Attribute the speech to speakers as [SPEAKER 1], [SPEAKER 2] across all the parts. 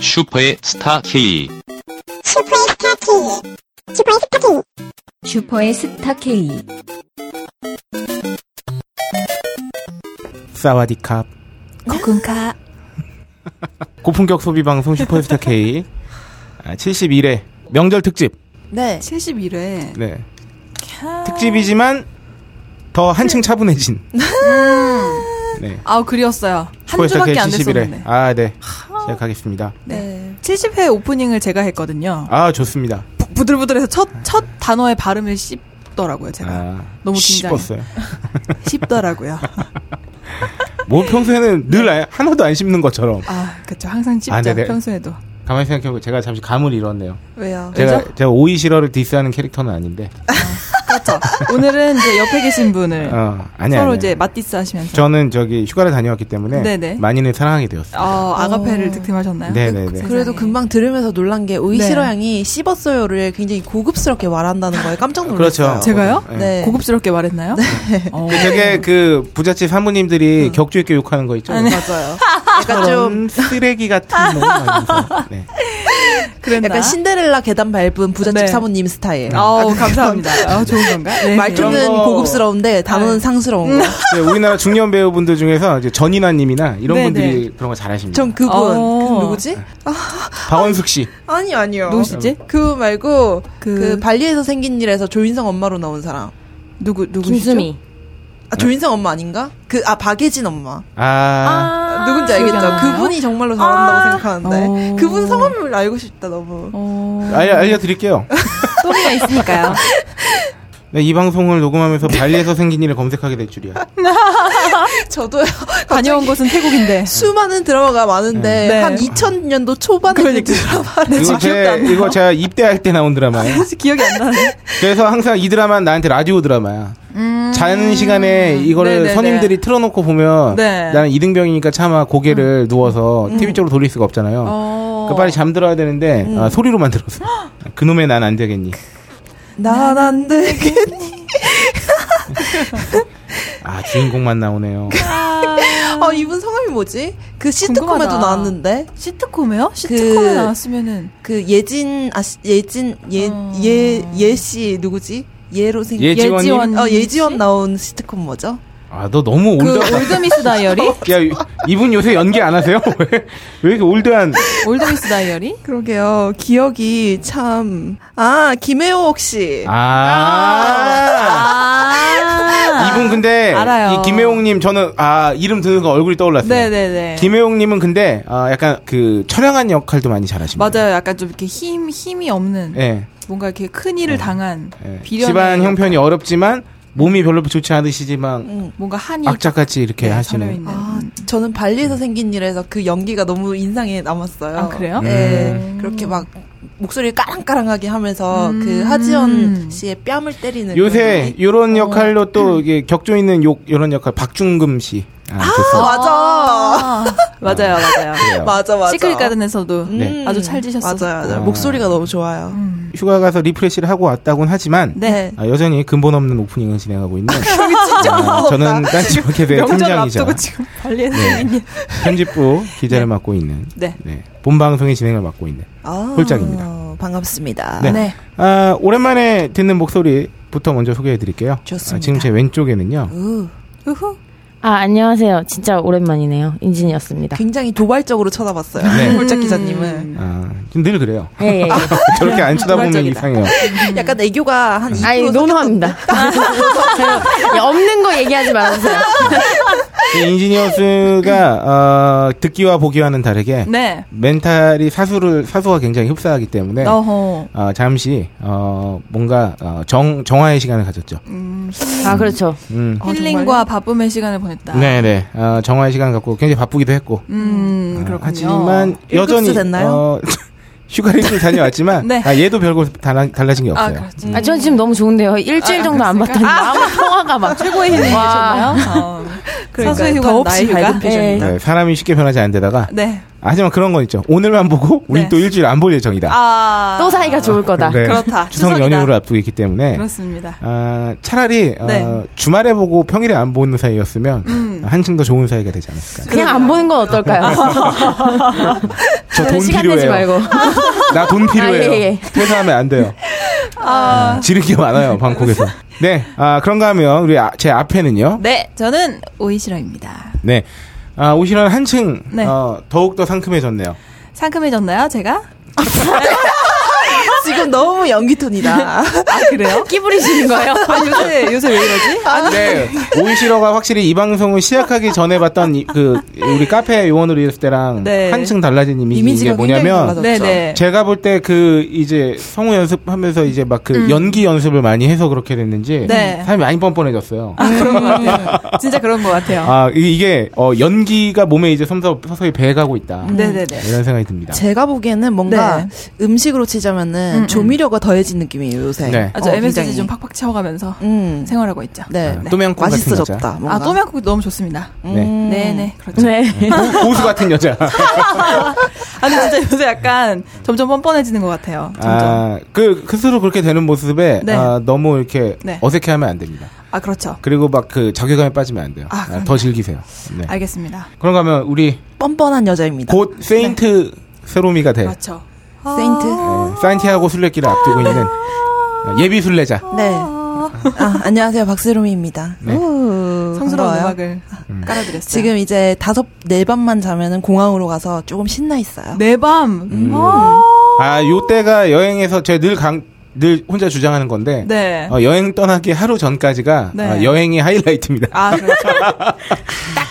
[SPEAKER 1] 슈퍼의 스타 K.
[SPEAKER 2] 슈퍼의 스타 K. 슈퍼의 스타 K.
[SPEAKER 3] 슈퍼의 스타 K.
[SPEAKER 4] 사와디캅
[SPEAKER 3] 고군카.
[SPEAKER 4] 고품격 소비방송 슈퍼스타 K 아, 71회 명절 특집
[SPEAKER 5] 네.
[SPEAKER 6] 71회.
[SPEAKER 4] 네. 특집이지만 더 한층
[SPEAKER 6] 그
[SPEAKER 4] 차분해진 네.
[SPEAKER 6] 아우 그리웠어요. 한
[SPEAKER 4] 슈퍼스타 K
[SPEAKER 6] 음. 주밖에 안
[SPEAKER 4] 71회
[SPEAKER 6] 됐었는데.
[SPEAKER 4] 아네 시작하겠습니다
[SPEAKER 5] 네.
[SPEAKER 6] 70회 오프닝을 제가 했거든요.
[SPEAKER 4] 아 좋습니다
[SPEAKER 6] 부- 부들부들해서 첫 첫 단어의 발음을 씹더라고요, 제가.
[SPEAKER 4] 아,
[SPEAKER 6] 너무 긴장해.
[SPEAKER 4] 씹었어요
[SPEAKER 6] 씹더라고요.
[SPEAKER 4] 뭐 평소에는
[SPEAKER 6] 네.
[SPEAKER 4] 늘 아- 하나도 안 씹는 것처럼
[SPEAKER 6] 아, 그렇죠. 항상 씹죠.
[SPEAKER 4] 아, 네네.
[SPEAKER 6] 평소에도.
[SPEAKER 4] 가만히 생각해보고 제가 잠시 감을 잃었네요
[SPEAKER 6] 왜요? 왜죠?
[SPEAKER 4] 제가 제가 오이 실어를 디스하는 캐릭터는 아닌데
[SPEAKER 6] 그렇죠. 오늘은 이제 옆에 계신 분을
[SPEAKER 4] 어 아니
[SPEAKER 6] 서로
[SPEAKER 4] 아니
[SPEAKER 6] 이제 맞디스 하시면서
[SPEAKER 4] 저는 저기 휴가를 다녀왔기 때문에
[SPEAKER 6] 네네.
[SPEAKER 4] 많이는 사랑하게 되었어요
[SPEAKER 6] 어, 아가페를 득템하셨나요?
[SPEAKER 4] 네네네.
[SPEAKER 6] 세상에.
[SPEAKER 5] 그래도 금방 들으면서 놀란 게 오이시러 양이 씹었어요를 굉장히 고급스럽게 말한다는 거에 깜짝 놀랐어요.
[SPEAKER 4] 그렇죠
[SPEAKER 6] 제가요?
[SPEAKER 4] 네.
[SPEAKER 5] 네.
[SPEAKER 6] 고급스럽게 말했나요? 네. 어.
[SPEAKER 4] 그 되게 그 부잣집 사모님들이 격조 있게 욕하는 거 있죠.
[SPEAKER 6] 네.
[SPEAKER 5] 맞아요. 약간 좀
[SPEAKER 4] 그런 쓰레기 같은 놈 하면서. 네.
[SPEAKER 6] 그랬나?
[SPEAKER 5] 약간 신데렐라 계단 밟은 부잣집
[SPEAKER 6] 네.
[SPEAKER 5] 사모님 스타일.
[SPEAKER 6] 아우, 감사합니다. 아, 좋은 건가? 네.
[SPEAKER 5] 말투는
[SPEAKER 4] 그런 거. 음.
[SPEAKER 5] 고급스러운데 단어는 상스러운 거.
[SPEAKER 4] 이제 우리나라 중년 배우분들 중에서 이제 전인아님이나 이런
[SPEAKER 6] 네네.
[SPEAKER 4] 분들이 그런 거 잘하십니다.
[SPEAKER 5] 전 그분
[SPEAKER 6] 어.
[SPEAKER 5] 그 누구지?
[SPEAKER 4] 박원숙 씨.
[SPEAKER 5] 아니요 아니요.
[SPEAKER 6] 누구시지?
[SPEAKER 5] 그 말고 그,
[SPEAKER 6] 그
[SPEAKER 5] 발리에서 생긴 일에서 조인성 엄마로 나온 사람.
[SPEAKER 6] 누구 누구시죠?
[SPEAKER 3] 김수미.
[SPEAKER 4] 네.
[SPEAKER 5] 아, 조인성 엄마 아닌가? 그 아 박예진 엄마.
[SPEAKER 4] 아,
[SPEAKER 5] 누군지 알겠죠?
[SPEAKER 6] 기억이 안 나요?
[SPEAKER 5] 그분이 정말로 잘한다고 생각하는데
[SPEAKER 6] 어.
[SPEAKER 5] 그분 성함을 알고 싶다 너무.
[SPEAKER 6] 어.
[SPEAKER 5] 아.
[SPEAKER 4] 알, 알려드릴게요.
[SPEAKER 3] 또리가 있으니까요.
[SPEAKER 4] 네, 이 방송을 녹음하면서 발리에서 생긴 일을 검색하게 될 줄이야.
[SPEAKER 5] 저도요.
[SPEAKER 6] 다녀온 곳은 태국인데.
[SPEAKER 5] 수많은 드라마가 많은데
[SPEAKER 6] 네.
[SPEAKER 5] 한 2000년도 초반에
[SPEAKER 6] 그러니까.
[SPEAKER 5] 드라마
[SPEAKER 4] 이거, 제, 이거 제가 입대할 때 나온 드라마예요.
[SPEAKER 6] 기억이 안 나네.
[SPEAKER 4] 그래서 항상 이 드라마는 나한테 라디오 드라마야. 자는 시간에 이거를
[SPEAKER 6] 음. 네네네.
[SPEAKER 4] 선임들이 틀어놓고 보면
[SPEAKER 6] 네. 음.
[SPEAKER 4] 나는 이등병이니까 차마 고개를 누워서 TV 쪽으로 돌릴 수가 없잖아요.
[SPEAKER 6] 어. 음.
[SPEAKER 4] 그 빨리 잠들어야 되는데 아, 소리로만 들었어. 그놈의 난 안 되겠니?
[SPEAKER 5] 난안 되겠니
[SPEAKER 4] 아 주인공만 나오네요.
[SPEAKER 5] 아 이분 성함이 뭐지 그 시트콤에도
[SPEAKER 6] 궁금하다.
[SPEAKER 5] 나왔는데
[SPEAKER 6] 시트콤에요? 시트콤에
[SPEAKER 5] 그-
[SPEAKER 6] 나왔으면은
[SPEAKER 5] 그 예진 아 씨- 예진
[SPEAKER 6] 어.
[SPEAKER 5] 예예예씨 누구지 예로 생
[SPEAKER 4] 예지원님?
[SPEAKER 6] 예지원
[SPEAKER 5] 어 예지원
[SPEAKER 6] 씨?
[SPEAKER 5] 나온 시트콤 뭐죠
[SPEAKER 4] 아 너 너무
[SPEAKER 6] 그
[SPEAKER 4] 올드하다.
[SPEAKER 6] 올드미스 다이어리?
[SPEAKER 4] 야 이분 요새 연기 안 하세요? 왜, 왜 이렇게 올드한?
[SPEAKER 6] 올드미스 다이어리?
[SPEAKER 5] 그러게요 기억이 참 아 김혜옥 씨
[SPEAKER 4] 아.
[SPEAKER 6] 아.
[SPEAKER 4] 이분 근데
[SPEAKER 6] 알아요.
[SPEAKER 4] 이 김혜옥님 저는 아 이름 듣는 거 얼굴이 떠올랐어요.
[SPEAKER 6] 네네네.
[SPEAKER 4] 김혜용님은 근데 아, 약간 그 처량한 역할도 많이 잘하십니다.
[SPEAKER 6] 맞아요. 약간 좀 이렇게 힘 힘이 없는
[SPEAKER 4] 예,
[SPEAKER 6] 뭔가 이렇게 큰 일을 당한
[SPEAKER 4] 예.
[SPEAKER 6] 비련
[SPEAKER 4] 집안 형편이 어렵지만 몸이 별로 좋지 않으시지만
[SPEAKER 6] 뭔가 한이
[SPEAKER 4] 악착같이 이렇게
[SPEAKER 6] 서려
[SPEAKER 4] 하시는.
[SPEAKER 6] 있는.
[SPEAKER 5] 아,
[SPEAKER 6] 음.
[SPEAKER 5] 저는 발리에서 생긴 일에서 그 연기가 너무 인상에 남았어요.
[SPEAKER 6] 아, 그래요?
[SPEAKER 5] 네.
[SPEAKER 6] 음.
[SPEAKER 5] 그렇게 막 목소리를 까랑까랑하게 하면서
[SPEAKER 6] 음.
[SPEAKER 5] 그 하지원 씨의 뺨을
[SPEAKER 6] 네,
[SPEAKER 5] 때리는
[SPEAKER 4] 요새
[SPEAKER 5] 그런
[SPEAKER 6] 어.
[SPEAKER 4] 요런 역할로
[SPEAKER 6] 음.
[SPEAKER 4] 또 이게 격조 있는 욕 요런 역할 박중금 씨. 아,
[SPEAKER 5] 아,
[SPEAKER 4] 좋습니다.
[SPEAKER 5] 맞아.
[SPEAKER 6] 맞아요, 네, 맞아요.
[SPEAKER 4] 그래요.
[SPEAKER 5] 맞아, 맞아.
[SPEAKER 6] 시크릿 가든에서도
[SPEAKER 4] 네.
[SPEAKER 6] 아주 찰지셨어요. 음.
[SPEAKER 5] 맞아요, 맞아요.
[SPEAKER 4] 아.
[SPEAKER 5] 목소리가 너무 좋아요.
[SPEAKER 4] 휴가 가서 리프레시를 하고 왔다곤 하지만
[SPEAKER 5] 네.
[SPEAKER 4] 아, 여전히 근본 없는 오프닝을 진행하고 있는 아, 저는 딴지 마켓의
[SPEAKER 6] 명절
[SPEAKER 4] 팀장이자
[SPEAKER 6] 앞두고 지금 발리에
[SPEAKER 4] 네.
[SPEAKER 6] 있는
[SPEAKER 4] 편집부 기자를 맡고 있는
[SPEAKER 6] 네.
[SPEAKER 4] 네, 본 방송의 진행을 맡고 있는
[SPEAKER 5] 아,
[SPEAKER 4] 홀짝입니다.
[SPEAKER 5] 반갑습니다.
[SPEAKER 4] 네.
[SPEAKER 6] 네.
[SPEAKER 4] 아, 오랜만에 듣는 목소리부터 먼저 소개해 드릴게요. 아,
[SPEAKER 5] 좋습니다.
[SPEAKER 4] 지금 제 왼쪽에는요.
[SPEAKER 5] 우,
[SPEAKER 6] 우후.
[SPEAKER 7] 아, 안녕하세요. 진짜 오랜만이네요. 인진이었습니다.
[SPEAKER 5] 굉장히 도발적으로 쳐다봤어요.
[SPEAKER 4] 네.
[SPEAKER 5] 홀짝
[SPEAKER 6] 음.
[SPEAKER 5] 기자님은.
[SPEAKER 4] 아, 지금 늘 그래요.
[SPEAKER 7] 예, 예.
[SPEAKER 6] 아,
[SPEAKER 4] 저렇게 안 쳐다보면
[SPEAKER 6] 도발적이다.
[SPEAKER 4] 이상해요.
[SPEAKER 5] 약간 애교가 한 2%
[SPEAKER 7] 아니, 너무합니다. 제가 없는 거 얘기하지 말아주세요.
[SPEAKER 4] 이그 인지니어스가 어, 듣기와 보기와는 다르게
[SPEAKER 6] 네.
[SPEAKER 4] 멘탈이 사수를 사수와 굉장히 흡사하기 때문에
[SPEAKER 6] 어허.
[SPEAKER 4] 어, 잠시 어, 뭔가 어, 정 정화의 시간을 가졌죠.
[SPEAKER 7] 아, 그렇죠.
[SPEAKER 4] 음.
[SPEAKER 6] 힐링과 바쁨의 시간을 보냈다.
[SPEAKER 4] 네네 어, 정화의 시간 갖고 굉장히 바쁘기도 했고
[SPEAKER 6] 아. 음,
[SPEAKER 4] 어,
[SPEAKER 6] 그렇군요.
[SPEAKER 4] 하지만
[SPEAKER 5] 일급수
[SPEAKER 4] 여전히
[SPEAKER 5] 됐나요?
[SPEAKER 4] 어, 휴가를 다녀왔지만
[SPEAKER 6] 네.
[SPEAKER 4] 아, 얘도 별거 달라, 달라진 게
[SPEAKER 6] 아,
[SPEAKER 4] 없어요.
[SPEAKER 6] 그렇죠.
[SPEAKER 7] 아, 전 지금 너무 좋은데요. 일주일 정도 안 봤더니 마음 평화가 막. 최고의
[SPEAKER 6] 아, 와. 어.
[SPEAKER 5] 그러니까요.
[SPEAKER 6] 사수의 휴가,
[SPEAKER 5] 더없이
[SPEAKER 6] 나의 휴가. 예.
[SPEAKER 5] 밝은 표정이다.
[SPEAKER 4] 네, 사람이 쉽게 변하지 않는데다가
[SPEAKER 6] 네.
[SPEAKER 4] 하지만 그런 건 있죠. 오늘만 보고 우린
[SPEAKER 6] 네.
[SPEAKER 4] 또 일주일 안 볼 예정이다.
[SPEAKER 6] 아.
[SPEAKER 8] 또 사이가 좋을 거다.
[SPEAKER 4] 네.
[SPEAKER 6] 그렇다.
[SPEAKER 4] 추석
[SPEAKER 6] 추석이다.
[SPEAKER 4] 연휴를 앞두고 있기 때문에
[SPEAKER 6] 그렇습니다.
[SPEAKER 4] 아, 차라리 어,
[SPEAKER 6] 네. 음.
[SPEAKER 4] 주말에 보고 평일에 안 보는 사이였으면 한층 더 좋은 사이가 되지 않을까.
[SPEAKER 8] 그냥 안 보는 건 어떨까요?
[SPEAKER 4] 저 돈
[SPEAKER 8] 시간 내지
[SPEAKER 4] 필요해요.
[SPEAKER 8] 말고.
[SPEAKER 4] 나 돈 필요해요.
[SPEAKER 8] 아, 예, 예.
[SPEAKER 4] 퇴사하면 안 돼요. 네.
[SPEAKER 6] 아.
[SPEAKER 4] 지를 게 많아요, 방콕에서. 네, 아, 그런가 하면 우리 아- 제 앞에는요.
[SPEAKER 6] 네, 저는 오이시러입니다.
[SPEAKER 4] 네. 아, 오시는 한층
[SPEAKER 6] 네.
[SPEAKER 4] 어, 더욱더 상큼해졌네요.
[SPEAKER 6] 상큼해졌나요, 제가?
[SPEAKER 9] 지금 너무 연기 톤이다.
[SPEAKER 6] 아, 그래요?
[SPEAKER 8] 끼부리시는 거예요?
[SPEAKER 6] 아, 요새, 요새 왜 이러지?
[SPEAKER 4] 네. 오이시러가 확실히 이 방송을 시작하기 전에 봤던 이- 그 우리 카페 요원으로 일했을 때랑
[SPEAKER 6] 네.
[SPEAKER 4] 한층 달라진 이미지 이게
[SPEAKER 9] 이미지가 굉장히
[SPEAKER 4] 뭐냐면
[SPEAKER 9] 달라졌죠.
[SPEAKER 6] 네네.
[SPEAKER 4] 제가 볼 때 그 이제 성우 연습하면서 이제 막 그 연기 연습을 많이 해서 그렇게 됐는지
[SPEAKER 6] 음. 네.
[SPEAKER 4] 사람이 많이 뻔뻔해졌어요.
[SPEAKER 6] 아, 그런 것 같아요. 진짜 그런 것 같아요.
[SPEAKER 4] 아 이- 이게 어, 연기가 몸에 이제 섬서, 서서히 배가고 있다.
[SPEAKER 6] 음. 네네네.
[SPEAKER 4] 이런 생각이 듭니다.
[SPEAKER 9] 제가 보기에는 뭔가
[SPEAKER 6] 네.
[SPEAKER 9] 음식으로 치자면은
[SPEAKER 6] 음, 음.
[SPEAKER 9] 조미료가 더해진 느낌이에요 요새.
[SPEAKER 4] 네.
[SPEAKER 6] 아주
[SPEAKER 9] 어,
[SPEAKER 6] MSG
[SPEAKER 9] 굉장히.
[SPEAKER 6] 좀 팍팍 채워가면서
[SPEAKER 9] 음.
[SPEAKER 6] 생활하고 있죠.
[SPEAKER 9] 네.
[SPEAKER 4] 아, 또명국 같은
[SPEAKER 9] 맛있어졌다.
[SPEAKER 4] 여자.
[SPEAKER 9] 뭔가. 음,
[SPEAKER 6] 아, 또명국 너무 좋습니다.
[SPEAKER 5] 음.
[SPEAKER 4] 네.
[SPEAKER 6] 네네, 그렇죠.
[SPEAKER 8] 네.
[SPEAKER 4] 고- 고수 같은 여자.
[SPEAKER 6] 아니, 진짜 요새 약간 점점 뻔뻔해지는 것 같아요. 점점.
[SPEAKER 4] 아, 그 스스로 그렇게 되는 모습에
[SPEAKER 6] 네.
[SPEAKER 4] 아, 너무 이렇게
[SPEAKER 6] 네.
[SPEAKER 4] 어색해하면 안 됩니다.
[SPEAKER 6] 아, 그렇죠.
[SPEAKER 4] 그리고 막 그 자괴감에 빠지면 안 돼요.
[SPEAKER 6] 아,
[SPEAKER 4] 아,
[SPEAKER 6] 그럼요.
[SPEAKER 4] 더 즐기세요. 네.
[SPEAKER 6] 알겠습니다.
[SPEAKER 4] 그런가 하면 우리
[SPEAKER 9] 뻔뻔한 여자입니다. 아.
[SPEAKER 4] 곧 세인트 세로미가 될
[SPEAKER 6] 네. 맞죠.
[SPEAKER 9] 세인트.
[SPEAKER 4] 네, 산티아고 순례길을 앞두고 있는
[SPEAKER 6] 아.
[SPEAKER 4] 예비 순례자.
[SPEAKER 9] 네. 아, 안녕하세요 박세롬이입니다.
[SPEAKER 4] 네.
[SPEAKER 6] 성스러운
[SPEAKER 9] 반가워요. 네.
[SPEAKER 6] 음악을 깔아드렸어요.
[SPEAKER 9] 지금 이제 다섯 네 밤만 자면은 공항으로 가서 조금 신나
[SPEAKER 4] 네.
[SPEAKER 9] 있어요.
[SPEAKER 6] 내
[SPEAKER 4] 음.
[SPEAKER 6] 밤.
[SPEAKER 9] 음.
[SPEAKER 4] 아, 요 때가 여행에서 제가 늘 강, 늘 혼자 주장하는 건데.
[SPEAKER 6] 네.
[SPEAKER 4] 어, 여행 떠나기 하루 전까지가
[SPEAKER 6] 네.
[SPEAKER 4] 어, 여행의 하이라이트입니다.
[SPEAKER 6] 아, 그렇죠.
[SPEAKER 4] 음.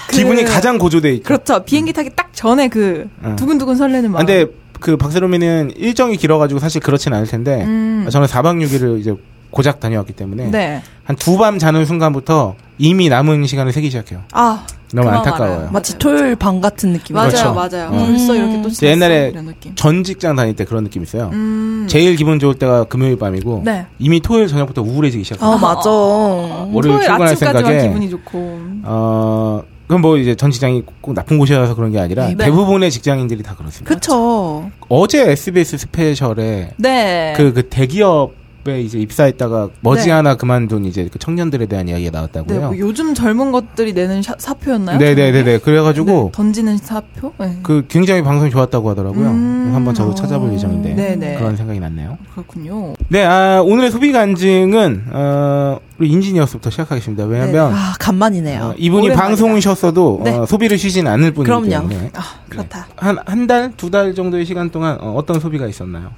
[SPEAKER 6] 그-
[SPEAKER 4] 기분이 가장 고조돼 있죠.
[SPEAKER 6] 그렇죠. 비행기 타기 딱 전에 그
[SPEAKER 4] 응.
[SPEAKER 6] 두근두근 설레는 마음.
[SPEAKER 4] 음. 근데 그 박세롬이는 일정이 길어가지고 사실 그렇진 않을 텐데 아,
[SPEAKER 6] 음.
[SPEAKER 4] 저는 4박 6일을 이제 고작 다녀왔기 때문에
[SPEAKER 6] 네.
[SPEAKER 4] 한 두 밤 자는 순간부터 이미 남은 시간을 세기 시작해요.
[SPEAKER 6] 아,
[SPEAKER 4] 너무
[SPEAKER 6] 그만
[SPEAKER 4] 안타까워요.
[SPEAKER 6] 말아요.
[SPEAKER 9] 마치 토요일 밤 같은 느낌.
[SPEAKER 6] 맞아요,
[SPEAKER 4] 그렇죠.
[SPEAKER 6] 맞아요.
[SPEAKER 4] 어.
[SPEAKER 6] 벌써 이렇게 또 지났어,
[SPEAKER 4] 옛날에
[SPEAKER 6] 이런 느낌.
[SPEAKER 4] 전 직장 다닐 때 그런 느낌 있어요.
[SPEAKER 6] 음.
[SPEAKER 4] 제일 기분 좋을 때가 금요일 밤이고
[SPEAKER 6] 네.
[SPEAKER 4] 이미 토요일 저녁부터 우울해지기 시작해요.
[SPEAKER 9] 아 맞아.
[SPEAKER 4] 월요일
[SPEAKER 6] 토요일
[SPEAKER 4] 출근할
[SPEAKER 6] 아침까지만
[SPEAKER 4] 생각에
[SPEAKER 6] 기분이 좋고.
[SPEAKER 4] 어 그럼 뭐 이제 전 직장이 꼭 나쁜 곳이라서 그런 게 아니라
[SPEAKER 6] 네.
[SPEAKER 4] 대부분의 직장인들이 다 그렇습니다.
[SPEAKER 9] 그쵸.
[SPEAKER 4] 어제 SBS 스페셜에
[SPEAKER 6] 네.
[SPEAKER 4] 그, 그 대기업에 이제 입사했다가 머지않아 그만둔 이제 그 청년들에 대한 이야기가
[SPEAKER 6] 네,
[SPEAKER 4] 나왔다고요.
[SPEAKER 6] 뭐 요즘 젊은 것들이 내는 샤- 사표였나요?
[SPEAKER 4] 네, 네, 네, 네.
[SPEAKER 6] 네,
[SPEAKER 4] 그래가지고
[SPEAKER 6] 던지는 사표? 네.
[SPEAKER 4] 그 굉장히 방송이 좋았다고 하더라고요.
[SPEAKER 6] 음.
[SPEAKER 4] 그래서 한번 저도 찾아볼 예정인데
[SPEAKER 6] 네, 네.
[SPEAKER 4] 그런 생각이 났네요.
[SPEAKER 6] 그렇군요.
[SPEAKER 4] 네, 아, 오늘의 소비 간증은 어, 우리 인지니어스부터 시작하겠습니다. 왜냐하면
[SPEAKER 9] 아 간만이네요.
[SPEAKER 4] 어, 이분이
[SPEAKER 6] 오랜만이다.
[SPEAKER 4] 방송을 쉬었어도
[SPEAKER 6] 네.
[SPEAKER 4] 어, 소비를 쉬진 않을 분이기
[SPEAKER 9] 그럼요.
[SPEAKER 4] 때문에
[SPEAKER 6] 아, 그렇다.
[SPEAKER 4] 한 한 달 두 달 정도의 시간 동안 어, 떤 소비가 있었나요?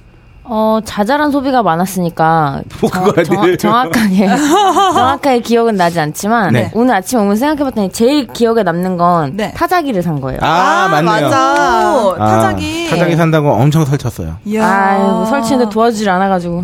[SPEAKER 7] 어, 자잘한 소비가 많았으니까
[SPEAKER 4] 뭐 그거야, 늘.
[SPEAKER 7] 정확하게 정확하게 기억은 나지 않지만
[SPEAKER 4] 네.
[SPEAKER 7] 오늘 아침에 오면 생각해봤더니 제일 기억에 남는 건
[SPEAKER 6] 네.
[SPEAKER 7] 타자기를 산 거예요.
[SPEAKER 4] 아, 맞네요.
[SPEAKER 9] 맞아.
[SPEAKER 6] 오, 타자기.
[SPEAKER 4] 아, 타자기 산다고 엄청 설쳤어요.
[SPEAKER 6] 이야.
[SPEAKER 7] 아유, 뭐 설치는데 도와주질 않아가지고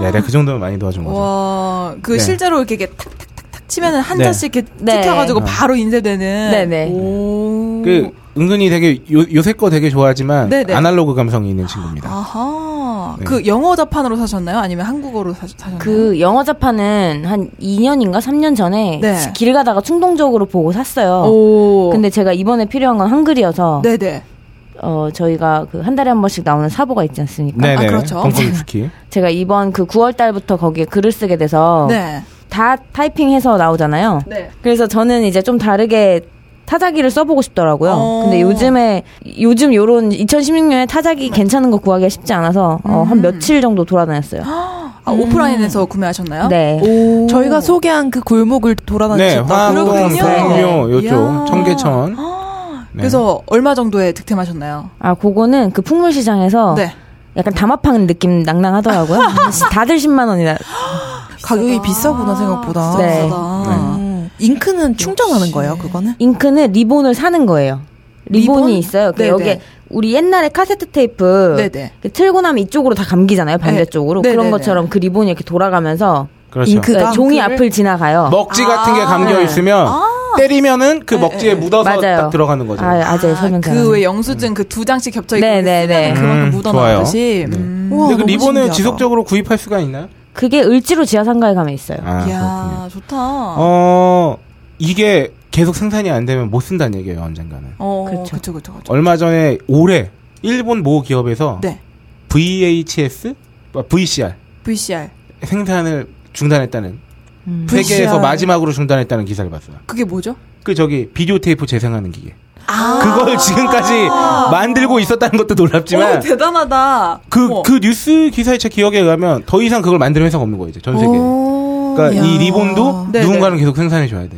[SPEAKER 4] 네, 내가 그 정도면 많이 도와준 거죠.
[SPEAKER 6] 와, 그
[SPEAKER 4] 네.
[SPEAKER 6] 실제로 이렇게, 이렇게 탁탁탁탁 치면은 한
[SPEAKER 4] 네.
[SPEAKER 6] 잔씩 이렇게
[SPEAKER 7] 네.
[SPEAKER 6] 찍혀가지고
[SPEAKER 4] 아.
[SPEAKER 6] 바로 인쇄되는.
[SPEAKER 7] 네네.
[SPEAKER 6] 오.
[SPEAKER 4] 그 은근히 되게 요, 요새 거 되게 좋아하지만
[SPEAKER 6] 네네.
[SPEAKER 4] 아날로그 감성이 있는 친구입니다.
[SPEAKER 6] 아하.
[SPEAKER 4] 네.
[SPEAKER 6] 그 영어 자판으로 사셨나요? 아니면 한국어로 사, 사셨나요?
[SPEAKER 7] 그 영어 자판은 한 2년인가 3년 전에
[SPEAKER 6] 네.
[SPEAKER 7] 길 가다가 충동적으로 보고 샀어요.
[SPEAKER 6] 오.
[SPEAKER 7] 근데 제가 이번에 필요한 건 한글이어서
[SPEAKER 6] 네네.
[SPEAKER 7] 어, 저희가 그 한 달에 한 번씩 나오는 사보가 있지 않습니까?
[SPEAKER 4] 네네.
[SPEAKER 6] 아, 그렇죠.
[SPEAKER 4] 벙커 스키.
[SPEAKER 7] 제가 이번 그 9월 달부터 거기에 글을 쓰게 돼서
[SPEAKER 6] 네.
[SPEAKER 7] 다 타이핑해서 나오잖아요.
[SPEAKER 6] 네.
[SPEAKER 7] 그래서 저는 이제 좀 다르게 타자기를 써보고 싶더라고요.
[SPEAKER 6] 어.
[SPEAKER 7] 근데 요즘에 요즘 요런 2016년에 타자기
[SPEAKER 6] 네.
[SPEAKER 7] 괜찮은 거 구하기가 쉽지 않아서 어,
[SPEAKER 6] 음.
[SPEAKER 7] 한 며칠 정도 돌아다녔어요.
[SPEAKER 6] 아, 오프라인에서 구매하셨나요?
[SPEAKER 7] 음. 네.
[SPEAKER 6] 아, 오.
[SPEAKER 9] 저희가 소개한 그 골목을
[SPEAKER 4] 네,
[SPEAKER 9] 돌아다니셨다.
[SPEAKER 4] 화곡동
[SPEAKER 6] 그러군요.
[SPEAKER 4] 동묘
[SPEAKER 6] 이야.
[SPEAKER 4] 요쪽 청계천. 네.
[SPEAKER 6] 그래서 얼마 정도에 득템하셨나요?
[SPEAKER 7] 아, 그거는 그 풍물시장에서
[SPEAKER 6] 네.
[SPEAKER 7] 약간 담합하는 느낌 낭낭하더라고요. 음, 다들 10만 원이나.
[SPEAKER 9] 가격이 비싸구나 생각보다.
[SPEAKER 7] 네.
[SPEAKER 6] 아, 비싸다.
[SPEAKER 9] 음, 잉크는 충전하는 거예요, 그거는?
[SPEAKER 7] 잉크는 리본을 사는 거예요. 리본이
[SPEAKER 6] 리본?
[SPEAKER 7] 있어요. 그
[SPEAKER 6] 네네.
[SPEAKER 7] 여기 우리 옛날에 카세트 테이프
[SPEAKER 6] 네네.
[SPEAKER 7] 이렇게 틀고 나면 이쪽으로 다 감기잖아요. 반대쪽으로.
[SPEAKER 6] 네. 네네네.
[SPEAKER 7] 그런 것처럼 그 리본이 이렇게 돌아가면서
[SPEAKER 4] 그렇죠.
[SPEAKER 9] 잉크. 그가
[SPEAKER 7] 네, 종이
[SPEAKER 9] 잉크를-
[SPEAKER 7] 앞을 지나가요.
[SPEAKER 4] 먹지 같은 게 감겨
[SPEAKER 7] 네.
[SPEAKER 4] 있으면 때리면은 그 먹지에 묻어서
[SPEAKER 7] 맞아요.
[SPEAKER 4] 딱 들어가는 거죠.
[SPEAKER 7] 아, 아재 설명
[SPEAKER 6] 그 왜 영수증 그 두 장씩 겹쳐 있고 쓰면은
[SPEAKER 7] 네네네.
[SPEAKER 6] 그만큼
[SPEAKER 4] 음,
[SPEAKER 6] 묻어나듯이.
[SPEAKER 4] 좋아요.
[SPEAKER 6] 음.
[SPEAKER 9] 우와,
[SPEAKER 4] 근데 그
[SPEAKER 9] 너무
[SPEAKER 4] 리본을
[SPEAKER 9] 신기하다.
[SPEAKER 4] 지속적으로 구입할 수가 있나요?
[SPEAKER 7] 그게 을지로 지하상가에 가면 있어요.
[SPEAKER 4] 아,
[SPEAKER 6] 이야
[SPEAKER 4] 그렇군요.
[SPEAKER 6] 좋다.
[SPEAKER 4] 어, 이게 계속 생산이 안 되면 못 쓴다는 얘기예요 언젠가는.
[SPEAKER 9] 어,
[SPEAKER 7] 그렇죠.
[SPEAKER 9] 그렇죠, 그렇죠, 그렇죠.
[SPEAKER 4] 얼마 전에 올해 일본 모 기업에서
[SPEAKER 9] 네.
[SPEAKER 4] VHS, 아, VCR
[SPEAKER 9] VCR
[SPEAKER 4] 생산을 중단했다는
[SPEAKER 7] 음.
[SPEAKER 4] 세계에서
[SPEAKER 9] VCR.
[SPEAKER 4] 마지막으로 중단했다는 기사를 봤어요.
[SPEAKER 9] 그게 뭐죠?
[SPEAKER 4] 그 저기 비디오 테이프 재생하는 기계. 그걸 지금까지 만들고 있었다는 것도 놀랍지만
[SPEAKER 6] 오, 어, 대단하다.
[SPEAKER 4] 그,
[SPEAKER 6] 어머.
[SPEAKER 4] 그 뉴스 기사의 제 기억에 의하면 더 이상 그걸 만드는 회사가 없는 거예요, 이제 전 세계에. 그러니까 이 리본도
[SPEAKER 6] 네,
[SPEAKER 4] 누군가는 계속 생산해줘야 돼.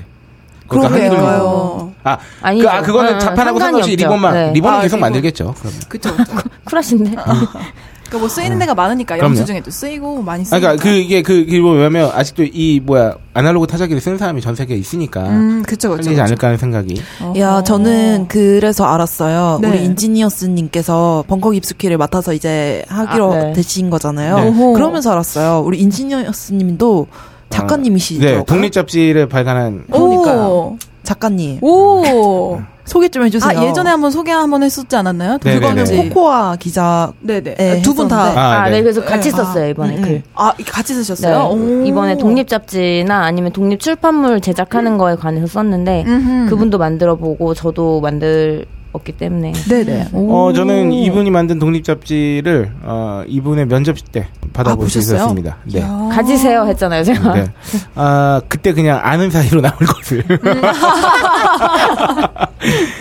[SPEAKER 9] 그러게요.
[SPEAKER 4] 한국은 아,
[SPEAKER 7] 아니죠.
[SPEAKER 4] 그, 아, 그거는 자판하고 상관없이 리본만, 리본은
[SPEAKER 9] 아,
[SPEAKER 4] 계속
[SPEAKER 9] 리본.
[SPEAKER 4] 만들겠죠. 그러면.
[SPEAKER 9] 그쵸. 그쵸.
[SPEAKER 7] 쿨하신데.
[SPEAKER 4] 아,
[SPEAKER 6] 그러니까 뭐 쓰이는 데가 많으니까
[SPEAKER 4] 음. 그럼요.
[SPEAKER 6] 영수 증에도 쓰이고 많이
[SPEAKER 4] 아,
[SPEAKER 6] 쓰니까.
[SPEAKER 4] 그러니까 그, 이게 그, 그, 왜냐면 아직도 이, 뭐야, 아날로그 타자기를 쓰는 사람이 전 세계에 있으니까.
[SPEAKER 9] 음, 그쵸, 그쵸.
[SPEAKER 4] 살리지
[SPEAKER 9] 그쵸.
[SPEAKER 4] 않을까 하는 생각이.
[SPEAKER 6] 어허.
[SPEAKER 5] 야, 저는 그래서 알았어요.
[SPEAKER 6] 네.
[SPEAKER 5] 우리 인지니어스님께서 벙커 깊숙이를 맡아서 이제 하기로
[SPEAKER 7] 아, 네.
[SPEAKER 5] 되신 거잖아요.
[SPEAKER 4] 네.
[SPEAKER 5] 오호. 그러면서 알았어요. 우리 인지니어스님도 작가님이시죠?
[SPEAKER 4] 아, 네, 독립잡지를 발간한.
[SPEAKER 6] 어? 오,
[SPEAKER 5] 작가님.
[SPEAKER 6] 오.
[SPEAKER 5] 소개 좀 해주세요.
[SPEAKER 6] 아 예전에 한번 소개 한번 했었지 않았나요?
[SPEAKER 4] 네, 네,
[SPEAKER 5] 저는
[SPEAKER 4] 네.
[SPEAKER 6] 그거는
[SPEAKER 5] 코코아 기자.
[SPEAKER 6] 네네.
[SPEAKER 5] 네,
[SPEAKER 6] 두 분
[SPEAKER 5] 했었는데.
[SPEAKER 6] 다.
[SPEAKER 4] 아,
[SPEAKER 7] 아,
[SPEAKER 4] 네.
[SPEAKER 7] 네. 그래서 같이 썼어요, 이번에 그
[SPEAKER 5] 음,
[SPEAKER 7] 글.
[SPEAKER 5] 음.
[SPEAKER 9] 아, 같이
[SPEAKER 7] 네.
[SPEAKER 9] 쓰셨어요? 오.
[SPEAKER 7] 이번에 독립 잡지나 아니면 독립 출판물 제작하는 거에 관해서 썼는데 그분도 만들어 보고 저도 만들었기 때문에
[SPEAKER 6] 음.
[SPEAKER 5] 네네.
[SPEAKER 4] 어, 저는 이분이 만든 독립잡지를, 어, 이분의 면접 때 받아볼
[SPEAKER 9] 아,
[SPEAKER 4] 수
[SPEAKER 9] 보셨어요?
[SPEAKER 4] 있었습니다. 네.
[SPEAKER 7] 가지세요 했잖아요, 제가.
[SPEAKER 4] 네. 아, 그때 그냥 아는 사이로 나올 것을.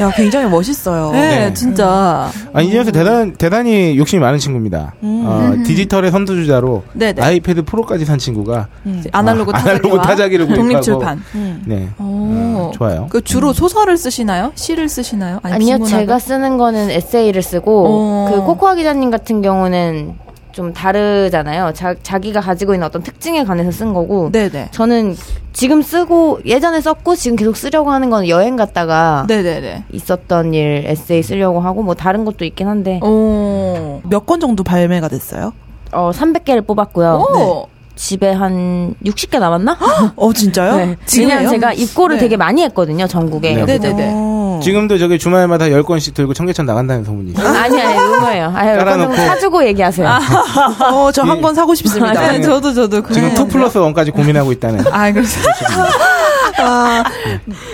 [SPEAKER 5] 야, 굉장히 멋있어요.
[SPEAKER 6] 네,
[SPEAKER 4] 네.
[SPEAKER 6] 진짜.
[SPEAKER 4] 아, 이녀석 대단, 대단히 욕심이 많은 친구입니다. 어, 디지털의 선두주자로
[SPEAKER 6] 네네.
[SPEAKER 4] 아이패드 프로까지 산 친구가
[SPEAKER 6] 이제 아날로그
[SPEAKER 4] 아,
[SPEAKER 6] 타자기와
[SPEAKER 4] 아날로그 타자기를 구입하고.
[SPEAKER 6] 독립출판.
[SPEAKER 5] 음.
[SPEAKER 4] 네.
[SPEAKER 6] 오.
[SPEAKER 4] 좋아요. 음.
[SPEAKER 6] 그 주로 소설을 쓰시나요? 시를 쓰시나요? 아니,
[SPEAKER 7] 아니요,
[SPEAKER 6] 비문학을?
[SPEAKER 7] 제가 쓰는 거는 에세이를 쓰고
[SPEAKER 6] 어.
[SPEAKER 7] 그 코코아 기자님 같은 경우는 좀 다르잖아요. 자, 자기가 가지고 있는 어떤 특징에 관해서 쓴 거고
[SPEAKER 9] 네네.
[SPEAKER 7] 저는 지금 쓰고 예전에 썼고 지금 계속 쓰려고 하는 건 여행 갔다가
[SPEAKER 6] 네네네.
[SPEAKER 7] 있었던 일 에세이 쓰려고 하고 뭐 다른 것도 있긴 한데
[SPEAKER 6] 오.
[SPEAKER 5] 몇 건 정도 발매가 됐어요?
[SPEAKER 7] 어 300개를 뽑았고요. 네.
[SPEAKER 6] 오.
[SPEAKER 7] 집에 한 60개 남았나?
[SPEAKER 5] 어, 진짜요?
[SPEAKER 7] 지금
[SPEAKER 6] 네. 지금요?
[SPEAKER 7] 제가 입고를
[SPEAKER 6] 네.
[SPEAKER 7] 되게 많이 했거든요 전국에.
[SPEAKER 4] 네.
[SPEAKER 6] 네네네.
[SPEAKER 5] 어.
[SPEAKER 4] 지금도 저기 주말마다 10권씩 들고 청계천 나간다는 소문이 있어요.
[SPEAKER 7] 아니 아니 루머예요. 아유
[SPEAKER 4] 깔아놓고.
[SPEAKER 7] 그건 사주고 얘기하세요.
[SPEAKER 6] 아.
[SPEAKER 5] 어,
[SPEAKER 6] 예.
[SPEAKER 5] 저 한 권 사고 싶습니다.
[SPEAKER 6] 네, 저도 저도 그
[SPEAKER 4] 지금 2 플러스 1까지 고민하고 있다는.
[SPEAKER 6] 아, 그래서
[SPEAKER 4] 지금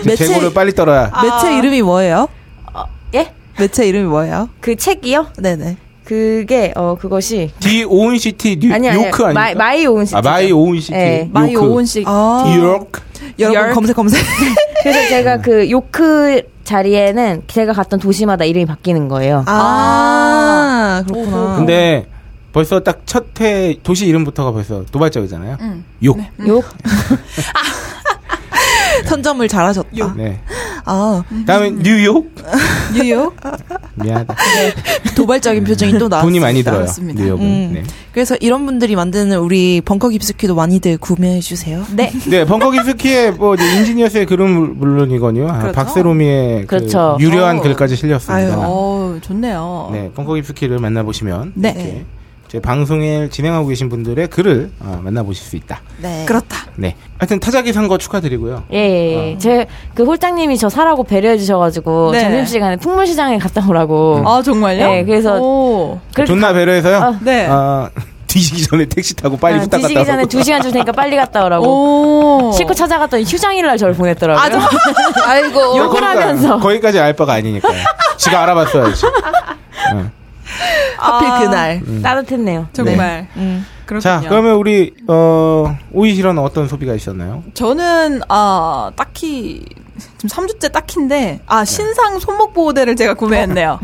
[SPEAKER 5] 매체-
[SPEAKER 4] 재고를 빨리 떨어야.
[SPEAKER 6] 아.
[SPEAKER 5] 매체 이름이 뭐예요?
[SPEAKER 7] 예?
[SPEAKER 5] 매체 이름이 뭐예요?
[SPEAKER 7] 그 책이요?
[SPEAKER 5] 네네.
[SPEAKER 7] 그게 어 그것이
[SPEAKER 4] 디 오은시티 뉴,
[SPEAKER 7] 아니 아니
[SPEAKER 4] 요크 아니에요?
[SPEAKER 7] 마이, 마이 오은 씨.
[SPEAKER 4] 아, 마이 오은시티.
[SPEAKER 7] 네.
[SPEAKER 4] 요크.
[SPEAKER 6] 마이 그 오온씩
[SPEAKER 5] 아,
[SPEAKER 4] 뉴욕.
[SPEAKER 5] 여러분
[SPEAKER 6] 열-
[SPEAKER 5] 검색 검색.
[SPEAKER 7] 그래서 제가 그 요크 자리에는 제가 갔던 도시마다 이름이 바뀌는 거예요.
[SPEAKER 6] 아.
[SPEAKER 5] 아, 그렇구나.
[SPEAKER 4] 근데 벌써 딱 첫 회 도시 이름부터가 벌써 도발적이잖아요.
[SPEAKER 6] 음.
[SPEAKER 4] 욕.
[SPEAKER 7] 욕
[SPEAKER 5] 선점을 잘하셨다.
[SPEAKER 4] 네.
[SPEAKER 5] 아,
[SPEAKER 4] 다음에 뉴욕.
[SPEAKER 6] 뉴욕.
[SPEAKER 4] 미안하다.
[SPEAKER 5] 도발적인 표정이 또 나왔어.
[SPEAKER 4] 돈이 많이 들어요.
[SPEAKER 6] 그렇습니다.
[SPEAKER 4] 뉴욕은.
[SPEAKER 5] 음.
[SPEAKER 4] 네.
[SPEAKER 5] 그래서 이런 분들이 만드는 우리 벙커 깊숙이도 많이들 구매해 주세요.
[SPEAKER 6] 네.
[SPEAKER 4] 네, 벙커 기스키의 뭐 이제 인지니어스의 글은 물론이거니요. 아,
[SPEAKER 6] 그렇죠.
[SPEAKER 4] 박세롬이의 그
[SPEAKER 7] 그렇죠.
[SPEAKER 4] 유려한
[SPEAKER 6] 어.
[SPEAKER 4] 글까지 실렸습니다.
[SPEAKER 6] 어, 좋네요.
[SPEAKER 4] 네, 벙커 기스키를 만나보시면
[SPEAKER 6] 네.
[SPEAKER 4] 이렇게 제 방송에 진행하고 계신 분들의 글을 어, 만나보실 수 있다.
[SPEAKER 5] 네.
[SPEAKER 9] 그렇다.
[SPEAKER 4] 네, 하여튼 타자기 산 거 축하드리고요.
[SPEAKER 7] 예,
[SPEAKER 4] 아.
[SPEAKER 7] 예. 제 그 홀장님이 저 사라고 배려해 주셔가지고
[SPEAKER 6] 네.
[SPEAKER 7] 점심 시간에 풍물 시장에 갔다 오라고.
[SPEAKER 6] 아, 정말요?
[SPEAKER 7] 네, 그래서-
[SPEAKER 6] 오.
[SPEAKER 7] 그렇게
[SPEAKER 4] 존나 배려해서요.
[SPEAKER 7] 아.
[SPEAKER 6] 네.
[SPEAKER 4] 아, 뒤지기 전에 택시 타고 빨리
[SPEAKER 7] 아,
[SPEAKER 4] 후딱 갔다
[SPEAKER 7] 뒤지기 전에
[SPEAKER 4] 오고.
[SPEAKER 7] 두 시간 줄 테니까 빨리 갔다 오라고.
[SPEAKER 6] 오.
[SPEAKER 7] 어, 실고 찾아갔더니 휴장일날 저를 보냈더라고요.
[SPEAKER 6] 아이고.
[SPEAKER 4] 네,
[SPEAKER 7] 욕을
[SPEAKER 4] 거기까지-
[SPEAKER 7] 하면서.
[SPEAKER 4] 거기까지 알 바가 아니니까요. 지가 알아봤어야지. 네.
[SPEAKER 5] 하필 그날.
[SPEAKER 4] 음.
[SPEAKER 7] 따뜻했네요.
[SPEAKER 6] 아, 정말.
[SPEAKER 5] 음.
[SPEAKER 6] 그렇군요.
[SPEAKER 4] 자, 그러면 우리 어, 오이시로는 어떤 소비가 있었나요?
[SPEAKER 6] 저는 아 딱히 지금 3주째 딱인데 아 신상 손목 보호대를 제가 구매했네요.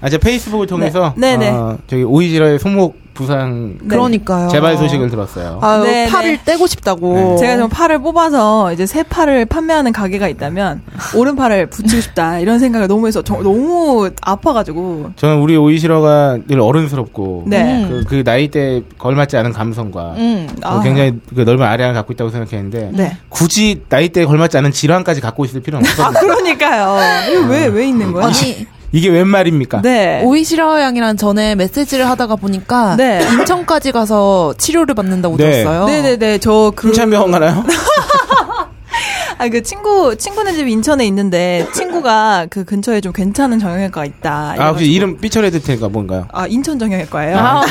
[SPEAKER 4] 아, 제 페이스북을 통해서
[SPEAKER 6] 네. 네네.
[SPEAKER 4] 어, 저기 오이지라의 손목 부상
[SPEAKER 6] 네.
[SPEAKER 5] 그러니까요.
[SPEAKER 4] 재발 소식을 들었어요.
[SPEAKER 5] 아유,
[SPEAKER 6] 네,
[SPEAKER 5] 팔을 떼고 싶다고.
[SPEAKER 4] 네.
[SPEAKER 6] 제가 좀 팔을 뽑아서 이제 새 팔을 판매하는 가게가 있다면 오른팔을 붙이고 싶다 이런 생각을 너무 해서 저- 너무 아파가지고
[SPEAKER 4] 저는 우리 오이시러가 늘 어른스럽고
[SPEAKER 6] 네.
[SPEAKER 4] 그, 그 나이대에 걸맞지 않은 감성과
[SPEAKER 5] 음.
[SPEAKER 4] 어,
[SPEAKER 6] 아.
[SPEAKER 4] 굉장히 그 넓은 아량을 갖고 있다고 생각했는데
[SPEAKER 6] 네.
[SPEAKER 4] 굳이 나이대에 걸맞지 않은 질환까지 갖고 있을 필요는 없어요.
[SPEAKER 6] 아 그러니까요 이거
[SPEAKER 4] 아.
[SPEAKER 6] 왜 왜 있는 거야?
[SPEAKER 5] 아니,
[SPEAKER 4] 이게 웬 말입니까?
[SPEAKER 6] 네.
[SPEAKER 5] 오이시라 양이랑 전에 메시지를 하다가 보니까
[SPEAKER 6] 네.
[SPEAKER 5] 인천까지 가서 치료를 받는다고
[SPEAKER 4] 네.
[SPEAKER 5] 들었어요.
[SPEAKER 6] 네네네 저그
[SPEAKER 4] 금찬병원 가나요?
[SPEAKER 6] 아, 그 친구, 친구네 집 인천에 있는데, 친구가 그 근처에 좀 괜찮은 정형외과가 있다.
[SPEAKER 4] 아 혹시 아.
[SPEAKER 6] 이래가지고.
[SPEAKER 4] 이름 삐쳐내도 테니까 뭔가요?
[SPEAKER 6] 아, 인천 정형외과예요.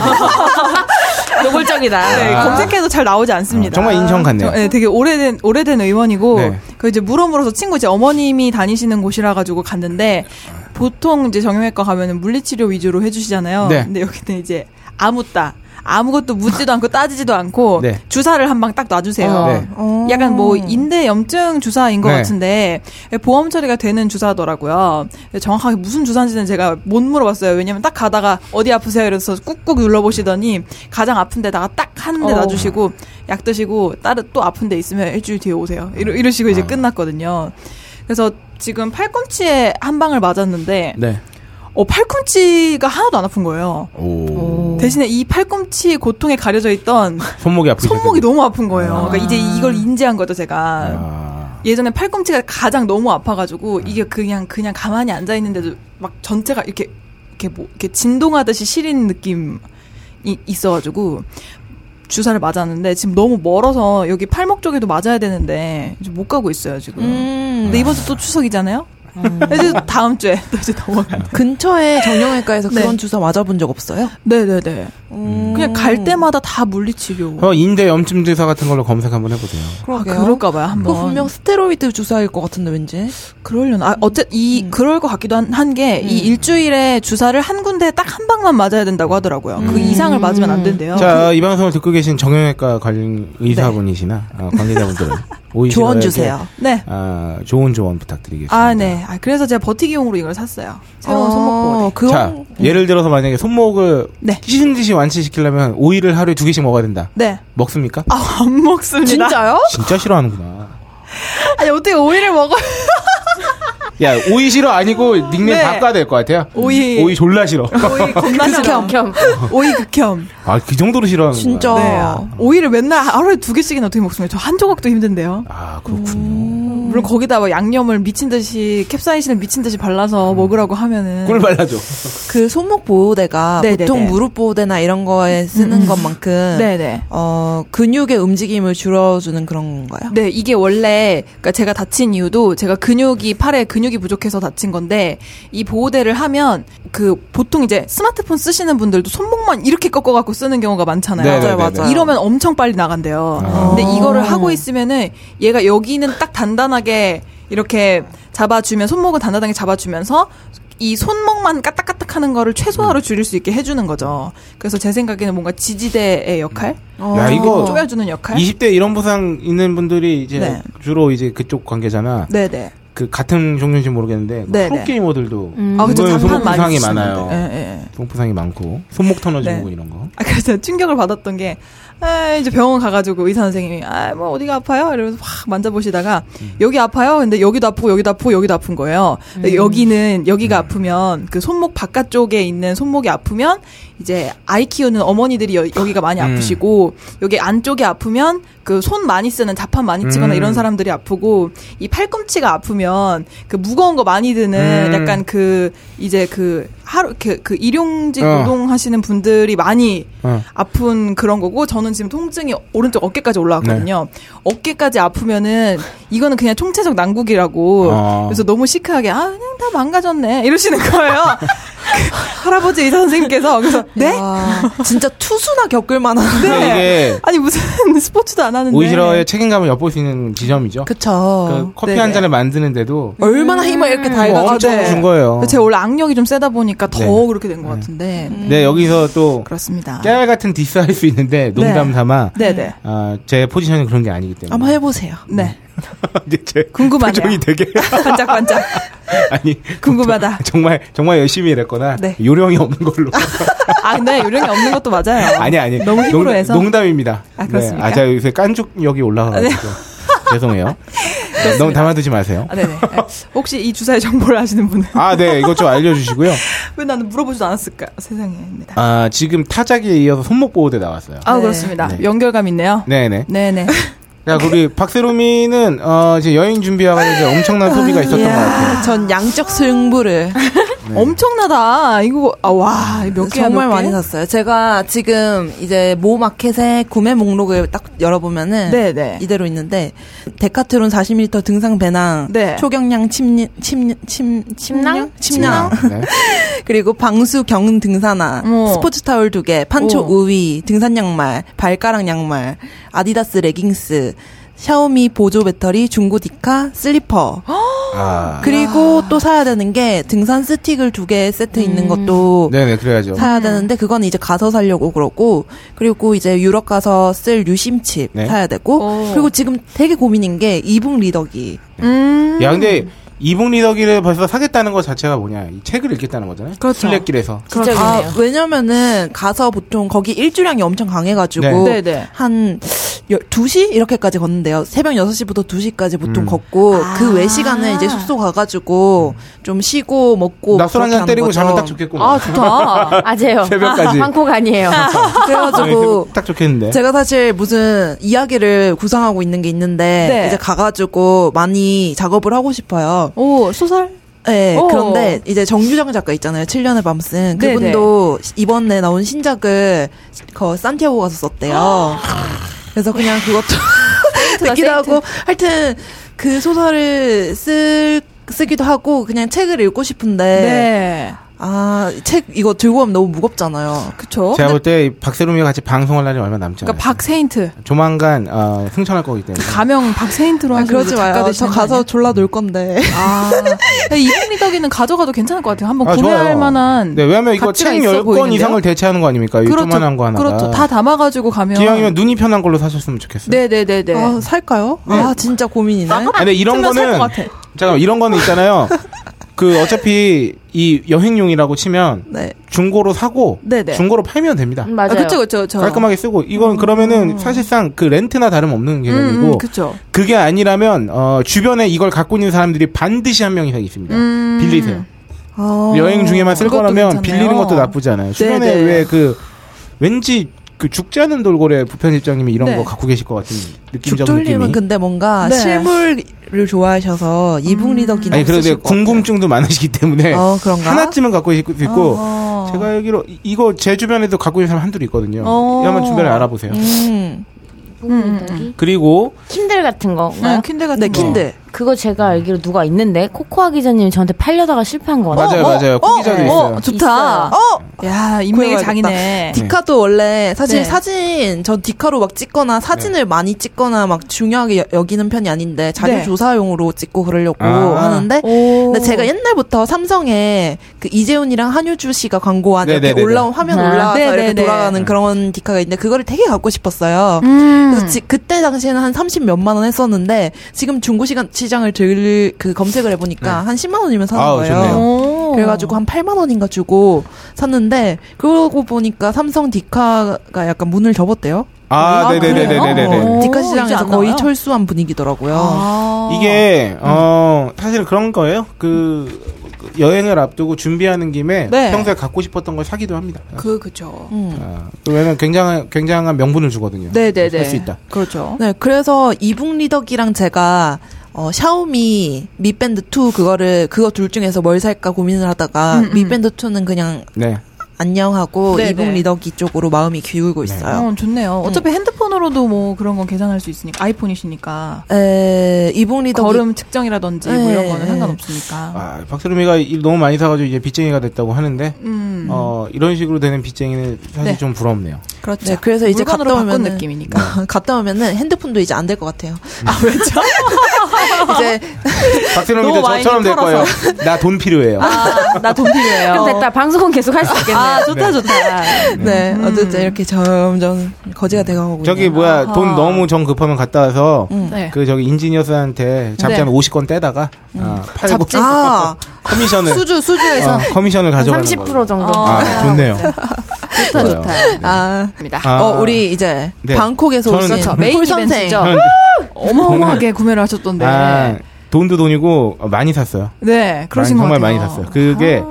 [SPEAKER 7] 노골적이다.
[SPEAKER 6] 네,
[SPEAKER 4] 아.
[SPEAKER 6] 검색해도 잘 나오지 않습니다.
[SPEAKER 4] 어, 정말 인천 같네요.
[SPEAKER 6] 저- 네, 되게 오래된 오래된 의원이고
[SPEAKER 4] 네.
[SPEAKER 6] 그 이제 물어물어서 친구 이제 어머님이 다니시는 곳이라 가지고 갔는데 보통 이제 정형외과 가면은 물리치료 위주로 해주시잖아요.
[SPEAKER 4] 네.
[SPEAKER 6] 근데 여기는 이제 아무따 아무것도 묻지도 않고 따지지도 않고
[SPEAKER 4] 네.
[SPEAKER 6] 주사를 한 방 딱 놔주세요.
[SPEAKER 7] 어.
[SPEAKER 4] 네.
[SPEAKER 6] 약간 뭐 인대 염증 주사인 것
[SPEAKER 4] 네.
[SPEAKER 6] 같은데 보험 처리가 되는 주사더라고요. 근데 정확하게 무슨 주사인지는 제가 못 물어봤어요. 왜냐면 딱 가다가 어디 아프세요 이래서 꾹꾹 눌러보시더니 가장 아픈 데다가 딱 한 대
[SPEAKER 7] 어.
[SPEAKER 6] 놔주시고 약 드시고 다른 또 아픈 데 있으면 일주일 뒤에 오세요. 이러, 이러시고 이제 끝났거든요. 그래서 지금 팔꿈치에 한 방을 맞았는데
[SPEAKER 4] 네.
[SPEAKER 6] 어, 팔꿈치가 하나도 안 아픈 거예요.
[SPEAKER 4] 오.
[SPEAKER 6] 대신에 이 팔꿈치 고통에 가려져 있던
[SPEAKER 4] 손목이 아프죠.
[SPEAKER 6] 손목이 너무 아픈 거예요. 그러니까 이제 이걸 인지한 거죠, 제가.
[SPEAKER 4] 아.
[SPEAKER 6] 예전에 팔꿈치가 가장 너무 아파가지고 이게 그냥 그냥 가만히 앉아 있는데도 막 전체가 이렇게 이렇게 뭐 이렇게 진동하듯이 시린 느낌이 있어가지고 주사를 맞았는데 지금 너무 멀어서 여기 팔목 쪽에도 맞아야 되는데 이제 못 가고 있어요 지금.
[SPEAKER 5] 음.
[SPEAKER 6] 근데 이번 주 또 추석이잖아요. 이제 다음 주에 또 이제 넘어가.
[SPEAKER 5] 근처에 정형외과에서
[SPEAKER 6] 네.
[SPEAKER 5] 그런 주사 맞아본 적 없어요? 음. 아,
[SPEAKER 6] 네네네. 그냥 갈 때마다 다 물리치료.
[SPEAKER 4] 어, 인대 염증 주사 같은 걸로 검색 한번 해보세요.
[SPEAKER 6] 아,
[SPEAKER 5] 그러게요.
[SPEAKER 6] 그럴까봐요 한번.
[SPEAKER 5] 그거 분명 스테로이드 주사일 것 같은데 왠지.
[SPEAKER 6] 그러려나. 아, 어째 이 그럴 것 같기도 한 게 이 일주일에 주사를 한 군데 딱 한 방만 맞아야 된다고 하더라고요. 그 이상을 맞으면 안 된대요.
[SPEAKER 4] 자, 이 방송을 듣고 계신 정형외과 관련 의사분이시나 어, 관계자분들은 오이시로에게,
[SPEAKER 5] 조언 주세요.
[SPEAKER 6] 그 네.
[SPEAKER 4] 아, 좋은 조언 부탁드리겠습니다.
[SPEAKER 6] 아, 네. 아, 그래서 제가 버티기용으로 이걸 샀어요. 새로운
[SPEAKER 5] 어,
[SPEAKER 6] 손목보호대.
[SPEAKER 5] 그건
[SPEAKER 4] 자, 예를 들어서 만약에 손목을
[SPEAKER 6] 네.
[SPEAKER 4] 끼신 듯이 완치시키려면 오이를 하루에 두 개씩 먹어야 된다.
[SPEAKER 6] 네.
[SPEAKER 4] 먹습니까?
[SPEAKER 6] 아, 안 먹습니다.
[SPEAKER 4] 진짜 싫어하는구나.
[SPEAKER 6] 아니, 어떻게 오이를 먹어?
[SPEAKER 4] 야, 오이 싫어 아니고 닉네임
[SPEAKER 6] 네.
[SPEAKER 4] 바꿔야 될 것 같아요.
[SPEAKER 6] 오이.
[SPEAKER 4] 오이 졸라 싫어.
[SPEAKER 6] 오이 겁나 싫어.
[SPEAKER 7] 극혐.
[SPEAKER 6] 오이 극혐.
[SPEAKER 4] 아, 그 정도로 싫어하는 구나
[SPEAKER 5] 진짜.
[SPEAKER 6] 네. 아, 오이를 맨날 하루에 두 개씩이나 어떻게 먹습니까? 저 한 조각도 힘든데요.
[SPEAKER 4] 아,
[SPEAKER 6] 음.
[SPEAKER 4] 그렇군요.
[SPEAKER 6] 물론 거기다 막 양념을 미친 듯이 캡사이신을 미친 듯이 발라서 먹으라고 하면은
[SPEAKER 4] 음. 꿀 발라줘.
[SPEAKER 5] 그 손목 보호대가
[SPEAKER 6] 네,
[SPEAKER 5] 보통
[SPEAKER 6] 네, 네.
[SPEAKER 5] 무릎 보호대나 이런 거에 쓰는 것만큼
[SPEAKER 6] 네, 네.
[SPEAKER 5] 어 근육의 움직임을 줄여주는 그런 건가요?
[SPEAKER 6] 네, 이게 원래 그러니까 제가 다친 이유도 제가 근육이 팔에 근육이 부족해서 다친 건데 이 보호대를 하면 그 보통 이제 스마트폰 쓰시는 분들도 손목만 이렇게 꺾어 갖고 쓰는 경우가 많잖아요.
[SPEAKER 4] 네네네네. 아. 맞아요, 맞아요.
[SPEAKER 6] 이러면 엄청 빨리 나간대요. 근데 이거를 하고 있으면은 얘가 여기는 딱 단단하게 이렇게 잡아주면 손목을 단단하게 잡아주면서 이 손목만 까딱까딱 하는 거를 최소화로 줄일 수 있게 해주는 거죠. 그래서 제 생각에는 뭔가 지지대의 역할?
[SPEAKER 4] 야, 이거
[SPEAKER 6] 어, 쪼여주는 역할?
[SPEAKER 4] 20대 어. 이런 부상 있는 분들이 이제
[SPEAKER 6] 네.
[SPEAKER 4] 주로 이제 그쪽 관계잖아.
[SPEAKER 6] 네네.
[SPEAKER 4] 그 같은 종류인지 모르겠는데 그
[SPEAKER 6] 네,
[SPEAKER 4] 프로
[SPEAKER 6] 네.
[SPEAKER 4] 게이머들도
[SPEAKER 6] 아, 그쵸.
[SPEAKER 4] 이거는
[SPEAKER 6] 장판
[SPEAKER 4] 손목
[SPEAKER 6] 많이
[SPEAKER 4] 부상이
[SPEAKER 6] 치시는데.
[SPEAKER 4] 많아요.
[SPEAKER 6] 예, 예, 예.
[SPEAKER 4] 손목 부상이 많고 손목 터너지고
[SPEAKER 6] 네.
[SPEAKER 4] 이런 거.
[SPEAKER 6] 아, 그래서 충격을 받았던 게, 아, 이제 병원 가가지고 의사 선생님이, 아, 뭐, 어디가 아파요? 이러면서 확 만져보시다가,
[SPEAKER 4] 음.
[SPEAKER 6] 여기 아파요? 근데 여기도 아프고, 여기도 아프고, 여기도 아픈 거예요. 근데 여기는,
[SPEAKER 4] 음.
[SPEAKER 6] 여기가 아프면, 그 손목 바깥쪽에 있는 손목이 아프면, 이제 아이 키우는 어머니들이 여, 기가 많이
[SPEAKER 4] 음.
[SPEAKER 6] 아프시고, 여기 안쪽에 아프면, 그 손 많이 쓰는 자판 많이 치거나
[SPEAKER 4] 음.
[SPEAKER 6] 이런 사람들이 아프고, 이 팔꿈치가 아프면, 그 무거운 거 많이 드는
[SPEAKER 4] 음.
[SPEAKER 6] 약간 그, 이제 그, 하루, 그, 그 일용직
[SPEAKER 4] 어.
[SPEAKER 6] 노동하시는 분들이 많이
[SPEAKER 4] 어.
[SPEAKER 6] 아픈 그런 거고 저는 지금 통증이 오른쪽 어깨까지 올라왔거든요.
[SPEAKER 4] 네.
[SPEAKER 6] 어깨까지 아프면은 이거는 그냥 총체적 난국이라고
[SPEAKER 4] 아.
[SPEAKER 6] 그래서 너무 시크하게 아 그냥 다 망가졌네 이러시는 거예요. 할아버지 의사 선생님께서 그래서 네?
[SPEAKER 4] 어.
[SPEAKER 5] 아, 진짜 투수나 겪을 만한.
[SPEAKER 4] 근데 이게
[SPEAKER 6] 아니 무슨 스포츠도 안 하는데
[SPEAKER 4] 오이시러의 책임감을 엿볼 수 있는 지점이죠. 그,
[SPEAKER 5] 그쵸.
[SPEAKER 4] 커피
[SPEAKER 6] 네네.
[SPEAKER 4] 한 잔을 만드는데도
[SPEAKER 5] 얼마나 힘을 이렇게
[SPEAKER 4] 뭐
[SPEAKER 5] 달가지고
[SPEAKER 4] 엄청
[SPEAKER 6] 네.
[SPEAKER 4] 준 거예요.
[SPEAKER 6] 제가 원래 악력이 좀 세다 보니까 더
[SPEAKER 4] 네.
[SPEAKER 6] 그렇게 된 것 같은데 음.
[SPEAKER 4] 네 여기서 또
[SPEAKER 6] 그렇습니다.
[SPEAKER 4] 깨알 같은 디스할 수 있는데 농담
[SPEAKER 6] 네.
[SPEAKER 4] 삼아
[SPEAKER 6] 네네
[SPEAKER 4] 아, 제 포지션이 그런 게 아니기 때문에
[SPEAKER 5] 한번 해보세요.
[SPEAKER 6] 네
[SPEAKER 4] 이제 제
[SPEAKER 6] 궁금하네요.
[SPEAKER 4] 표정이 되게
[SPEAKER 6] 반짝반짝
[SPEAKER 4] 아니
[SPEAKER 6] 궁금하다.
[SPEAKER 4] 정말 정말 열심히 일했거나
[SPEAKER 6] 네.
[SPEAKER 4] 요령이 없는 걸로
[SPEAKER 6] 아 근데 요령이 없는 것도 맞아요.
[SPEAKER 4] 아니 아니
[SPEAKER 6] 너무 힘으로
[SPEAKER 4] 농,
[SPEAKER 6] 해서?
[SPEAKER 4] 농담입니다.
[SPEAKER 6] 아, 그렇습니까?
[SPEAKER 4] 네. 아 제가 요새 깐죽력이 올라가가지고 죄송해요. 네, 너무 담아두지 마세요.
[SPEAKER 6] 아, 네네. 아, 혹시 이 주사의 정보를 아시는 분은
[SPEAKER 4] 아 네 이것 좀 알려주시고요.
[SPEAKER 6] 왜 나는 물어보지도 않았을까 세상에입니다.
[SPEAKER 4] 아 지금 타자기에 이어서 손목 보호대 나왔어요.
[SPEAKER 6] 아, 그렇습니다.
[SPEAKER 4] 네.
[SPEAKER 6] 연결감 있네요.
[SPEAKER 4] 네네.
[SPEAKER 6] 네네.
[SPEAKER 4] 자, 우리 박세롬이는 어, 이제 여행 준비와 관련해서 엄청난 소비가 있었던 것 같아요.
[SPEAKER 5] 전 양적 승부를
[SPEAKER 4] 네.
[SPEAKER 6] 엄청나다. 이거 아, 와, 몇 개야?
[SPEAKER 5] 정말
[SPEAKER 6] 몇 개?
[SPEAKER 5] 많이 샀어요. 제가 지금 이제 모 마켓의 구매 목록을 딱 열어보면은
[SPEAKER 6] 네, 네.
[SPEAKER 5] 이대로 있는데 데카트론 40m 등산 배낭,
[SPEAKER 6] 네.
[SPEAKER 5] 초경량 침림 침, 침, 침낭? 침낭.
[SPEAKER 4] 네.
[SPEAKER 5] 그리고 방수 경 등산화,
[SPEAKER 6] 어.
[SPEAKER 5] 스포츠 타월 두 개, 판초
[SPEAKER 6] 어.
[SPEAKER 5] 우위, 등산 양말, 발가락 양말, 아디다스 레깅스, 샤오미 보조 배터리, 중고 디카, 슬리퍼.
[SPEAKER 4] 아,
[SPEAKER 5] 그리고 또 사야 음. 되는 게 등산 스틱을 두 개 세트 있는 것도
[SPEAKER 4] 네네 그래야죠.
[SPEAKER 5] 사야 되는데 그건 이제 가서 사려고 그러고 그리고 이제 유럽 가서 쓸 유심칩
[SPEAKER 4] 네.
[SPEAKER 5] 사야 되고
[SPEAKER 6] 오.
[SPEAKER 5] 그리고 지금 되게 고민인 게 이북 리더기
[SPEAKER 4] 야 근데 이북 리더기를 벌써 사겠다는 것 자체가 뭐냐 이 책을 읽겠다는 거잖아요.
[SPEAKER 5] 그렇죠.
[SPEAKER 4] 순례길에서
[SPEAKER 7] 진짜
[SPEAKER 5] 아,
[SPEAKER 7] 좋네요.
[SPEAKER 5] 왜냐면은 가서 보통 거기 일주량이 엄청 강해가지고
[SPEAKER 6] 네, 네.
[SPEAKER 5] 한 2시 이렇게까지 걷는데요. 새벽 6시부터 2시까지
[SPEAKER 4] 음.
[SPEAKER 5] 보통 걷고 그 외 시간은 이제 숙소 가가지고 좀 쉬고 먹고
[SPEAKER 4] 낙술
[SPEAKER 5] 그렇게
[SPEAKER 4] 음. 한잔
[SPEAKER 5] 하는
[SPEAKER 4] 때리고
[SPEAKER 5] 거죠.
[SPEAKER 4] 자면 딱 좋겠구만.
[SPEAKER 6] 아, 좋다.
[SPEAKER 7] 아재요.
[SPEAKER 4] 새벽까지.
[SPEAKER 7] 방콕 아니에요.
[SPEAKER 5] 그래가지고
[SPEAKER 4] 네, 딱 좋겠는데.
[SPEAKER 5] 제가 사실 무슨 이야기를 구상하고 있는 게 있는데
[SPEAKER 6] 네.
[SPEAKER 5] 이제 가가지고 많이 작업을 하고 싶어요.
[SPEAKER 6] 오, 소설?
[SPEAKER 5] 네,
[SPEAKER 6] 오.
[SPEAKER 5] 그런데 이제 정유정 작가 있잖아요. 7년의 밤쓴
[SPEAKER 6] 어. 네네.
[SPEAKER 5] 그분도 이번에 나온 신작을 그 산티아고 가서 썼대요. 그래서 그냥 그것도 듣기도 하고 하여튼 그 소설을 쓸 쓰기도 하고 그냥 책을 읽고 싶은데
[SPEAKER 6] 네.
[SPEAKER 5] 아 책 이거 들고 가면 너무 무겁잖아요.
[SPEAKER 6] 그쵸?
[SPEAKER 4] 제가 볼 때 박세롬이와 같이 방송할 날이 얼마 남지 않아요.
[SPEAKER 6] 어? 그러니까 박세인트.
[SPEAKER 4] 조만간 어, 승천할 거기 때문에.
[SPEAKER 6] 가명 박세인트로 하시는
[SPEAKER 5] 아, 그러지
[SPEAKER 6] 분
[SPEAKER 5] 마요.
[SPEAKER 6] 작가
[SPEAKER 5] 저
[SPEAKER 6] 되시는 거
[SPEAKER 5] 가서
[SPEAKER 6] 아니에요?
[SPEAKER 5] 졸라 놀 건데.
[SPEAKER 6] 아, 이북 리더기는 가져가도 괜찮을 것 같아요. 한번 뭐 구매할
[SPEAKER 4] 좋아요.
[SPEAKER 6] 만한.
[SPEAKER 4] 네, 왜냐면 이거
[SPEAKER 6] 가치가
[SPEAKER 4] 책
[SPEAKER 6] 있어
[SPEAKER 4] 10권
[SPEAKER 6] 보이는데요?
[SPEAKER 4] 이상을 대체하는 거 아닙니까? 이
[SPEAKER 6] 그렇죠.
[SPEAKER 4] 조만한 거 하나.
[SPEAKER 6] 그렇죠. 다 담아가지고 가면.
[SPEAKER 4] 기왕이면 눈이 편한 걸로 사셨으면 좋겠어요.
[SPEAKER 6] 네네네네.
[SPEAKER 5] 아, 살까요? 아, 진짜 고민이네.
[SPEAKER 4] 아니, 근데 이런
[SPEAKER 6] 쓰면 살
[SPEAKER 4] 거는
[SPEAKER 6] 것 같아.
[SPEAKER 4] 잠깐 이런 거는 있잖아요. 그 어차피 이 여행용이라고 치면
[SPEAKER 5] 네.
[SPEAKER 4] 중고로 사고
[SPEAKER 6] 네네.
[SPEAKER 4] 중고로 팔면 됩니다.
[SPEAKER 7] 음, 맞아요.
[SPEAKER 6] 아, 그쵸, 그쵸, 그쵸.
[SPEAKER 4] 깔끔하게 쓰고 이건 그러면은 사실상 그 렌트나 다름없는
[SPEAKER 6] 음,
[SPEAKER 4] 개념이고
[SPEAKER 6] 음, 그쵸.
[SPEAKER 4] 그게 아니라면 어, 주변에 이걸 갖고 있는 사람들이 반드시 한 명 이상 있습니다.
[SPEAKER 6] 음. 어,
[SPEAKER 4] 빌리세요.
[SPEAKER 5] 아.
[SPEAKER 4] 여행 중에만 쓸
[SPEAKER 6] 그것도
[SPEAKER 4] 거라면
[SPEAKER 6] 괜찮네요.
[SPEAKER 4] 빌리는 것도 나쁘지 않아요. 주변에
[SPEAKER 6] 네네.
[SPEAKER 4] 왜 그 왠지 그 죽지 않은 돌고래 부편집장님이 이런
[SPEAKER 6] 네.
[SPEAKER 4] 거 갖고 계실 것 같은 느낌적
[SPEAKER 5] 죽돌님은 그
[SPEAKER 4] 느낌이.
[SPEAKER 5] 근데 뭔가
[SPEAKER 6] 네. 음.
[SPEAKER 5] 실물을 좋아하셔서 이북 리더기는
[SPEAKER 4] 아니 그런데
[SPEAKER 5] 없으실 것
[SPEAKER 4] 궁금증도 많으시기 때문에
[SPEAKER 5] 같아요. 어 그런가?
[SPEAKER 4] 하나쯤은 갖고 계실 수 있고
[SPEAKER 6] 어.
[SPEAKER 4] 제가 알기로 이- 이거 제 주변에도 갖고 있는 사람 한둘 있거든요.
[SPEAKER 6] 어.
[SPEAKER 4] 이 한번 주변에 알아보세요.
[SPEAKER 5] 음.
[SPEAKER 3] 음.
[SPEAKER 4] 그리고
[SPEAKER 7] 킨들 같은 거.
[SPEAKER 6] 응, 킨데 같은
[SPEAKER 5] 네
[SPEAKER 4] 음.
[SPEAKER 6] 거.
[SPEAKER 5] 킨들.
[SPEAKER 7] 음, 그거 제가 알기로 누가 있는데 코코아 기자님이 저한테 팔려다가 실패한 거 같아요.
[SPEAKER 5] 어,
[SPEAKER 4] 맞아요 맞아요 후기자도 있어요.
[SPEAKER 6] 어, 좋다.
[SPEAKER 7] 있어요.
[SPEAKER 6] 어! 야, 인맥의
[SPEAKER 5] 구해봐야겠다.
[SPEAKER 6] 장이네.
[SPEAKER 5] 디카도 원래 사실
[SPEAKER 6] 네.
[SPEAKER 5] 사진 전 디카로 막 찍거나 사진을
[SPEAKER 4] 네.
[SPEAKER 5] 많이 찍거나 막 중요하게 여- 여기는 편이 아닌데 자료
[SPEAKER 6] 네.
[SPEAKER 5] 조사용으로 찍고 그러려고
[SPEAKER 4] 아.
[SPEAKER 5] 하는데
[SPEAKER 6] 오.
[SPEAKER 5] 근데 제가 옛날부터 삼성에 그 이재훈이랑 한효주 씨가 광고한 이렇게
[SPEAKER 4] 네네네네.
[SPEAKER 5] 올라온 화면
[SPEAKER 7] 아.
[SPEAKER 5] 올라와서 이렇게
[SPEAKER 6] 네네네.
[SPEAKER 5] 돌아가는 그런 디카가 있는데 그거를 되게 갖고 싶었어요.
[SPEAKER 6] 음.
[SPEAKER 5] 그래서 지- 그때 당시에는 한 30 몇만 원 했었는데 지금 중고 시간 시장을 들, 그 검색을 해보니까 한 10만 원이면 사는
[SPEAKER 4] 네. 아우,
[SPEAKER 5] 거예요.
[SPEAKER 4] 좋네요.
[SPEAKER 6] 오.
[SPEAKER 5] 그래가지고 한 8만 원인가 주고 샀는데 그러고 보니까 삼성 디카가 약간 문을 접었대요.
[SPEAKER 4] 아 네네네네네네.
[SPEAKER 6] 그래요? 오,
[SPEAKER 5] 디카
[SPEAKER 6] 이제
[SPEAKER 5] 시장에서
[SPEAKER 6] 안
[SPEAKER 5] 거의
[SPEAKER 6] 나와요?
[SPEAKER 5] 철수한 분위기더라고요.
[SPEAKER 6] 아.
[SPEAKER 4] 이게 어 사실 그런 거예요. 그 여행을 앞두고 준비하는 김에
[SPEAKER 6] 네.
[SPEAKER 4] 평소에 갖고 싶었던 걸 사기도 합니다.
[SPEAKER 6] 그, 그쵸.
[SPEAKER 5] 음.
[SPEAKER 4] 아, 왜냐면 굉장한 굉장한 명분을 주거든요.
[SPEAKER 6] 네네네.
[SPEAKER 4] 할 수 있다.
[SPEAKER 6] 그렇죠.
[SPEAKER 5] 네, 그래서 이북 리더기랑 제가 어, 샤오미 미밴드 2 그거를 그거 둘 중에서 뭘 살까 고민을 하다가
[SPEAKER 6] 음, 음.
[SPEAKER 5] 미밴드 2는 그냥
[SPEAKER 4] 네.
[SPEAKER 5] 안녕하고
[SPEAKER 6] 네,
[SPEAKER 5] 이북
[SPEAKER 6] 네.
[SPEAKER 5] 리더기 쪽으로 마음이 기울고 있어요.
[SPEAKER 6] 어, 좋네요. 어차피 핸드폰으로도 뭐 그런 건 계산할 수 있으니까. 아이폰이시니까.
[SPEAKER 5] 에, 이북 리더기
[SPEAKER 6] 어. 걸음 측정이라든지 뭐 이런
[SPEAKER 5] 네.
[SPEAKER 6] 거는 상관없으니까.
[SPEAKER 4] 아, 박세롬이가 일 너무 많이 사가지고 이제 빚쟁이가 됐다고 하는데
[SPEAKER 6] 음.
[SPEAKER 4] 어 이런 식으로 되는 빚쟁이는 사실
[SPEAKER 6] 네.
[SPEAKER 4] 좀 부럽네요.
[SPEAKER 6] 그렇죠.
[SPEAKER 5] 네, 그래서 이제
[SPEAKER 6] 물건으로
[SPEAKER 5] 갔다
[SPEAKER 6] 바꾼
[SPEAKER 5] 오면은- 네.
[SPEAKER 6] 느낌이니까.
[SPEAKER 5] 갔다 오면은 핸드폰도 이제 안 될 것 같아요.
[SPEAKER 4] 음.
[SPEAKER 5] 아 왜죠? 이제
[SPEAKER 4] 박세롬이도
[SPEAKER 6] 너무 많이
[SPEAKER 4] 저처럼 될 거예요. 나 돈 필요해요.
[SPEAKER 6] 아, 나 돈 필요해요.
[SPEAKER 7] 그럼 됐다. 방송은 계속 할 수 있겠네요.
[SPEAKER 6] 아, 좋다, 좋다.
[SPEAKER 5] 네
[SPEAKER 6] 음.
[SPEAKER 5] 어쨌든 이렇게 점점 거지가 돼가고
[SPEAKER 4] 음. 저기 뭐야 돈 너무 정 급하면 갔다 와서
[SPEAKER 6] 아. 네.
[SPEAKER 4] 그 저기 인지니어스한테 잡지
[SPEAKER 6] 네.
[SPEAKER 4] 한 50건 떼다가 아, 팔고
[SPEAKER 5] 잡지? 아.
[SPEAKER 4] 커미션을
[SPEAKER 6] 수주, 수주에서.
[SPEAKER 4] 어, 커미션을 가져가는 거.
[SPEAKER 7] 30% 정도.
[SPEAKER 6] 어.
[SPEAKER 4] 아 좋네요.
[SPEAKER 6] 좋다,
[SPEAKER 4] 좋아요.
[SPEAKER 6] 좋다.
[SPEAKER 5] 아,
[SPEAKER 4] 아,
[SPEAKER 5] 어 우리 이제
[SPEAKER 4] 네.
[SPEAKER 5] 방콕에서
[SPEAKER 4] 저는-
[SPEAKER 5] 오신
[SPEAKER 4] 그렇죠.
[SPEAKER 5] 메인
[SPEAKER 6] 메인
[SPEAKER 5] 선생
[SPEAKER 6] 이벤트죠. 어마어마하게 구매를 하셨던데.
[SPEAKER 4] 네. 아, 돈도 돈이고 어, 많이 샀어요.
[SPEAKER 6] 네, 그러신
[SPEAKER 4] 많이,
[SPEAKER 6] 것
[SPEAKER 4] 정말
[SPEAKER 6] 같아요.
[SPEAKER 4] 많이
[SPEAKER 6] 아.
[SPEAKER 4] 샀어요. 그게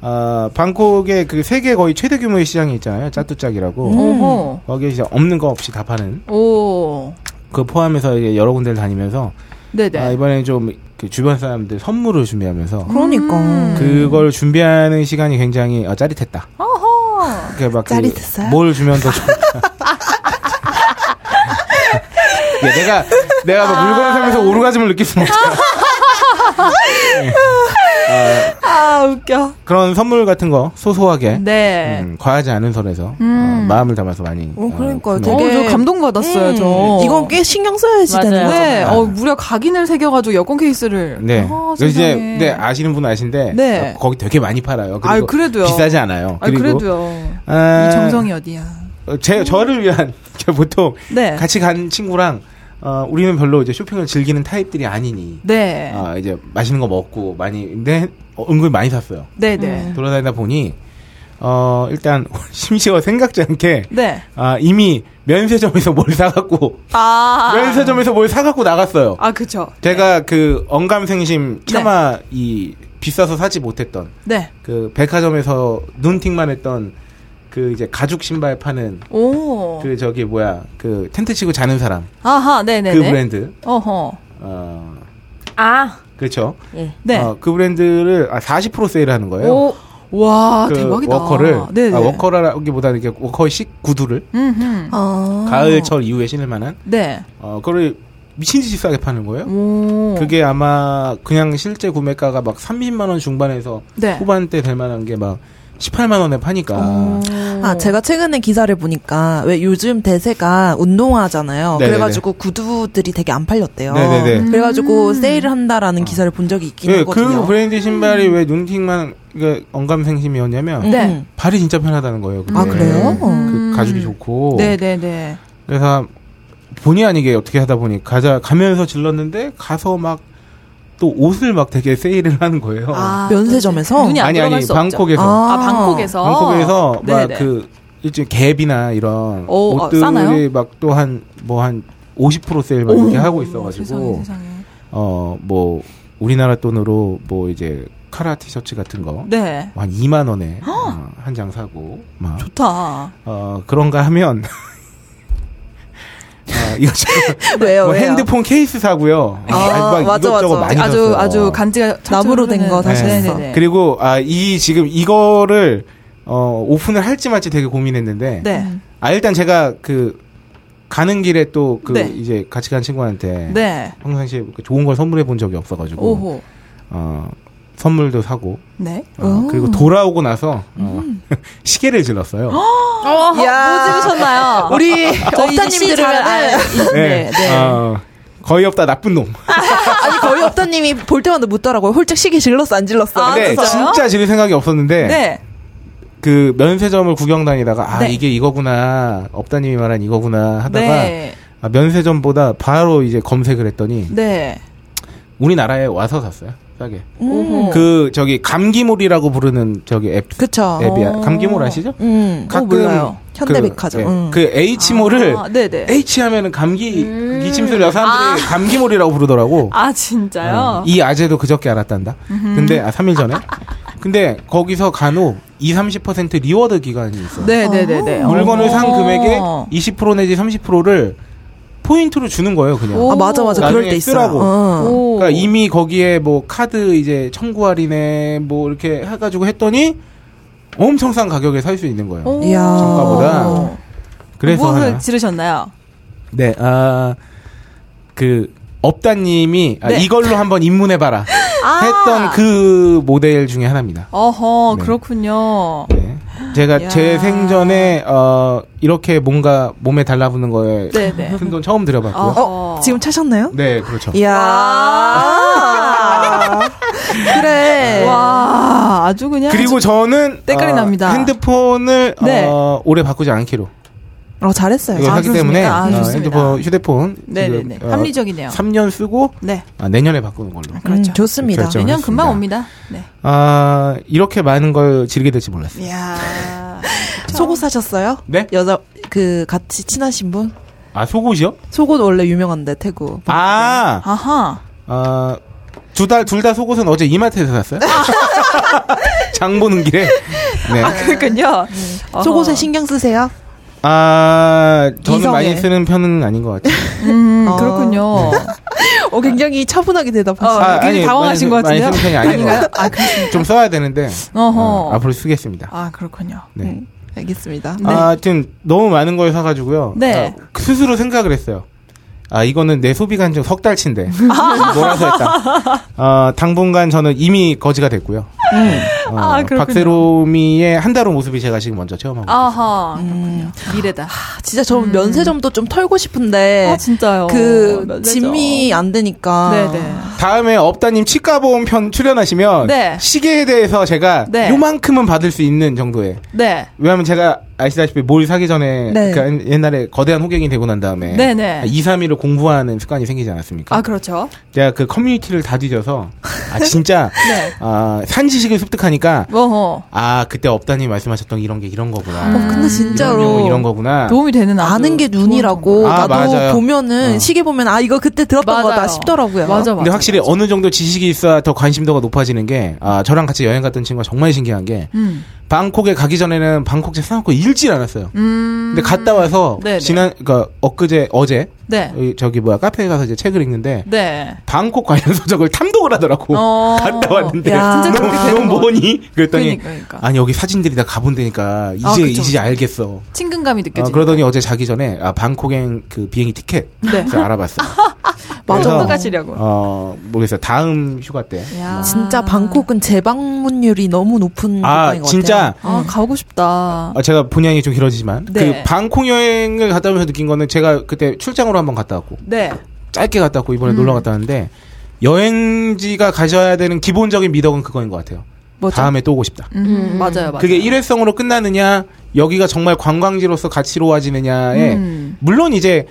[SPEAKER 4] 어, 방콕의 그 세계 거의 최대
[SPEAKER 5] 음.
[SPEAKER 4] 규모의 시장이 있잖아요. 짜뚜짝이라고
[SPEAKER 6] 오호.
[SPEAKER 4] 거기에 이제 없는 거 없이 다 파는
[SPEAKER 6] 음. 오.
[SPEAKER 4] 그거 포함해서 이제 여러 군데를 다니면서
[SPEAKER 6] 네네.
[SPEAKER 4] 아, 이번에 좀그 주변 사람들 선물을 준비하면서
[SPEAKER 5] 그러니까.
[SPEAKER 6] 음.
[SPEAKER 4] 그걸 준비하는 시간이 굉장히 어, 짜릿했다.
[SPEAKER 6] 어허.
[SPEAKER 4] 그게 막그
[SPEAKER 5] 짜릿했어요?
[SPEAKER 4] 뭘 주면 더 좋을까? 야, 내가 내가 막
[SPEAKER 5] 아.
[SPEAKER 4] 물건을 사면서 오르가즘을 느낄 수는 없잖아. 예. 아,
[SPEAKER 6] 아 웃겨.
[SPEAKER 4] 그런 선물 같은 거 소소하게
[SPEAKER 6] 네.
[SPEAKER 4] 음, 과하지 않은 선에서 어, 마음을 담아서 많이.
[SPEAKER 5] 어, 그러니까
[SPEAKER 4] 구매하고.
[SPEAKER 5] 되게 음.
[SPEAKER 6] 어, 저 감동 받았어요. 저
[SPEAKER 5] 이건 꽤 신경 써야지
[SPEAKER 7] 맞아요.
[SPEAKER 5] 되는 거죠.
[SPEAKER 6] 네. 어 무려 각인을 새겨가지고 여권 케이스를.
[SPEAKER 4] 네.
[SPEAKER 6] 아,
[SPEAKER 4] 그래서 이제
[SPEAKER 6] 세상에.
[SPEAKER 4] 네, 아시는 분 아신데
[SPEAKER 6] 네.
[SPEAKER 4] 어, 거기 되게 많이 팔아요. 그리고
[SPEAKER 6] 아유, 그래도요.
[SPEAKER 4] 비싸지 않아요.
[SPEAKER 6] 아
[SPEAKER 4] 그리고
[SPEAKER 6] 그래도요.
[SPEAKER 4] 아,
[SPEAKER 6] 이 정성이 어디야.
[SPEAKER 4] 어, 제 저를 위한 제가 보통
[SPEAKER 6] 네.
[SPEAKER 4] 같이 간 친구랑 어, 우리는 별로 이제 쇼핑을 즐기는 타입들이 아니니
[SPEAKER 6] 네.
[SPEAKER 4] 아, 이제 맛있는 거 먹고 많이 근데 어, 은근 많이 샀어요.
[SPEAKER 6] 네네.
[SPEAKER 4] 돌아다니다 보니 어 일단 심지어 생각지 않게
[SPEAKER 6] 네.
[SPEAKER 4] 아 이미 면세점에서 뭘 사갖고
[SPEAKER 6] 아.
[SPEAKER 4] 면세점에서 뭘 사갖고 나갔어요.
[SPEAKER 6] 아 그쵸.
[SPEAKER 4] 제가 그 언감생심 차마 이 비싸서 사지 못했던
[SPEAKER 6] 네.
[SPEAKER 4] 그 백화점에서 눈팅만 했던 그 이제 가죽 신발 파는
[SPEAKER 6] 오.
[SPEAKER 4] 그 저기 뭐야 그 텐트 치고 자는 사람
[SPEAKER 6] 아하. 네네네.
[SPEAKER 4] 그 브랜드
[SPEAKER 6] 어허.
[SPEAKER 4] 어
[SPEAKER 7] 아,
[SPEAKER 4] 그렇죠
[SPEAKER 7] 예.
[SPEAKER 6] 네.
[SPEAKER 4] 어, 그 브랜드를 아, 40% 세일하는 거예요
[SPEAKER 6] 오. 와
[SPEAKER 4] 그
[SPEAKER 6] 대박이다.
[SPEAKER 4] 워커를
[SPEAKER 6] 네네.
[SPEAKER 4] 아, 워커라기보다는 이렇게 워커식 구두를
[SPEAKER 6] 음, 음.
[SPEAKER 5] 아.
[SPEAKER 4] 가을철 이후에 신을 만한
[SPEAKER 6] 네.
[SPEAKER 4] 어 그걸 미친 듯이 싸게 파는 거예요
[SPEAKER 6] 음. 오.
[SPEAKER 4] 그게 아마 그냥 실제 구매가가 막 30만 원 중반에서
[SPEAKER 6] 네.
[SPEAKER 4] 후반대 될 만한 게 막 18만 원에 파니까
[SPEAKER 6] 음,
[SPEAKER 5] 아, 제가 최근에 기사를 보니까 왜 요즘 대세가 운동화잖아요.
[SPEAKER 4] 네네네.
[SPEAKER 5] 그래가지고 구두들이 되게 안 팔렸대요.
[SPEAKER 4] 네네네. 음.
[SPEAKER 5] 그래가지고 세일을 한다라는 기사를 본 적이 있긴
[SPEAKER 4] 예,
[SPEAKER 5] 하거든요.
[SPEAKER 4] 그 브랜드 신발이 왜 눈팅만 그 언감생심이었냐면
[SPEAKER 5] 음.
[SPEAKER 6] 네.
[SPEAKER 4] 발이 진짜 편하다는 거예요. 그게.
[SPEAKER 5] 아 그래요?
[SPEAKER 4] 네. 그 가죽이 좋고
[SPEAKER 6] 음. 네네네.
[SPEAKER 4] 그래서 본의 아니게 어떻게 하다 보니 가자 가면서 질렀는데 가서 막 또 옷을 막 되게 세일을 하는 거예요.
[SPEAKER 6] 아,
[SPEAKER 5] 면세점에서
[SPEAKER 6] 눈이 안
[SPEAKER 4] 아니
[SPEAKER 6] 들어갈
[SPEAKER 4] 아니
[SPEAKER 6] 수 없죠.
[SPEAKER 4] 방콕에서
[SPEAKER 6] 아, 방콕에서.
[SPEAKER 4] 방콕에서
[SPEAKER 6] 네네.
[SPEAKER 4] 막 그 일종의 갭이나 이런
[SPEAKER 6] 오, 어,
[SPEAKER 4] 옷들이
[SPEAKER 6] 싸나요?
[SPEAKER 4] 막 또 한 뭐 한 50% 세일 막 이렇게 하고
[SPEAKER 6] 세상에
[SPEAKER 4] 있어가지고
[SPEAKER 6] 세상에.
[SPEAKER 4] 어 뭐 우리나라 돈으로 뭐 이제 카라 티셔츠 같은 거뭐 한
[SPEAKER 6] 네.
[SPEAKER 4] 2만 원에 어, 한 장 사고 막
[SPEAKER 6] 좋다.
[SPEAKER 4] 어, 그런가 하면 어, 이거 참-
[SPEAKER 6] 네.
[SPEAKER 5] 왜요?
[SPEAKER 4] 뭐
[SPEAKER 5] 왜요?
[SPEAKER 4] 핸드폰 케이스 사고요.
[SPEAKER 5] 아,
[SPEAKER 4] 막
[SPEAKER 5] 맞아,
[SPEAKER 4] 이것저것
[SPEAKER 5] 맞아.
[SPEAKER 4] 많이
[SPEAKER 6] 아주
[SPEAKER 4] 샀어요.
[SPEAKER 6] 아주 간지가
[SPEAKER 5] 나무로 된거
[SPEAKER 4] 사셨어.
[SPEAKER 6] 네네네.
[SPEAKER 4] 그리고 아 이 지금 이거를 어 오픈을 할지 말지 되게 고민했는데
[SPEAKER 6] 네.
[SPEAKER 4] 아 일단 제가 그 가는 길에 또 그
[SPEAKER 6] 네.
[SPEAKER 4] 이제 같이 간 친구한테
[SPEAKER 6] 네.
[SPEAKER 4] 평상시에 그 좋은 걸 선물해 본 적이 없어가지고
[SPEAKER 6] 오호.
[SPEAKER 4] 어 선물도 사고
[SPEAKER 6] 네.
[SPEAKER 4] 어, 그리고 돌아오고 나서 어, 시계를 질렀어요.
[SPEAKER 6] 어, 뭐 찍으셨나요?
[SPEAKER 5] 우리
[SPEAKER 6] 저희 이제
[SPEAKER 5] 업다님
[SPEAKER 6] 시잘
[SPEAKER 5] 들으면
[SPEAKER 6] 알- 네. 네.
[SPEAKER 4] 어, 거의 없다 나쁜 놈.
[SPEAKER 5] 아니 거의 업다님이 볼 때마다 묻더라고요. 홀짝 시계 질렀어 안 질렀어.
[SPEAKER 6] 아,
[SPEAKER 4] 근데
[SPEAKER 6] 진짜요?
[SPEAKER 4] 진짜 질릴 생각이 없었는데
[SPEAKER 6] 네.
[SPEAKER 4] 그 면세점을 구경 다니다가 아
[SPEAKER 6] 네.
[SPEAKER 4] 이게 이거구나 업다님이 말한 이거구나 하다가
[SPEAKER 6] 네.
[SPEAKER 4] 아, 면세점보다 바로 이제 검색을 했더니
[SPEAKER 6] 네.
[SPEAKER 4] 우리나라에 와서 샀어요. 싸게.
[SPEAKER 6] 오호.
[SPEAKER 4] 그 저기 감기몰이라고 부르는 저기 앱
[SPEAKER 5] 그쵸.
[SPEAKER 4] 앱이야.
[SPEAKER 6] 어.
[SPEAKER 4] 감기몰 아시죠?
[SPEAKER 5] 음.
[SPEAKER 6] 몰라요.
[SPEAKER 5] 현대백화점.
[SPEAKER 4] 그,
[SPEAKER 5] 음.
[SPEAKER 4] H몰을
[SPEAKER 6] 아, 네네.
[SPEAKER 4] H 하면은 감기
[SPEAKER 6] 음.
[SPEAKER 4] 기침소리라 사람들이 감기몰이라고 부르더라고.
[SPEAKER 6] 아, 진짜요?
[SPEAKER 4] 어, 이 아재도 그저께 알았단다. 근데 아 3일 전에. 근데 거기서 간혹 2, 30% 리워드 기간이 있어. 요
[SPEAKER 6] 네네네네. 어.
[SPEAKER 4] 물건을 산 금액의 20% 내지 30%를 포인트로 주는 거예요, 그냥.
[SPEAKER 5] 아 맞아 맞아 그럴
[SPEAKER 4] 나중에
[SPEAKER 5] 때 있어요.
[SPEAKER 4] 쓰라고.
[SPEAKER 5] 어.
[SPEAKER 6] 오.
[SPEAKER 4] 그러니까 이미 거기에 뭐 카드 이제 청구 할인에 뭐 이렇게 해가지고 했더니 엄청 싼 가격에 살 수 있는 거예요.
[SPEAKER 6] 오.
[SPEAKER 5] 이야.
[SPEAKER 4] 정가보다. 그래서
[SPEAKER 6] 무엇을
[SPEAKER 4] 하나.
[SPEAKER 6] 지르셨나요?
[SPEAKER 4] 네, 아, 그, 업다님이 아,
[SPEAKER 6] 네.
[SPEAKER 4] 이걸로 한번 입문해봐라
[SPEAKER 6] 아.
[SPEAKER 4] 했던 그 모델 중에 하나입니다.
[SPEAKER 6] 어허,
[SPEAKER 4] 네.
[SPEAKER 6] 그렇군요.
[SPEAKER 4] 네. 제가
[SPEAKER 6] 야.
[SPEAKER 4] 제 생전에 어, 이렇게 뭔가 몸에 달라붙는 거에
[SPEAKER 6] 네네.
[SPEAKER 4] 큰 돈 처음 들여봤고요.
[SPEAKER 6] 어, 예. 아.
[SPEAKER 5] 지금 차셨나요?
[SPEAKER 4] 네,
[SPEAKER 5] 아.
[SPEAKER 4] 그렇죠.
[SPEAKER 5] 이야. 그래.
[SPEAKER 6] 와, 아주 그냥.
[SPEAKER 4] 그리고 저는 어,
[SPEAKER 6] 때깔이 납니다.
[SPEAKER 4] 핸드폰을
[SPEAKER 6] 네.
[SPEAKER 4] 어, 오래 바꾸지 않기로
[SPEAKER 5] 어 잘했어요.
[SPEAKER 4] 이걸
[SPEAKER 6] 아,
[SPEAKER 4] 하기
[SPEAKER 6] 그렇습니까?
[SPEAKER 4] 때문에
[SPEAKER 6] 아,
[SPEAKER 4] 어,
[SPEAKER 6] 좋습니다.
[SPEAKER 4] 핸드폰 휴대폰
[SPEAKER 6] 네네네.
[SPEAKER 4] 지금, 어,
[SPEAKER 6] 합리적이네요.
[SPEAKER 4] 3년 쓰고
[SPEAKER 6] 네.
[SPEAKER 4] 아, 내년에 바꾸는 걸로.
[SPEAKER 5] 음, 좋습니다.
[SPEAKER 4] 결정.
[SPEAKER 6] 내년 금방
[SPEAKER 4] 했습니다.
[SPEAKER 6] 옵니다. 네.
[SPEAKER 4] 아 이렇게 많은 걸 지르게 될지 몰랐어요.
[SPEAKER 6] 이야.
[SPEAKER 5] 그렇죠. 속옷 사셨어요?
[SPEAKER 4] 네?
[SPEAKER 5] 여자 그 같이 친하신 분?
[SPEAKER 4] 아 속옷이요?
[SPEAKER 5] 속옷 원래 유명한데 태국.
[SPEAKER 4] 아,
[SPEAKER 6] 아하.
[SPEAKER 4] 아 두달 둘 다 속옷은 어제 이마트에서 샀어요. 장 보는 길에. 네.
[SPEAKER 6] 아, 네. 그렇군요. 어허.
[SPEAKER 5] 속옷에 신경 쓰세요?
[SPEAKER 4] 아 저는
[SPEAKER 5] 이성에.
[SPEAKER 4] 많이 쓰는 편은 아닌 것 같아요.
[SPEAKER 6] 음,
[SPEAKER 5] 어.
[SPEAKER 6] 그렇군요.
[SPEAKER 5] 어, 굉장히 차분하게
[SPEAKER 6] 어,
[SPEAKER 5] 대답하시네요.
[SPEAKER 6] 굉장히
[SPEAKER 4] 아니,
[SPEAKER 6] 당황하신
[SPEAKER 4] 많이
[SPEAKER 6] 것 같은데요?
[SPEAKER 4] 쓰- 많이 쓰는 편이 아닌 것
[SPEAKER 6] 아닌가요?
[SPEAKER 4] 같아요. 좀 써야 되는데
[SPEAKER 6] 어허.
[SPEAKER 4] 어, 앞으로 쓰겠습니다.
[SPEAKER 6] 아, 그렇군요.
[SPEAKER 4] 네.
[SPEAKER 5] 음, 알겠습니다.
[SPEAKER 4] 아, 하여튼 너무 많은 걸 사가지고요.
[SPEAKER 6] 네.
[SPEAKER 4] 아, 스스로 생각을 했어요. 아 이거는 내 소비 간증 석 달치인데 몰아서 했다. 아 당분간 저는 이미 거지가 됐고요. 어,
[SPEAKER 6] 아, 그렇군요.
[SPEAKER 4] 박세롬이의 한달후 모습이 제가 지금 먼저 체험하고.
[SPEAKER 6] 아하. 음, 그렇군요. 미래다.
[SPEAKER 5] 아, 진짜 저 면세점도 좀 털고 싶은데
[SPEAKER 6] 아, 진짜요. 아.
[SPEAKER 5] 그
[SPEAKER 6] 면세점.
[SPEAKER 5] 짐이 안 되니까.
[SPEAKER 6] 네네.
[SPEAKER 4] 다음에 업다님 치과보험 편 출연하시면
[SPEAKER 6] 네.
[SPEAKER 4] 시계에 대해서 제가
[SPEAKER 6] 네.
[SPEAKER 4] 요만큼은 받을 수 있는 정도의
[SPEAKER 6] 네.
[SPEAKER 4] 왜냐하면 제가 아시다시피 뭘 사기 전에
[SPEAKER 5] 네.
[SPEAKER 4] 그러니까 옛날에 거대한 호객이 되고 난 다음에
[SPEAKER 6] 네네.
[SPEAKER 4] 2, 3일을 공부하는 습관이 생기지 않았습니까?
[SPEAKER 6] 아, 그렇죠.
[SPEAKER 4] 제가 그 커뮤니티를 다 뒤져서 아 진짜
[SPEAKER 6] 네. 뭐-
[SPEAKER 4] 아, 산지식을 습득하니까
[SPEAKER 6] 어허.
[SPEAKER 4] 아 그때 업다님 말씀하셨던 이런 게 이런 거구나.
[SPEAKER 5] 어, 근데 진짜로
[SPEAKER 4] 이런, 경우 이런 거구나.
[SPEAKER 6] 도움이 되는 아주
[SPEAKER 5] 아는 게 눈이라고
[SPEAKER 4] 아,
[SPEAKER 5] 나도
[SPEAKER 4] 맞아요.
[SPEAKER 5] 보면은
[SPEAKER 4] 어.
[SPEAKER 5] 시계 보면 아 이거 그때 들었던
[SPEAKER 6] 맞아요.
[SPEAKER 5] 거다 싶더라고요.
[SPEAKER 6] 맞아, 맞아.
[SPEAKER 4] 근데 확실히 어느 정도 지식이 있어야 더 관심도가 높아지는 게 아, 저랑 같이 여행 갔던 친구가 정말 신기한 게
[SPEAKER 6] 음.
[SPEAKER 4] 방콕에 가기 전에는 방콕제 사놓고 읽질 않았어요. 근데 갔다 와서
[SPEAKER 6] 음. 네네.
[SPEAKER 4] 지난 그러니까 엊그제 어제
[SPEAKER 6] 네.
[SPEAKER 4] 이- 저기 뭐야 카페에 가서 이제 책을 읽는데
[SPEAKER 6] 네.
[SPEAKER 4] 방콕 관련 서적을 탐독을 하더라고.
[SPEAKER 6] 어.
[SPEAKER 4] 갔다 왔는데
[SPEAKER 5] 야. 진짜
[SPEAKER 4] 너무,
[SPEAKER 6] 그렇게 되는
[SPEAKER 4] 너무 뭐니? 그랬더니
[SPEAKER 6] 그러니까, 그러니까.
[SPEAKER 4] 아니 여기 사진들이 다 가본 데니까 이제
[SPEAKER 6] 아, 그쵸,
[SPEAKER 4] 이제 알겠어.
[SPEAKER 6] 친근감이
[SPEAKER 4] 아,
[SPEAKER 6] 느껴지는.
[SPEAKER 4] 그러더니 어제 자기 전에 아, 방콕행 그 비행기 티켓
[SPEAKER 6] 네.
[SPEAKER 4] 그래서 알아봤어.
[SPEAKER 6] 맞아.
[SPEAKER 4] 그래서,
[SPEAKER 6] 가시려고. 아.
[SPEAKER 4] 어 모르겠어요. 다음 휴가 때.
[SPEAKER 6] 야. 음,
[SPEAKER 5] 진짜 방콕은 재방문율이 너무 높은
[SPEAKER 4] 아
[SPEAKER 5] 국가인 것
[SPEAKER 4] 진짜
[SPEAKER 6] 아, 가고 싶다.
[SPEAKER 4] 아, 제가 분양이 좀 길어지지만
[SPEAKER 6] 어. 네.
[SPEAKER 4] 그 방콕 여행을 갔다 오면서 느낀 거는 제가 그때 출장으로 한번 갔다 왔고
[SPEAKER 6] 네.
[SPEAKER 4] 짧게 갔다 왔고
[SPEAKER 6] 음.
[SPEAKER 4] 이번에 놀러 갔다 왔는데 여행지가 가져야 되는 기본적인 미덕은 그거인 것 같아요.
[SPEAKER 6] 뭐죠?
[SPEAKER 4] 다음에 또 오고 싶다.
[SPEAKER 6] 음, 맞아요, 맞아요.
[SPEAKER 4] 그게 일회성으로 끝나느냐 여기가 정말 관광지로서 가치로워지느냐에
[SPEAKER 6] 음.
[SPEAKER 4] 물론 이제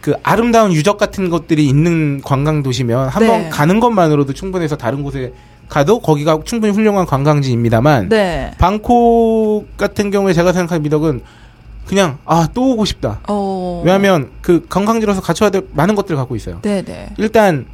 [SPEAKER 4] 그 아름다운 유적 같은 것들이 있는 관광 도시면 한번
[SPEAKER 6] 네.
[SPEAKER 4] 가는 것만으로도 충분해서 다른 곳에 가도 거기가 충분히 훌륭한 관광지입니다만
[SPEAKER 6] 네.
[SPEAKER 4] 방콕 같은 경우에 제가 생각하는 미덕은 그냥 아 또 오고 싶다.
[SPEAKER 6] 어.
[SPEAKER 4] 왜냐하면 그 관광지로서 갖춰야 될 많은 것들을 갖고 있어요.
[SPEAKER 6] 네네.
[SPEAKER 4] 일단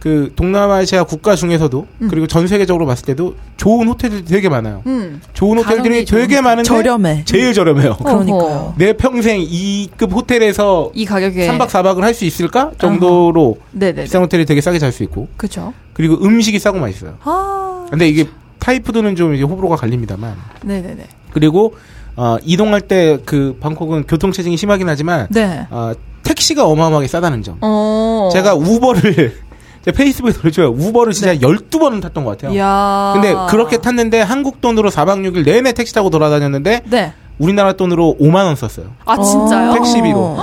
[SPEAKER 4] 그 동남아시아 국가 중에서도 그리고 전 세계적으로 봤을 때도 좋은 호텔들이 되게 많아요.
[SPEAKER 6] 음.
[SPEAKER 4] 좋은 호텔들이
[SPEAKER 6] 가성비 좋은 어.
[SPEAKER 4] 되게 많은데
[SPEAKER 5] 저렴해.
[SPEAKER 4] 제일 저렴해요.
[SPEAKER 5] 그러니까요.
[SPEAKER 4] 내 평생 이급 호텔에서
[SPEAKER 6] 이 가격에.
[SPEAKER 4] 3박 4박을 할 수 있을까 정도로
[SPEAKER 6] 예. 아. 네네.
[SPEAKER 4] 비싼 호텔이 되게 싸게 잘 수 있고
[SPEAKER 6] 그쵸.
[SPEAKER 4] 그리고 음식이 싸고 맛있어요.
[SPEAKER 6] 아.
[SPEAKER 4] 근데 이게 타이푸드는 좀 이제 호불호가 갈립니다만
[SPEAKER 6] 네네네.
[SPEAKER 4] 그리고 어, 이동할 때 그 방콕은 교통 체증이 심하긴 하지만
[SPEAKER 6] 네.
[SPEAKER 4] 어, 택시가 어마어마하게 싸다는 점.
[SPEAKER 6] 어.
[SPEAKER 4] 제가 우버를 제가 페이스북에서 올려줘요. 우버를 진짜
[SPEAKER 6] 네.
[SPEAKER 4] 12번은 탔던 것 같아요.
[SPEAKER 6] 야.
[SPEAKER 4] 근데 그렇게 탔는데 한국 돈으로 4박 6일 내내 택시 타고 돌아다녔는데
[SPEAKER 6] 네.
[SPEAKER 4] 우리나라 돈으로 5만 원 썼어요.
[SPEAKER 6] 아 진짜요?
[SPEAKER 4] 택시비로.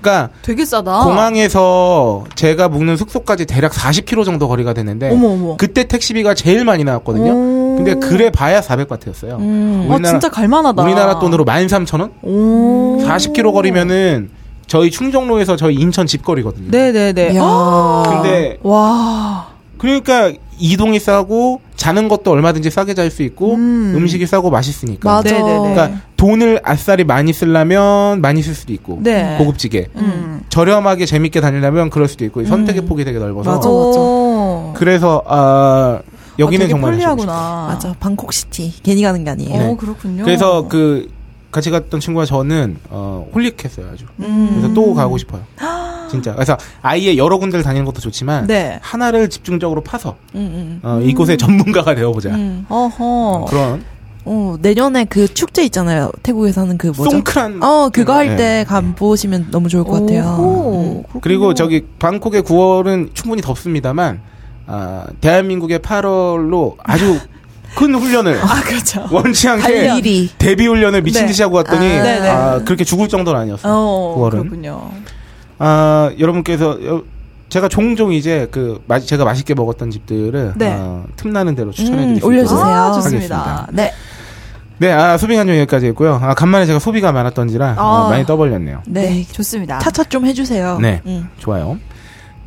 [SPEAKER 4] 그러니까
[SPEAKER 6] 되게 싸다.
[SPEAKER 4] 공항에서 제가 묵는 숙소까지 대략 40km 정도 거리가 되는데
[SPEAKER 6] 어머 어머.
[SPEAKER 4] 그때 택시비가 제일 많이 나왔거든요.
[SPEAKER 6] 오.
[SPEAKER 4] 근데 그래 봐야 400바트였어요.
[SPEAKER 6] 아 진짜 갈만하다.
[SPEAKER 4] 우리나라 돈으로 13,000원?
[SPEAKER 6] 오.
[SPEAKER 4] 40km 거리면은 저희 충정로에서 저희 인천 집거리거든요.
[SPEAKER 6] 네네네.
[SPEAKER 4] 근데
[SPEAKER 6] 와.
[SPEAKER 4] 그러니까 이동이 싸고 자는 것도 얼마든지 싸게 잘 수 있고
[SPEAKER 6] 음.
[SPEAKER 4] 음. 식이 싸고 맛있으니까.
[SPEAKER 5] 맞아.
[SPEAKER 6] 네네네.
[SPEAKER 4] 그러니까 돈을 아싸리 많이 쓰려면 많이 쓸 수도 있고
[SPEAKER 6] 네.
[SPEAKER 4] 고급지게
[SPEAKER 6] 음.
[SPEAKER 4] 저렴하게 재밌게 다니려면 그럴 수도 있고 선택의 폭이 되게 넓어서
[SPEAKER 5] 맞아.
[SPEAKER 6] 오.
[SPEAKER 4] 그래서 아 여기는
[SPEAKER 6] 어. 아, 되게
[SPEAKER 4] 정말
[SPEAKER 6] 편리하구나.
[SPEAKER 5] 맞아. 어, 방콕 시티 괜히 가는 게 아니에요.
[SPEAKER 4] 네.
[SPEAKER 6] 오 그렇군요.
[SPEAKER 4] 그래서 그 같이 갔던 친구와 저는 어, 홀릭했어요 아주.
[SPEAKER 6] 음.
[SPEAKER 4] 그래서 또 가고 싶어요. 진짜. 그래서 아예 여러 군데를 다니는 것도 좋지만
[SPEAKER 6] 네.
[SPEAKER 4] 하나를 집중적으로 파서
[SPEAKER 5] 음, 음.
[SPEAKER 4] 어, 이곳의 전문가가 되어보자. 뭐
[SPEAKER 5] 음.
[SPEAKER 6] 어허.
[SPEAKER 4] 그런
[SPEAKER 5] 어, 내년에 그 축제 있잖아요. 태국에서 하는 그 뭐죠?
[SPEAKER 4] 송크란.
[SPEAKER 5] 어, 그거
[SPEAKER 4] 네.
[SPEAKER 5] 할 때 가보시면 너무 좋을 것 같아요.
[SPEAKER 6] 오. 그렇군요.
[SPEAKER 4] 그리고 저기 방콕의 9월은 충분히 덥습니다만 아, 대한민국의 8월로 아주 큰 훈련을
[SPEAKER 6] 어. 아, 그렇죠.
[SPEAKER 4] 원치 않게
[SPEAKER 5] 일이.
[SPEAKER 4] 데뷔 훈련을 미친
[SPEAKER 6] 네.
[SPEAKER 4] 듯이 하고 왔더니
[SPEAKER 6] 아, 네네.
[SPEAKER 4] 아, 그렇게 죽을 정도는 아니었어요.
[SPEAKER 6] 어.
[SPEAKER 4] 9월은.
[SPEAKER 6] 그렇군요.
[SPEAKER 4] 아, 여러분께서 여- 제가 종종 이제 그 마- 제가 맛있게 먹었던 집들을
[SPEAKER 6] 네.
[SPEAKER 4] 아, 틈나는 대로 추천해
[SPEAKER 5] 음,
[SPEAKER 4] 드리겠습니다.
[SPEAKER 5] 올려주세요.
[SPEAKER 6] 아,
[SPEAKER 4] 하겠습니다.
[SPEAKER 6] 좋습니다. 네.
[SPEAKER 4] 네, 아, 소비 간정 여기까지 했고요. 아, 간만에 제가 소비가 많았던지라 아,
[SPEAKER 6] 아.
[SPEAKER 4] 많이 떠벌렸네요.
[SPEAKER 5] 네.
[SPEAKER 6] 좋습니다.
[SPEAKER 5] 타차 좀 해주세요.
[SPEAKER 4] 네.
[SPEAKER 5] 음.
[SPEAKER 4] 좋아요.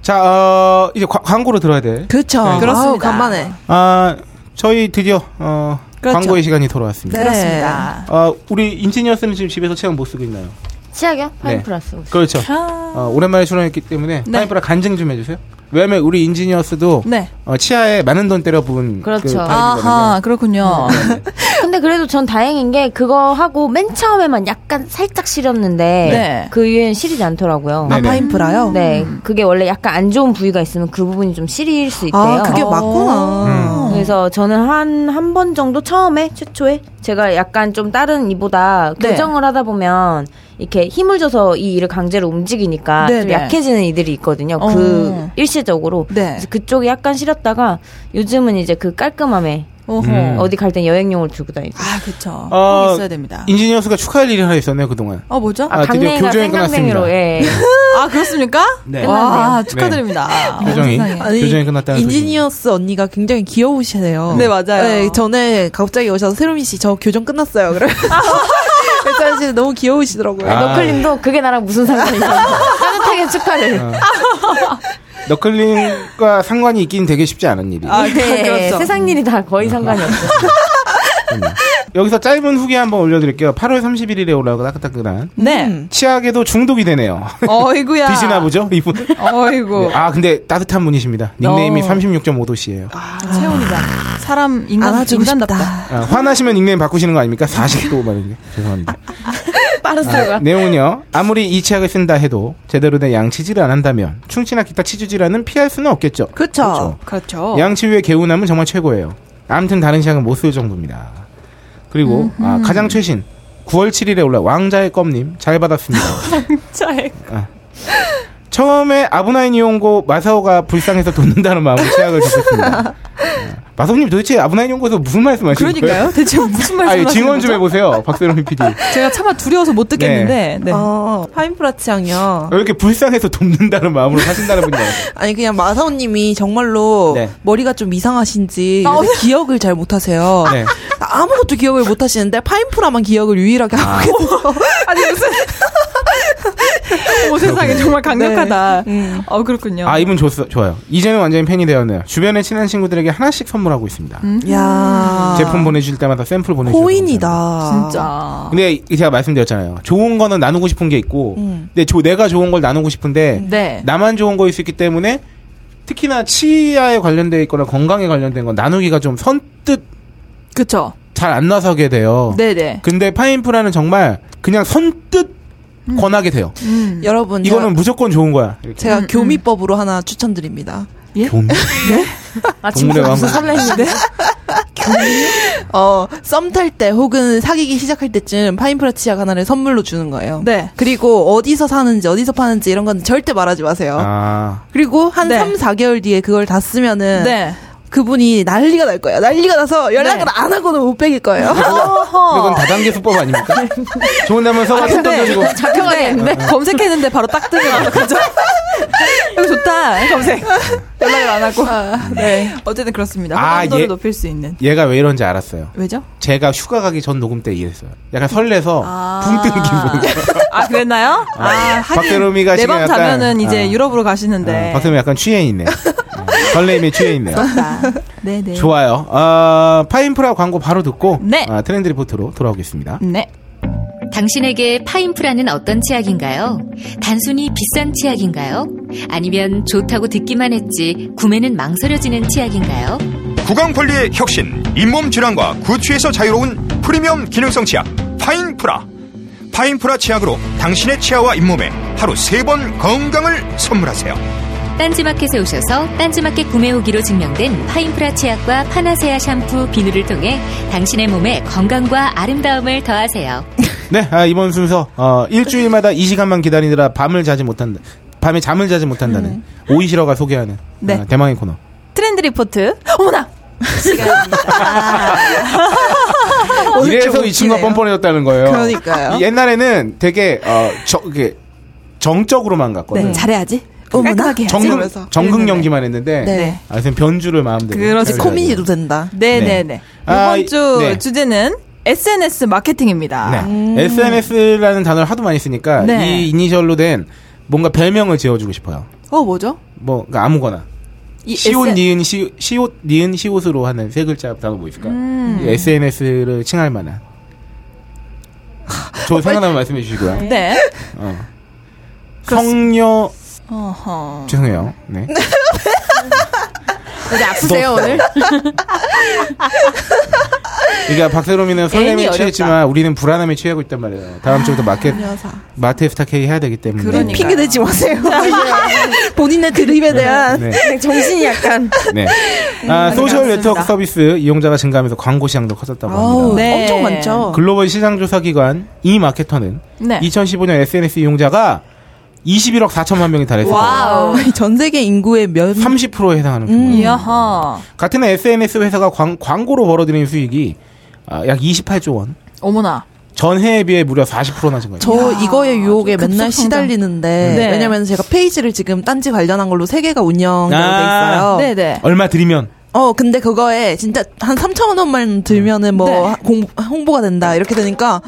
[SPEAKER 4] 자, 어, 이제 과- 광고로 들어야 돼.
[SPEAKER 5] 그렇죠.
[SPEAKER 4] 네.
[SPEAKER 6] 그렇습니다.
[SPEAKER 5] 아우, 간만에.
[SPEAKER 4] 아, 저희 드디어 어,
[SPEAKER 5] 그렇죠.
[SPEAKER 4] 광고의 시간이 돌아왔습니다.
[SPEAKER 5] 네.
[SPEAKER 6] 그렇습니다.
[SPEAKER 4] 어, 우리 인지니어스는 지금 집에서 체험 못 쓰고 있나요?
[SPEAKER 7] 치약이요? 파인
[SPEAKER 4] 네.
[SPEAKER 7] 플러스.
[SPEAKER 4] 그렇죠.
[SPEAKER 6] 아.
[SPEAKER 4] 어, 오랜만에 출연했기 때문에
[SPEAKER 6] 네.
[SPEAKER 4] 파이프라 간증 좀 해주세요. 왜냐면 우리 인지니어스도
[SPEAKER 6] 네.
[SPEAKER 4] 어, 치아에 많은 돈 때려부은
[SPEAKER 7] 그렇죠.
[SPEAKER 4] 그 타입이거든요.
[SPEAKER 6] 아하, 그렇군요.
[SPEAKER 7] 근데 근데 그래도 전 다행인 게 그거 하고 맨 처음에만 약간 살짝 시렸는데
[SPEAKER 6] 네.
[SPEAKER 7] 그 이후엔 시리지 않더라고요.
[SPEAKER 4] 네. 네네.
[SPEAKER 5] 아, 파인프라요?
[SPEAKER 7] 네, 그게 원래 약간 안 좋은 부위가 있으면 그 부분이 좀 시릴 수 있대요.
[SPEAKER 5] 아,
[SPEAKER 4] 어.
[SPEAKER 5] 그게
[SPEAKER 4] 음.
[SPEAKER 7] 음.
[SPEAKER 5] 맞구나.
[SPEAKER 7] 그래서 저는 한 한 번 정도 처음에 최초에 제가 약간 좀 다른 이보다
[SPEAKER 6] 네.
[SPEAKER 7] 교정을 하다 보면 이렇게 힘을 줘서 이 이를 강제로 움직이니까
[SPEAKER 6] 네,
[SPEAKER 7] 좀
[SPEAKER 6] 네.
[SPEAKER 7] 약해지는 이들이 있거든요.
[SPEAKER 6] 어.
[SPEAKER 7] 그 일시적으로
[SPEAKER 6] 네.
[SPEAKER 7] 그래서 그쪽이 약간 시렸다가 요즘은 이제 그 깔끔함에
[SPEAKER 6] 어허.
[SPEAKER 4] 음.
[SPEAKER 7] 어디 갈 땐 여행용을 들고 다니죠.
[SPEAKER 6] 아, 그쵸.
[SPEAKER 4] 어,
[SPEAKER 6] 꼭 있어야 됩니다.
[SPEAKER 4] 인지니어 수가 축하할 일이 하나 있었네요 그동안.
[SPEAKER 6] 어, 뭐죠?
[SPEAKER 4] 아,
[SPEAKER 7] 아,
[SPEAKER 4] 드디어
[SPEAKER 7] 강냉이가
[SPEAKER 4] 교정이
[SPEAKER 7] 생강냉이로
[SPEAKER 4] 끝났습니다.
[SPEAKER 7] 예.
[SPEAKER 6] 아, 그렇습니까?
[SPEAKER 4] 네.
[SPEAKER 6] 와,
[SPEAKER 4] 끝났네요.
[SPEAKER 6] 축하드립니다. 어,
[SPEAKER 4] 교정이
[SPEAKER 6] 세상에.
[SPEAKER 5] 아니,
[SPEAKER 4] 교정이 끝났다는
[SPEAKER 5] 인지니어스 언니가 굉장히 귀여우시네요.
[SPEAKER 6] 네, 맞아요.
[SPEAKER 5] 네, 전에 갑자기 오셔서 세롬이 씨 저 교정 끝났어요. 그래. 일단 씨 너무 귀여우시더라고요.
[SPEAKER 4] 아.
[SPEAKER 7] 너클림도 그게 나랑 무슨 상관이냐. 따뜻하게 축하를.
[SPEAKER 4] 아. 소식. 너클링과 상관이 있긴 되게 쉽지 않은 일이.
[SPEAKER 6] 아,
[SPEAKER 7] 네,
[SPEAKER 6] 그렇죠.
[SPEAKER 7] 세상 일이 다 거의
[SPEAKER 3] 음.
[SPEAKER 7] 상관이 없어.
[SPEAKER 4] 여기서 짧은 후기 한번 올려드릴게요. 8월 31일에 올라오고 따끈따끈한
[SPEAKER 6] 네.
[SPEAKER 4] 치약에도 중독이 되네요.
[SPEAKER 6] 어이구야.
[SPEAKER 4] 드시나 보죠 이분.
[SPEAKER 6] 어이구.
[SPEAKER 4] 아 근데 따뜻한 분이십니다. 닉네임이 36.5도씨예요.
[SPEAKER 6] 아, 체온이다. 사람, 인간,
[SPEAKER 5] 안아주고
[SPEAKER 6] 인간답다.
[SPEAKER 4] 화나시면 닉네임 바꾸시는 거 아닙니까? 40도 말인데 죄송합니다.
[SPEAKER 6] 빠르스가.
[SPEAKER 4] 아, 내용은요. 아무리 이 치약을 쓴다 해도 제대로 된 양치질을 안 한다면 충치나 기타 치주질환은 피할 수는 없겠죠.
[SPEAKER 5] 그렇죠.
[SPEAKER 6] 그렇죠.
[SPEAKER 4] 양치 후에 개운함은 정말 최고예요. 아무튼 다른 시약은 못 쓸 정도입니다. 그리고
[SPEAKER 6] 음.
[SPEAKER 4] 아, 가장 최신 9월 7일에 올라 왕자의 껌님 잘 받았습니다.
[SPEAKER 6] 차액.
[SPEAKER 4] 처음에 아브나인 이용고 마사오가 불쌍해서 돕는다는 마음으로 치약을 주셨습니다. 아, 마사오님 도대체 아브나인 이용고에서 무슨 말씀하시는
[SPEAKER 6] 그러니까요. 대체 무슨
[SPEAKER 4] 거예요?
[SPEAKER 6] 말씀을
[SPEAKER 4] 아니,
[SPEAKER 6] 하시는
[SPEAKER 4] 증언 좀
[SPEAKER 6] 거죠?
[SPEAKER 4] 해보세요, 박세롬 PD. 왜
[SPEAKER 6] 제가 차마 두려워서 못 듣겠는데. 네.
[SPEAKER 5] 어, 파인프라 취향이요.
[SPEAKER 4] 아, 이렇게 불쌍해서 돕는다는 마음으로 사신다는 분이 많아요.
[SPEAKER 5] 아니 그냥 마사오님이 정말로
[SPEAKER 4] 네.
[SPEAKER 5] 머리가 좀 이상하신지 요새 기억을 잘 못하세요.
[SPEAKER 4] 네.
[SPEAKER 5] 아무것도 기억을 못하시는데 파인프라만 기억을 유일하게
[SPEAKER 4] 아.
[SPEAKER 5] 하고 계세요.
[SPEAKER 6] 아니, 무슨. 오, 어, 뭐 세상에 정말 강력하다. 어, 그렇군요.
[SPEAKER 4] 아, 이분 좋, 좋아요. 이제는 완전히 팬이 되었네요. 주변에 친한 친구들에게 하나씩 선물하고 있습니다.
[SPEAKER 5] 야
[SPEAKER 4] 제품 보내주실 때마다 샘플
[SPEAKER 5] 음.
[SPEAKER 4] 보내주실
[SPEAKER 5] 아. 고인이다.
[SPEAKER 6] 진짜.
[SPEAKER 4] 근데 이- 제가 말씀드렸잖아요. 좋은 거는 나누고 싶은 게 있고,
[SPEAKER 5] 음.
[SPEAKER 4] 근데 조- 내가 좋은 걸 나누고 싶은데
[SPEAKER 6] 네.
[SPEAKER 4] 나만 좋은 거일 수 있기 때문에 특히나 치아에 관련돼 있거나 건강에 관련된 건 나누기가 좀 선뜻
[SPEAKER 6] 그쵸.
[SPEAKER 4] 잘 안 나서게 돼요.
[SPEAKER 6] 네네.
[SPEAKER 4] 근데 파인프라는 정말 그냥 선뜻
[SPEAKER 5] 음.
[SPEAKER 4] 권하게 돼요.
[SPEAKER 5] 여러분 제가-
[SPEAKER 4] 이거는 무조건 좋은 거야. 이렇게.
[SPEAKER 6] 음,
[SPEAKER 5] 제가 교미법으로 하나 추천드립니다.
[SPEAKER 4] 교미?
[SPEAKER 7] 아,
[SPEAKER 4] 동물의
[SPEAKER 7] 진짜
[SPEAKER 4] 왕국.
[SPEAKER 7] 무슨 설레는데?
[SPEAKER 5] 어, 썸 탈 때 혹은 사귀기 시작할 때쯤 파인프라 치약 하나를 선물로 주는 거예요.
[SPEAKER 6] 네.
[SPEAKER 5] 그리고 어디서 사는지 어디서 파는지 이런 건 절대 말하지 마세요.
[SPEAKER 4] 아,
[SPEAKER 5] 그리고 한
[SPEAKER 6] 네.
[SPEAKER 5] 삼 3, 4개월 뒤에 그걸 다 쓰면은
[SPEAKER 6] 네.
[SPEAKER 5] 그분이 난리가 날 거예요. 난리가 나서 연락을
[SPEAKER 6] 네. 어,
[SPEAKER 5] 안 하고는 못 빼길 거예요.
[SPEAKER 4] 이건 다단계 수법 아닙니까? 좋은 날만
[SPEAKER 6] 아,
[SPEAKER 4] 써가 톡 던져주고.
[SPEAKER 6] 네, 잡혀가 되는데 검색했는데 바로 딱 뜨네요. 그죠? 이거 좋다. 검색. 연락을 안 하고. 네. 어쨌든 그렇습니다.
[SPEAKER 4] 아,
[SPEAKER 6] 호감도를
[SPEAKER 4] 예.
[SPEAKER 6] 높일 수 있는.
[SPEAKER 4] 얘가 왜 이런지 알았어요.
[SPEAKER 6] 왜죠?
[SPEAKER 4] 제가 휴가 가기 전 녹음 때 이랬어요. 약간 설레서
[SPEAKER 6] 아.
[SPEAKER 4] 붕 뜨는 기분.
[SPEAKER 6] 아, 그랬나요? 아,
[SPEAKER 4] 박세롬이가 지금
[SPEAKER 6] 내밤
[SPEAKER 4] 약간-
[SPEAKER 6] 자면은 이제
[SPEAKER 4] 아.
[SPEAKER 6] 유럽으로 가시는데.
[SPEAKER 4] 아, 박쌤이 약간 취해 있네. 어, 설레임에 취해 있네요.
[SPEAKER 6] 네네.
[SPEAKER 4] 좋아요. 어, 파인프라 광고 바로 듣고
[SPEAKER 6] 네.
[SPEAKER 4] 아, 트렌드 리포트로 돌아오겠습니다.
[SPEAKER 6] 네.
[SPEAKER 3] 당신에게 파인프라는 어떤 치약인가요? 단순히 비싼 치약인가요? 아니면 좋다고 듣기만 했지 구매는 망설여지는 치약인가요?
[SPEAKER 10] 구강 관리의 혁신, 잇몸 질환과 구취에서 자유로운 프리미엄 기능성 치약 파인프라. 파인프라 치약으로 당신의 치아와 잇몸에 하루 세 번 건강을 선물하세요.
[SPEAKER 3] 딴지마켓에 오셔서 딴지마켓 구매 후기로 증명된 파인프라 치약과 파나세아 샴푸 비누를 통해 당신의 몸에 건강과 아름다움을 더하세요.
[SPEAKER 4] 네, 아, 이번 순서 어, 일주일마다 이 시간만 기다리느라 밤을 자지 못한다. 밤에 잠을 자지 못한다는 오이시러가 소개하는
[SPEAKER 6] 네.
[SPEAKER 4] 아, 대망의 코너.
[SPEAKER 6] 트렌드 리포트. 어머나!
[SPEAKER 4] 이래서 이 친구가 뻔뻔해졌다는 거예요.
[SPEAKER 5] 그러니까요.
[SPEAKER 4] 옛날에는 되게 어, 저, 이게 정적으로만 갔거든요.
[SPEAKER 5] 잘해야지. 어머나.
[SPEAKER 6] 깔끔하게 해야지.
[SPEAKER 5] 네. 그러면서.
[SPEAKER 4] 정극, 정극 연기만 했는데
[SPEAKER 5] 네.
[SPEAKER 4] 아, 지금 변주를 마음대로.
[SPEAKER 6] 그렇지.
[SPEAKER 4] 잘 가지고.
[SPEAKER 5] 코미디도 된다.
[SPEAKER 6] 네네네.
[SPEAKER 4] 네.
[SPEAKER 6] 이번
[SPEAKER 4] 아, 이-
[SPEAKER 6] 주
[SPEAKER 4] 네.
[SPEAKER 6] 주제는 SNS 마케팅입니다.
[SPEAKER 4] 네.
[SPEAKER 5] 음.
[SPEAKER 4] SNS라는 단어를 하도 많이 쓰니까
[SPEAKER 6] 네.
[SPEAKER 4] 이 이니셜로 된 뭔가 별명을 지어주고 싶어요.
[SPEAKER 6] 어, 뭐죠?
[SPEAKER 4] 뭐 그러니까 아무거나
[SPEAKER 6] 이
[SPEAKER 4] 시옷
[SPEAKER 6] SN
[SPEAKER 4] 니은 시 시옷 니은 시옷으로 하는 세 글자 단어 뭐 있을까요?
[SPEAKER 5] 음.
[SPEAKER 4] SNS를 칭할 만한.
[SPEAKER 5] 아,
[SPEAKER 4] 저 생각나면 말씀해 주시고요.
[SPEAKER 6] 네.
[SPEAKER 4] 어. 성녀
[SPEAKER 6] 어허.
[SPEAKER 4] 죄송해요. 네.
[SPEAKER 8] 이제 아프세요 오늘?
[SPEAKER 4] 그러니까 박세롬이는
[SPEAKER 7] 애인이
[SPEAKER 4] 설렘에
[SPEAKER 7] 어렵다.
[SPEAKER 4] 취했지만 우리는 불안함에 취하고 있단 말이에요. 다음 주부터 마켓
[SPEAKER 9] 여사.
[SPEAKER 4] 마트 스타케이 해야 되기 때문에.
[SPEAKER 6] 아, 그러니까요.
[SPEAKER 5] 핑계 대지 마세요. 본인의 드립에 대한
[SPEAKER 4] 네.
[SPEAKER 8] 정신이 약간 음,
[SPEAKER 4] 네. 아, 소셜 네트워크 서비스 이용자가 증가하면서 광고 시장도 커졌다고 합니다.
[SPEAKER 6] 네.
[SPEAKER 5] 엄청 많죠.
[SPEAKER 4] 글로벌 시장조사기관 이마케터는
[SPEAKER 6] 네.
[SPEAKER 4] 2015년 SNS 이용자가 21억 4천만 명이 달했어요.
[SPEAKER 5] 전 세계 인구의 몇
[SPEAKER 4] 30%에 해당하는 규모.
[SPEAKER 6] 음, 이야하.
[SPEAKER 4] 같은 SNS 회사가 광, 광고로 벌어들인 수익이 아, 약 28조 원.
[SPEAKER 6] 어머나. 전해에
[SPEAKER 4] 전해에 비해 무려 40%나 증가했다
[SPEAKER 5] 저 이거의 유혹에
[SPEAKER 6] 급속
[SPEAKER 5] 맨날
[SPEAKER 6] 성장.
[SPEAKER 5] 시달리는데
[SPEAKER 6] 네.
[SPEAKER 5] 왜냐면 제가 페이지를 지금 딴지 관련한 걸로 세 개가 운영되어
[SPEAKER 4] 아.
[SPEAKER 5] 있어요.
[SPEAKER 6] 네네.
[SPEAKER 4] 얼마 드리면
[SPEAKER 5] 어 근데 그거에 진짜 한 3천 원만 들면은 뭐
[SPEAKER 6] 네.
[SPEAKER 5] 하- 공- 홍보가 된다 이렇게 되니까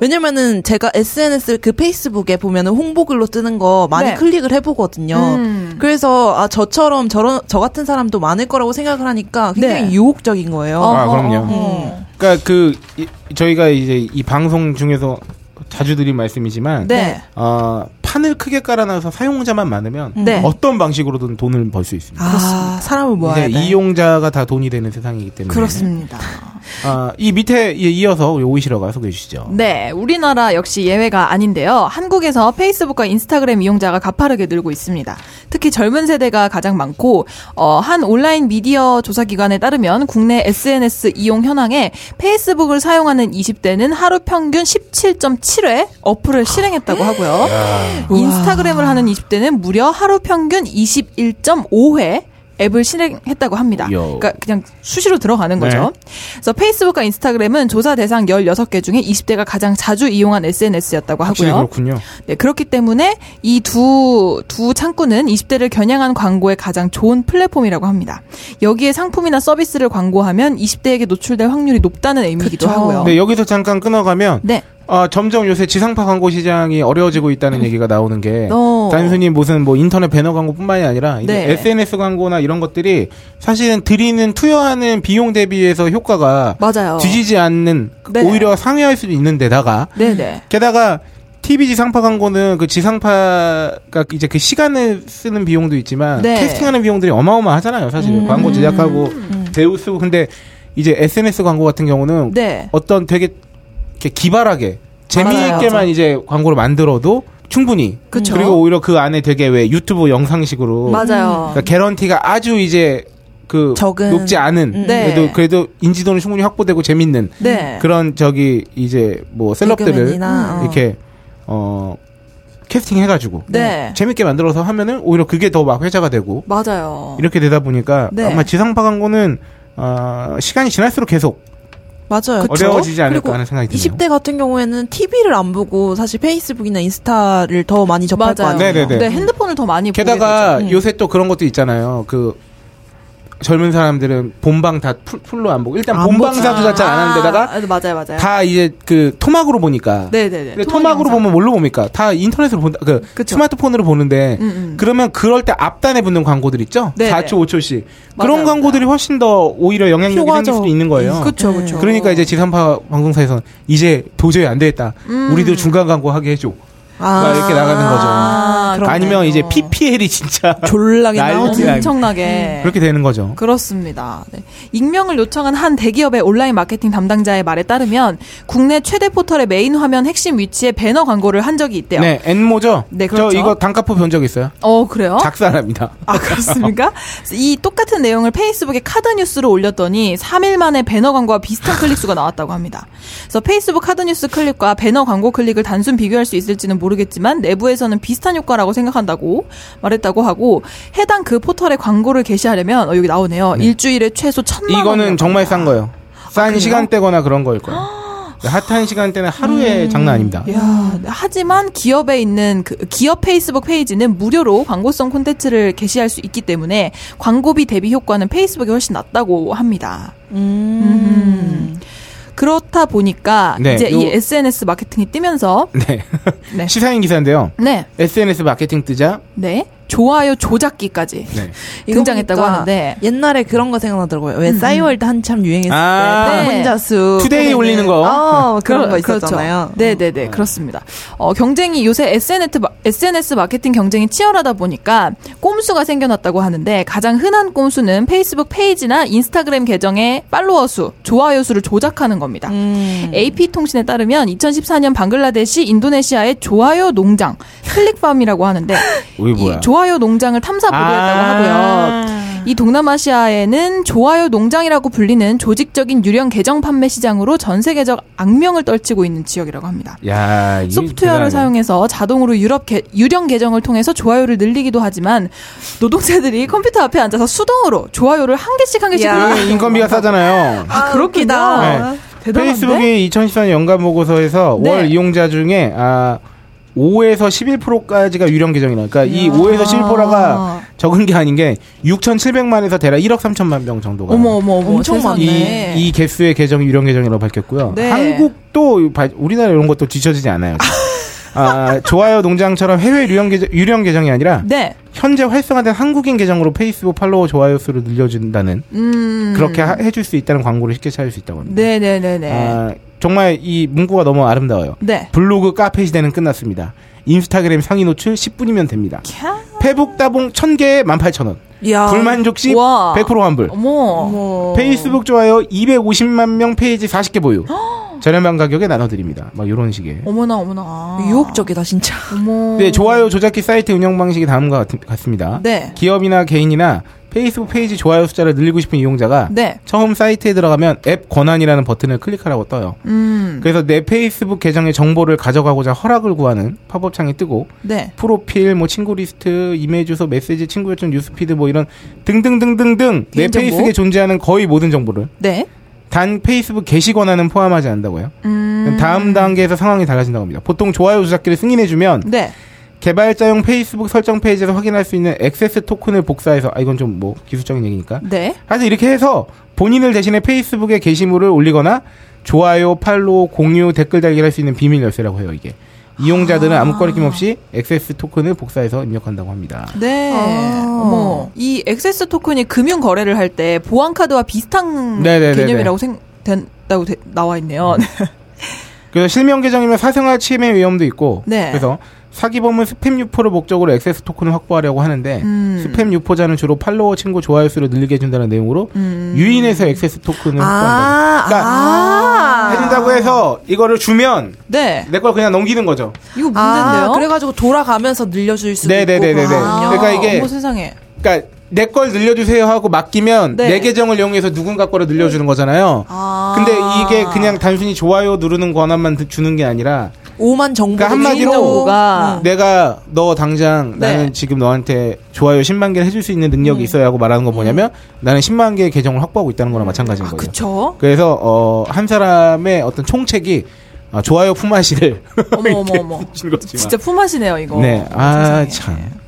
[SPEAKER 5] 왜냐면은 제가 SNS 그 페이스북에 보면은 홍보글로 뜨는 거 많이
[SPEAKER 6] 네.
[SPEAKER 5] 클릭을 해보거든요.
[SPEAKER 6] 음.
[SPEAKER 5] 그래서 아 저처럼 저런 저 같은 사람도 많을 거라고 생각을 하니까 굉장히
[SPEAKER 6] 네.
[SPEAKER 5] 유혹적인 거예요.
[SPEAKER 4] 아,
[SPEAKER 6] 어,
[SPEAKER 4] 그럼요.
[SPEAKER 6] 음,
[SPEAKER 4] 그러니까 그 이- 저희가 이제 이 방송 중에서 자주 드린 말씀이지만
[SPEAKER 6] 네.
[SPEAKER 4] 어, 판을 크게 깔아놔서 사용자만 많으면
[SPEAKER 6] 네.
[SPEAKER 4] 어떤 방식으로든 돈을 벌 수 있습니다.
[SPEAKER 5] 아 사람을 모아야
[SPEAKER 4] 이제
[SPEAKER 5] 돼.
[SPEAKER 4] 이용자가 다 돈이 되는 세상이기 때문에
[SPEAKER 6] 뭐 그렇습니다.
[SPEAKER 4] 아, 이 밑에 이- 이어서 우리 오이시러가 소개해 주시죠.
[SPEAKER 6] 네, 우리나라 역시 예외가 아닌데요. 한국에서 페이스북과 인스타그램 이용자가 가파르게 늘고 있습니다. 특히 젊은 세대가 가장 많고, 어, 한 온라인 미디어 조사 기관에 따르면 국내 SNS 이용 현황에 페이스북을 사용하는 20대는 하루 평균 17.7회 어플을 실행했다고 하고요. 인스타그램을 하는 20대는 무려 하루 평균 21.5회 앱을 실행했다고 합니다.
[SPEAKER 4] 요.
[SPEAKER 6] 그러니까 그냥 수시로 들어가는
[SPEAKER 4] 네.
[SPEAKER 6] 거죠. 그래서 페이스북과 인스타그램은 조사 대상 16개 중에 20대가 가장 자주 이용한 SNS였다고
[SPEAKER 4] 확실히
[SPEAKER 6] 하고요.
[SPEAKER 4] 그렇군요.
[SPEAKER 6] 네, 그렇기 때문에 이 두, 두 창구는 20대를 겨냥한 광고의 가장 좋은 플랫폼이라고 합니다. 여기에 상품이나 서비스를 광고하면 20대에게 노출될 확률이 높다는 의미이기도 하고요.
[SPEAKER 4] 근데 네, 여기서 잠깐 끊어가면
[SPEAKER 6] 어. 네.
[SPEAKER 4] 아, 점점 요새 지상파 광고 시장이 어려워지고 있다는 얘기가 나오는 게
[SPEAKER 6] 어.
[SPEAKER 4] 단순히 무슨 뭐 인터넷 배너 광고뿐만이 아니라 이제
[SPEAKER 6] 네.
[SPEAKER 4] SNS 광고나 이런 것들이 사실은 드리는 투여하는 비용 대비해서 효과가
[SPEAKER 6] 맞아요.
[SPEAKER 4] 뒤지지 않는
[SPEAKER 6] 네네.
[SPEAKER 4] 오히려 상회할 수도 있는데다가
[SPEAKER 6] 네네.
[SPEAKER 4] 게다가 TV 지상파 광고는 그 지상파가 이제 그 시간을 쓰는 비용도 있지만
[SPEAKER 6] 네. 음.
[SPEAKER 4] 캐스팅하는 비용들이 어마어마하잖아요 사실 광고 제작하고 배우 쓰고 근데 이제 SNS 광고 같은 경우는
[SPEAKER 6] 네.
[SPEAKER 4] 어떤 되게 이렇게 기발하게 재미있게만
[SPEAKER 6] 맞아요.
[SPEAKER 4] 이제 광고를 만들어도 충분히
[SPEAKER 6] 그쵸.
[SPEAKER 4] 리고 오히려 그 안에 되게 왜 유튜브 영상식으로
[SPEAKER 6] 맞아요.
[SPEAKER 4] 그러니까 개런티가 아주 이제 그
[SPEAKER 5] 적은.
[SPEAKER 4] 높지 않은
[SPEAKER 6] 네.
[SPEAKER 4] 그래도 그래도 인지도는 충분히 확보되고 재밌는
[SPEAKER 6] 네.
[SPEAKER 4] 그런 저기 이제 뭐 셀럽들을
[SPEAKER 5] 개그맨이나, 어.
[SPEAKER 4] 이렇게 어 캐스팅 해가지고
[SPEAKER 6] 네.
[SPEAKER 4] 재밌게 만들어서 하면은 오히려 그게 더 막 회자가 되고
[SPEAKER 6] 맞아요.
[SPEAKER 4] 이렇게 되다 보니까
[SPEAKER 6] 어. 네.
[SPEAKER 4] 아마 지상파 광고는 어, 시간이 지날수록 계속
[SPEAKER 5] 어. 맞아요. 그렇죠.
[SPEAKER 4] 그쵸? 그렇죠. 어려워지지 않을까
[SPEAKER 5] 그리고
[SPEAKER 4] 하는 생각이 드네요.
[SPEAKER 5] 20대 같은 경우에는 TV를 안 보고 사실 페이스북이나 인스타를 더 많이 접할 거
[SPEAKER 6] 맞아요.
[SPEAKER 5] 아니에요.
[SPEAKER 4] 네네네.
[SPEAKER 6] 네, 핸드폰을 더 많이
[SPEAKER 4] 게다가
[SPEAKER 6] 보게 되죠. 네.
[SPEAKER 4] 요새 또 그런 것도 있잖아요. 그 젊은 사람들은 본방 다 풀, 로안 보고 일단
[SPEAKER 5] 안
[SPEAKER 4] 본방
[SPEAKER 5] 보지.
[SPEAKER 4] 사수 자체 안 하는데다가
[SPEAKER 6] 아, 맞아요, 맞아요.
[SPEAKER 4] 다 이제 그 토막으로 보니까.
[SPEAKER 6] 네네네.
[SPEAKER 4] 근데 토막으로 보면 뭘로 봅니까? 다 인터넷으로 본다. 그
[SPEAKER 6] 그쵸.
[SPEAKER 4] 스마트폰으로 보는데
[SPEAKER 6] 음, 음.
[SPEAKER 4] 그러면 그럴 때 앞단에 붙는 광고들 있죠?
[SPEAKER 6] 네네.
[SPEAKER 4] 4초, 5초씩.
[SPEAKER 6] 맞아요,
[SPEAKER 4] 그런
[SPEAKER 6] 맞아요.
[SPEAKER 4] 광고들이 훨씬 더 오히려 영향력이 생길
[SPEAKER 5] 효과적.
[SPEAKER 4] 수도 있는 거예요.
[SPEAKER 6] 그렇죠, 그렇죠.
[SPEAKER 4] 러니까 이제 지상파 방송사에서는 이제 도저히 안 되겠다.
[SPEAKER 6] 음.
[SPEAKER 4] 우리도 중간 광고 하게 해줘.
[SPEAKER 6] 아.
[SPEAKER 4] 막 이렇게 나가는 거죠.
[SPEAKER 5] 그렇네요.
[SPEAKER 4] 아니면 이제 PPL이 진짜
[SPEAKER 5] 졸라게 나오는
[SPEAKER 4] 난리지 않게
[SPEAKER 6] 엄청나게.
[SPEAKER 4] 그렇게 되는 거죠.
[SPEAKER 6] 그렇습니다. 네. 익명을 요청한 한 대기업의 온라인 마케팅 담당자의 말에 따르면 국내 최대 포털의 메인 화면 핵심 위치에 배너 광고를 한 적이 있대요.
[SPEAKER 4] 네, 엔모죠.
[SPEAKER 6] 네, 그렇죠.
[SPEAKER 4] 저 이거 단가포 본 적 있어요.
[SPEAKER 6] 어, 그래요?
[SPEAKER 4] 작사랍니다.
[SPEAKER 6] 아, 그렇습니까? 그래서 이 똑같은 내용을 페이스북에 카드 뉴스로 올렸더니 3일 만에 배너 광고와 비슷한 클릭수가 나왔다고 합니다. 그래서 페이스북 카드 뉴스 클릭과 배너 광고 클릭을 단순 비교할 수 있을지는 모르겠지만 내부에서는 비슷한 효과라고 생각한다고 말했다고 하고 해당 그 포털에 광고를 게시하려면 어, 여기 나오네요. 일주일에 최소 천만 원.
[SPEAKER 4] 이거는 정말 싼 거예요.
[SPEAKER 6] 아,
[SPEAKER 4] 싼 시간대거나 그런 거일 거예요. 핫한 시간대는 하루에
[SPEAKER 6] 음.
[SPEAKER 4] 장난 아닙니다.
[SPEAKER 6] 야, 하지만 기업에 있는 그 기업 페이스북 페이지는 무료로 광고성 콘텐츠를 게시할 수 있기 때문에 광고비 대비 효과는 페이스북이 훨씬 낫다고 합니다. 음. 그렇다 보니까
[SPEAKER 4] 네,
[SPEAKER 6] 이제
[SPEAKER 4] 요-
[SPEAKER 6] 이 SNS 마케팅이 뜨면서
[SPEAKER 4] 네.
[SPEAKER 6] 네.
[SPEAKER 4] 시사인 기사인데요.
[SPEAKER 6] 네.
[SPEAKER 4] SNS 마케팅 뜨자
[SPEAKER 6] 네. 좋아요 조작기까지
[SPEAKER 4] 네.
[SPEAKER 6] 등장했다고
[SPEAKER 5] 이거 보니까
[SPEAKER 6] 하는데 음.
[SPEAKER 5] 옛날에 그런 거 생각나더라고요. 왜 싸이월드 한참 유행했을
[SPEAKER 4] 아,
[SPEAKER 5] 때
[SPEAKER 6] 네.
[SPEAKER 5] 혼자수
[SPEAKER 4] 투데이 올리는 거.
[SPEAKER 5] 어, 그런
[SPEAKER 6] 그러-
[SPEAKER 5] 거 있었잖아요.
[SPEAKER 6] 그렇죠. 네네네 그렇습니다. 어, 경쟁이 요새 SNS, 마- SNS 마케팅 경쟁이 치열하다 보니까 꼼수가 생겨났다고 하는데 가장 흔한 꼼수는 페이스북 페이지나 인스타그램 계정의 팔로워 수, 좋아요 수를 조작하는 겁니다.
[SPEAKER 5] 음.
[SPEAKER 6] AP통신에 따르면 2014년 방글라데시 인도네시아의 좋아요 농장 클릭팜이라고 하는데
[SPEAKER 4] 우리
[SPEAKER 6] 이
[SPEAKER 4] 뭐야? 아.
[SPEAKER 6] 좋아요 농장을 탐사 보도했다고 하고요. 이 동남아시아에는 좋아요 농장이라고 불리는 조직적인 유령 계정 판매 시장으로 전 세계적 악명을 떨치고 있는 지역이라고 합니다.
[SPEAKER 4] 야, 이게
[SPEAKER 6] 소프트웨어를
[SPEAKER 4] 대단하네.
[SPEAKER 6] 사용해서 자동으로 유럽 개- 유령 계정을 통해서 좋아요를 늘리기도 하지만 노동자들이 컴퓨터 앞에 앉아서 수동으로 좋아요를 한 개씩 한 개씩
[SPEAKER 4] 예,
[SPEAKER 6] 올리는
[SPEAKER 4] 인건비가 싸잖아요.
[SPEAKER 6] 아, 그렇기다.
[SPEAKER 4] 네.
[SPEAKER 6] 대단한데?
[SPEAKER 4] 페이스북이 2014년 연간 보고서에서
[SPEAKER 6] 네.
[SPEAKER 4] 월 이용자 중에 아 5에서 11%까지가 유령 계정이라. 그러니까 이 5에서 11%가 적은 게 아닌 게 6,700만에서 대략 1억 3천만 명 정도가
[SPEAKER 6] 어머 어머 어머
[SPEAKER 5] 엄청
[SPEAKER 6] 세상에.
[SPEAKER 4] 이, 이 개수의 계정이 유령 계정이라고 밝혔고요.
[SPEAKER 6] 네.
[SPEAKER 4] 한국도 바- 우리나라 이런 것도 뒤처지지 않아요. 아, 좋아요 농장처럼 해외 유령 계정, 유령 계정이 아니라
[SPEAKER 6] 네.
[SPEAKER 4] 현재 활성화된 한국인 계정으로 페이스북 팔로워 좋아요 수를 늘려준다는
[SPEAKER 6] 음.
[SPEAKER 4] 그렇게 하- 해줄 수 있다는 광고를 쉽게 찾을 수 있다고 합니다.
[SPEAKER 6] 네, 네, 네, 네.
[SPEAKER 4] 아, 정말 이 문구가 너무 아름다워요.
[SPEAKER 6] 네.
[SPEAKER 4] 블로그 카페 시대는 끝났습니다. 인스타그램 상위 노출 10분이면 됩니다. 페북 따봉 1000개에 18,000원.
[SPEAKER 5] 네.
[SPEAKER 6] 아.
[SPEAKER 9] 야.
[SPEAKER 4] 불만족 시
[SPEAKER 6] 와.
[SPEAKER 4] 100% 환불.
[SPEAKER 6] 어머.
[SPEAKER 4] 페이스북 좋아요 250만 명 페이지 40개 보유. 저렴한 가격에 나눠드립니다. 막 이런 식의.
[SPEAKER 6] 어머나 어머나.
[SPEAKER 5] 유혹적이다 진짜.
[SPEAKER 6] 어머.
[SPEAKER 4] 네, 좋아요 조작기 사이트 운영 방식이 다음과 같, 같습니다.
[SPEAKER 6] 네.
[SPEAKER 4] 기업이나 개인이나 페이스북 페이지 좋아요 숫자를 늘리고 싶은 이용자가
[SPEAKER 6] 네.
[SPEAKER 4] 처음 사이트에 들어가면 앱 권한이라는 버튼을 클릭하라고 떠요.
[SPEAKER 6] 음.
[SPEAKER 4] 그래서 내 페이스북 계정의 정보를 가져가고자 허락을 구하는 팝업창이 뜨고
[SPEAKER 6] 네.
[SPEAKER 4] 프로필, 뭐 친구 리스트, 이메일 주소, 메시지, 친구 요청, 뉴스피드 뭐 이런 등등등등등 내
[SPEAKER 6] 개인 정보?
[SPEAKER 4] 페이스북에 존재하는 거의 모든 정보를
[SPEAKER 6] 네.
[SPEAKER 4] 단 페이스북 게시 권한은 포함하지 않는다고요.
[SPEAKER 6] 음.
[SPEAKER 4] 다음 단계에서 상황이 달라진다고 합니다. 보통 좋아요 조작기를 승인해주면
[SPEAKER 6] 네.
[SPEAKER 4] 개발자용 페이스북 설정 페이지에서 확인할 수 있는 액세스 토큰을 복사해서 아 이건 좀 뭐 기술적인 얘기니까
[SPEAKER 6] 네.
[SPEAKER 4] 하여튼 이렇게 해서 본인을 대신해 페이스북에 게시물을 올리거나 좋아요, 팔로우, 공유, 댓글 달기를 할 수 있는 비밀 열쇠라고 해요, 이게. 이용자들은 아무 거리낌 없이 액세스 토큰을 복사해서 입력한다고 합니다.
[SPEAKER 6] 네. 어머. 이 액세스 토큰이 금융 거래를 할 때 보안 카드와 비슷한
[SPEAKER 4] 네네네네.
[SPEAKER 6] 개념이라고 생 된다고 돼- 나와 있네요.
[SPEAKER 4] 그래서 실명 계정이면 사생활 침해 위험도 있고
[SPEAKER 6] 네.
[SPEAKER 4] 그래서 사기범은 스팸 유포를 목적으로 액세스 토큰을 확보하려고 하는데
[SPEAKER 6] 음.
[SPEAKER 4] 스팸 유포자는 주로 팔로워 친구 좋아요 수를 늘리게 해준다는 내용으로
[SPEAKER 6] 음.
[SPEAKER 4] 유인해서 액세스
[SPEAKER 6] 아,
[SPEAKER 4] 토큰을 확보한다. 그러니까 해준다고 해서 이거를 주면
[SPEAKER 6] 네.
[SPEAKER 4] 내 걸 그냥 넘기는 거죠.
[SPEAKER 6] 이거 문제인데요. 아,
[SPEAKER 5] 아, 그래가지고 돌아가면서 늘려줄 수도
[SPEAKER 4] 네네네네네.
[SPEAKER 5] 있고. 아. 뭐, 그렇군요.
[SPEAKER 4] 그러니까 이게
[SPEAKER 6] 어머 세상에.
[SPEAKER 4] 그러니까 내 걸 늘려주세요 하고 맡기면
[SPEAKER 6] 네.
[SPEAKER 4] 내 계정을 이용해서 누군가 거를 늘려주는 거잖아요.
[SPEAKER 6] 아.
[SPEAKER 4] 근데 이게 그냥 단순히 좋아요 누르는 권한만 드- 주는 게 아니라
[SPEAKER 5] 오만 정보.
[SPEAKER 4] 그러니까 한마디로
[SPEAKER 6] 정보가
[SPEAKER 4] 내가 너 당장
[SPEAKER 6] 음. 네. 음.
[SPEAKER 4] 나는 지금 너한테 좋아요 10만 개를 해줄 수 있는 능력이 있어야 하고 말하는 건 뭐냐면 나는 10만 개의 계정을 확보하고 있다는 거랑 마찬가지인 거예요.
[SPEAKER 6] 아, 그쵸?
[SPEAKER 4] 그래서 어, 한 사람의 어떤 총책이 아, 좋아요 품앗이를
[SPEAKER 6] 어머 어머 어머.
[SPEAKER 4] 즐겁지만.
[SPEAKER 6] 진짜 품앗이네요 이거.
[SPEAKER 4] 네, 아
[SPEAKER 6] 세상에. 예.
[SPEAKER 4] 참.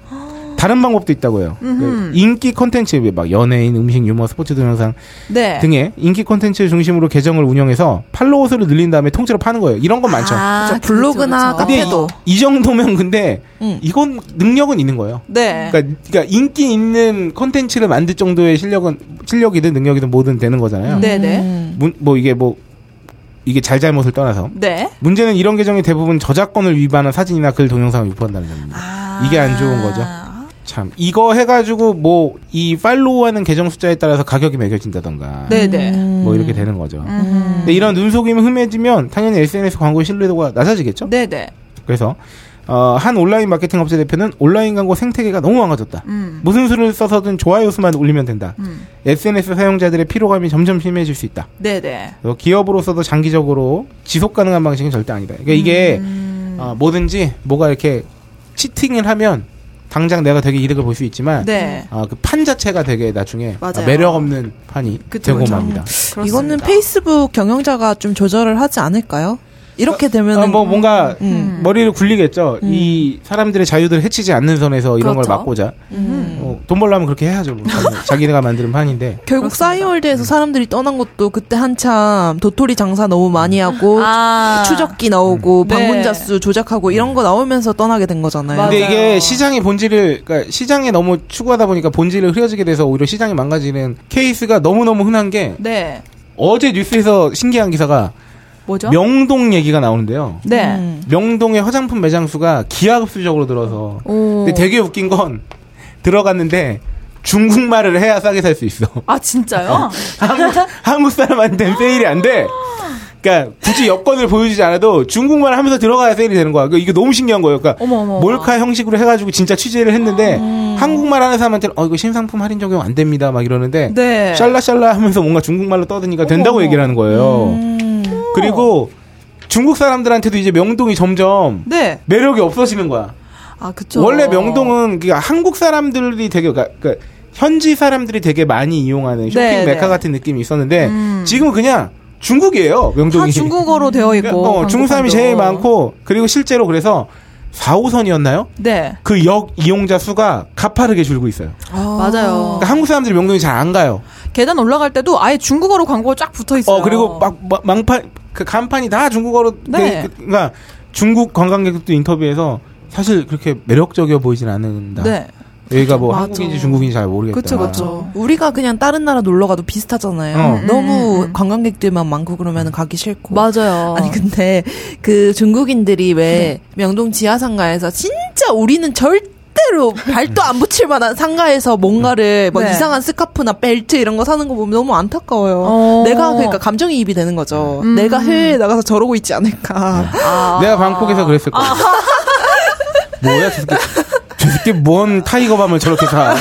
[SPEAKER 4] 다른 방법도 있다고 해요. 그 인기 콘텐츠, 막 연예인, 음식, 유머, 스포츠 동영상
[SPEAKER 6] 네.
[SPEAKER 4] 등의 인기 콘텐츠 중심으로 계정을 운영해서 팔로워 수를 늘린 다음에 통째로 파는 거예요. 이런 건 많죠.
[SPEAKER 6] 아,
[SPEAKER 5] 그렇죠. 블로그나
[SPEAKER 6] 그렇죠,
[SPEAKER 4] 근데
[SPEAKER 6] 그렇죠.
[SPEAKER 5] 카페도.
[SPEAKER 4] 이, 이 정도면 근데
[SPEAKER 6] 음.
[SPEAKER 4] 이건 능력은 있는 거예요.
[SPEAKER 6] 네.
[SPEAKER 4] 그러니까, 그러니까 인기 있는 콘텐츠를 만들 정도의 실력은 실력이든 능력이든 뭐든 되는 거잖아요.
[SPEAKER 6] 네네.
[SPEAKER 4] 문- 뭐 이게 뭐 이게 잘잘못을 떠나서
[SPEAKER 6] 네.
[SPEAKER 4] 문제는 이런 계정이 대부분 저작권을 위반한 사진이나 글 동영상을 유포한다는 점입니다.
[SPEAKER 6] 아.
[SPEAKER 4] 이게 안 좋은 거죠. 참 이거 해가지고 뭐 이 팔로우하는 계정 숫자에 따라서 가격이 매겨진다던가
[SPEAKER 6] 네네. 음.
[SPEAKER 4] 뭐 이렇게 되는 거죠. 근데 이런 눈속임이 흠해지면 당연히 SNS 광고 신뢰도가 낮아지겠죠.
[SPEAKER 6] 네네.
[SPEAKER 4] 그래서 어, 한 온라인 마케팅 업체 대표는 온라인 광고 생태계가 너무 망가졌다.
[SPEAKER 6] 음.
[SPEAKER 4] 무슨 수를 써서든 좋아요 수만 올리면 된다. SNS 사용자들의 피로감이 점점 심해질 수 있다.
[SPEAKER 6] 네네.
[SPEAKER 4] 그래서 기업으로서도 장기적으로 지속 가능한 방식은 절대 아니다. 그러니까 이게
[SPEAKER 6] 음.
[SPEAKER 4] 어, 뭐든지 뭐가 이렇게 치팅을 하면 당장 내가 되게 이득을 볼 수 있지만
[SPEAKER 6] 네.
[SPEAKER 4] 그 판 자체가 되게 나중에
[SPEAKER 6] 맞아요.
[SPEAKER 4] 매력 없는 판이
[SPEAKER 6] 그쵸,
[SPEAKER 4] 되고
[SPEAKER 6] 그쵸.
[SPEAKER 4] 맙니다.
[SPEAKER 6] 그렇습니다.
[SPEAKER 5] 이거는 페이스북 경영자가 좀 조절을 하지 않을까요? 이렇게 되면
[SPEAKER 4] 어, 뭐 뭔가
[SPEAKER 6] 음.
[SPEAKER 4] 머리를 굴리겠죠. 이 사람들의 자유들을 해치지 않는 선에서 이런 걸
[SPEAKER 5] 그렇죠.
[SPEAKER 4] 막고자
[SPEAKER 6] 음.
[SPEAKER 4] 어, 돈 벌려면 그렇게 해야죠. 뭐. 자기네가 만드는 판인데
[SPEAKER 5] 결국 싸이월드에서 사람들이 떠난 것도 그때 한참 도토리 장사 너무 많이 하고
[SPEAKER 6] 아.
[SPEAKER 5] 추적기 나오고
[SPEAKER 6] 네.
[SPEAKER 5] 방문자 수 조작하고 이런 거 나오면서 떠나게 된 거잖아요.
[SPEAKER 4] 근데 이게 시장의 본질을 그러니까 시장에 너무 추구하다 보니까 본질을 흐려지게 돼서 오히려 시장이 망가지는 케이스가 너무너무 흔한 게
[SPEAKER 6] 네.
[SPEAKER 4] 어제 뉴스에서 신기한 기사가
[SPEAKER 6] 뭐죠?
[SPEAKER 4] 명동 얘기가 나오는데요.
[SPEAKER 6] 네.
[SPEAKER 4] 명동의 화장품 매장 수가 기하급수적으로 늘어서
[SPEAKER 6] 오.
[SPEAKER 4] 근데 되게 웃긴 건 들어갔는데 중국말을 해야 싸게 살 수 있어.
[SPEAKER 6] 아 진짜요?
[SPEAKER 4] 한국, 한국 사람한테는 세일이 안 돼. 그러니까 굳이 여권을 보여주지 않아도 중국말 하면서 들어가야 세일이 되는 거야. 그 이거 너무 신기한 거예요. 그러니까
[SPEAKER 6] 어머, 아, 음. 어머, 어머.
[SPEAKER 4] 몰카 형식으로 해가지고 진짜 취재를 했는데 한국말 하는 사람한테는 어 이거 신상품 할인 적용 안 됩니다 막 이러는데
[SPEAKER 6] 네.
[SPEAKER 4] 샬라샬라 하면서 뭔가 중국말로 떠드니까 된다고 얘기를 하는 거예요.
[SPEAKER 6] 음.
[SPEAKER 5] 음.
[SPEAKER 4] 그리고 중국 사람들한테도 이제 명동이 점점
[SPEAKER 6] 네.
[SPEAKER 4] 매력이 없어지는 거야.
[SPEAKER 6] 아 그쵸.
[SPEAKER 4] 원래 명동은 그러니까 한국 사람들이 되게 그러니까, 그러니까 현지 사람들이 되게 많이 이용하는 쇼핑
[SPEAKER 6] 네,
[SPEAKER 4] 메카
[SPEAKER 6] 네. 음.
[SPEAKER 4] 같은 느낌이 있었는데 지금은 그냥 중국이에요
[SPEAKER 6] 다
[SPEAKER 4] 명동이.
[SPEAKER 6] 아, 중국어로 되어
[SPEAKER 4] 그러니까,
[SPEAKER 6] 있고.
[SPEAKER 4] 어, 중국 사람이
[SPEAKER 6] 한국판도.
[SPEAKER 4] 제일 많고 그리고 실제로 그래서 4호선이었나요?
[SPEAKER 6] 네.
[SPEAKER 4] 그 역 이용자 수가 가파르게 줄고 있어요.
[SPEAKER 6] 맞아요.
[SPEAKER 4] 그러니까 한국 사람들이 명동이 잘 안 가요.
[SPEAKER 6] 계단 올라갈 때도 아예 중국어로 광고가 쫙 붙어 있어요.
[SPEAKER 4] 어 그리고 막, 막- 망판 그 간판이 다 중국어로
[SPEAKER 6] 네.
[SPEAKER 4] 돼 있- 그러니까 중국 관광객도 인터뷰에서 사실 그렇게 매력적이어 보이진 않는다.
[SPEAKER 6] 네.
[SPEAKER 4] 여기가 뭐
[SPEAKER 5] 맞아.
[SPEAKER 4] 한국인지 중국인지 잘 모르겠다.
[SPEAKER 6] 그쵸 그쵸.
[SPEAKER 5] 우리가 그냥 다른 나라 놀러 가도 비슷하잖아요.
[SPEAKER 4] 어. 음,
[SPEAKER 5] 너무 관광객들만 많고 그러면 가기 싫고.
[SPEAKER 6] 맞아요. 네.
[SPEAKER 5] 아니 근데 그 중국인들이 왜 명동 지하 상가에서 진짜 우리는 절대로 발도 안 붙일 만한 상가에서 뭔가를 뭐
[SPEAKER 6] 네.
[SPEAKER 5] 이상한 스카프나 벨트 이런 거 사는 거 보면 너무 안타까워요.
[SPEAKER 6] 어. 음.
[SPEAKER 5] 내가 그러니까 감정이입이 되는 거죠. 내가 해외에 나가서 저러고 있지 않을까.
[SPEAKER 4] 아. 내가
[SPEAKER 6] 아.
[SPEAKER 4] 방콕에서 그랬을 거야. 뭐야, 저 새끼. 저 새끼 뭔 타이거 밤을 저렇게 사.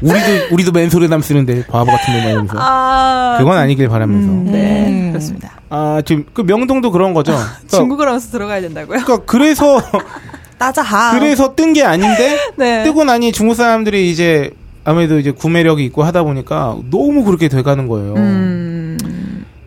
[SPEAKER 4] 우리도, 우리도 맨소리남 쓰는데, 바보 같은 놈 하면서.
[SPEAKER 6] 아.
[SPEAKER 4] 그건 아니길 바라면서.
[SPEAKER 6] 네. 그렇습니다.
[SPEAKER 4] 아, 지금, 그 명동도 그런 거죠. 그러니까,
[SPEAKER 6] 아, 중국어로 하면서 들어가야 된다고요?
[SPEAKER 4] 그러니까 그래서,
[SPEAKER 5] 따자하.
[SPEAKER 4] 그래서 뜬 게 아닌데,
[SPEAKER 6] 아. 네.
[SPEAKER 4] 뜨고 나니 중국 사람들이 이제, 아무래도 이제 구매력이 있고 하다 보니까 너무 그렇게 돼가는 거예요.
[SPEAKER 6] 음.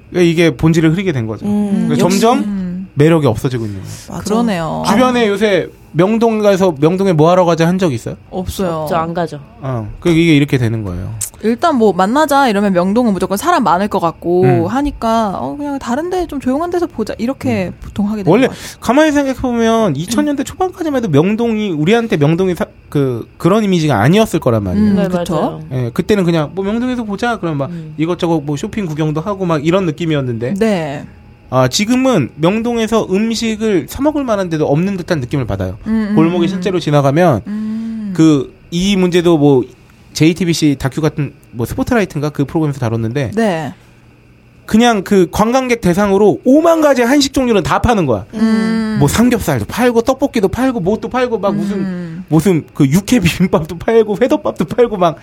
[SPEAKER 4] 그러니까 이게 본질을 흐리게 된 거죠. 그러니까
[SPEAKER 6] 음.
[SPEAKER 4] 점점 매력이 없어지고 있는 거예요.
[SPEAKER 6] 그러네요.
[SPEAKER 4] 주변에 요새 명동 가서 명동에 뭐 하러 가자 한 적 있어요?
[SPEAKER 6] 없어요.
[SPEAKER 7] 저 안 가죠.
[SPEAKER 4] 어. 그 이게 이렇게 되는 거예요.
[SPEAKER 6] 일단 뭐 만나자 이러면 명동은 무조건 사람 많을 것 같고
[SPEAKER 4] 음.
[SPEAKER 6] 하니까 어 그냥 다른데 좀 조용한 데서 보자 이렇게 보통 하게 되는
[SPEAKER 4] 음. 원래
[SPEAKER 6] 것 같아요.
[SPEAKER 4] 가만히 생각해 보면 2000년대 초반까지만 해도 명동이 우리한테 명동이 사- 그 그런 이미지가 아니었을 거란 말이에요.
[SPEAKER 6] 음,
[SPEAKER 7] 네,
[SPEAKER 6] 그쵸?
[SPEAKER 7] 맞아요.
[SPEAKER 4] 예, 그때는 그냥 뭐 명동에서 보자 그럼 막 이것저것 뭐 쇼핑 구경도 하고 막 이런 느낌이었는데
[SPEAKER 6] 네.
[SPEAKER 4] 아 지금은 명동에서 음식을 사 먹을 만한 데도 없는 듯한 느낌을 받아요.
[SPEAKER 6] 음, 음,
[SPEAKER 4] 골목에 실제로 지나가면
[SPEAKER 6] 음.
[SPEAKER 4] 그 이 문제도 뭐 JTBC 다큐 같은 뭐 스포트라이트인가 그 프로그램에서 다뤘는데
[SPEAKER 6] 네.
[SPEAKER 4] 그냥 그 관광객 대상으로 5만 가지 한식 종류는 다 파는 거야.
[SPEAKER 7] 음.
[SPEAKER 6] 음.
[SPEAKER 4] 뭐 삼겹살도 팔고 떡볶이도 팔고 뭐도 팔고 막
[SPEAKER 6] 음.
[SPEAKER 4] 무슨 무슨 그 육회 비빔밥도 팔고 회덮밥도 팔고 막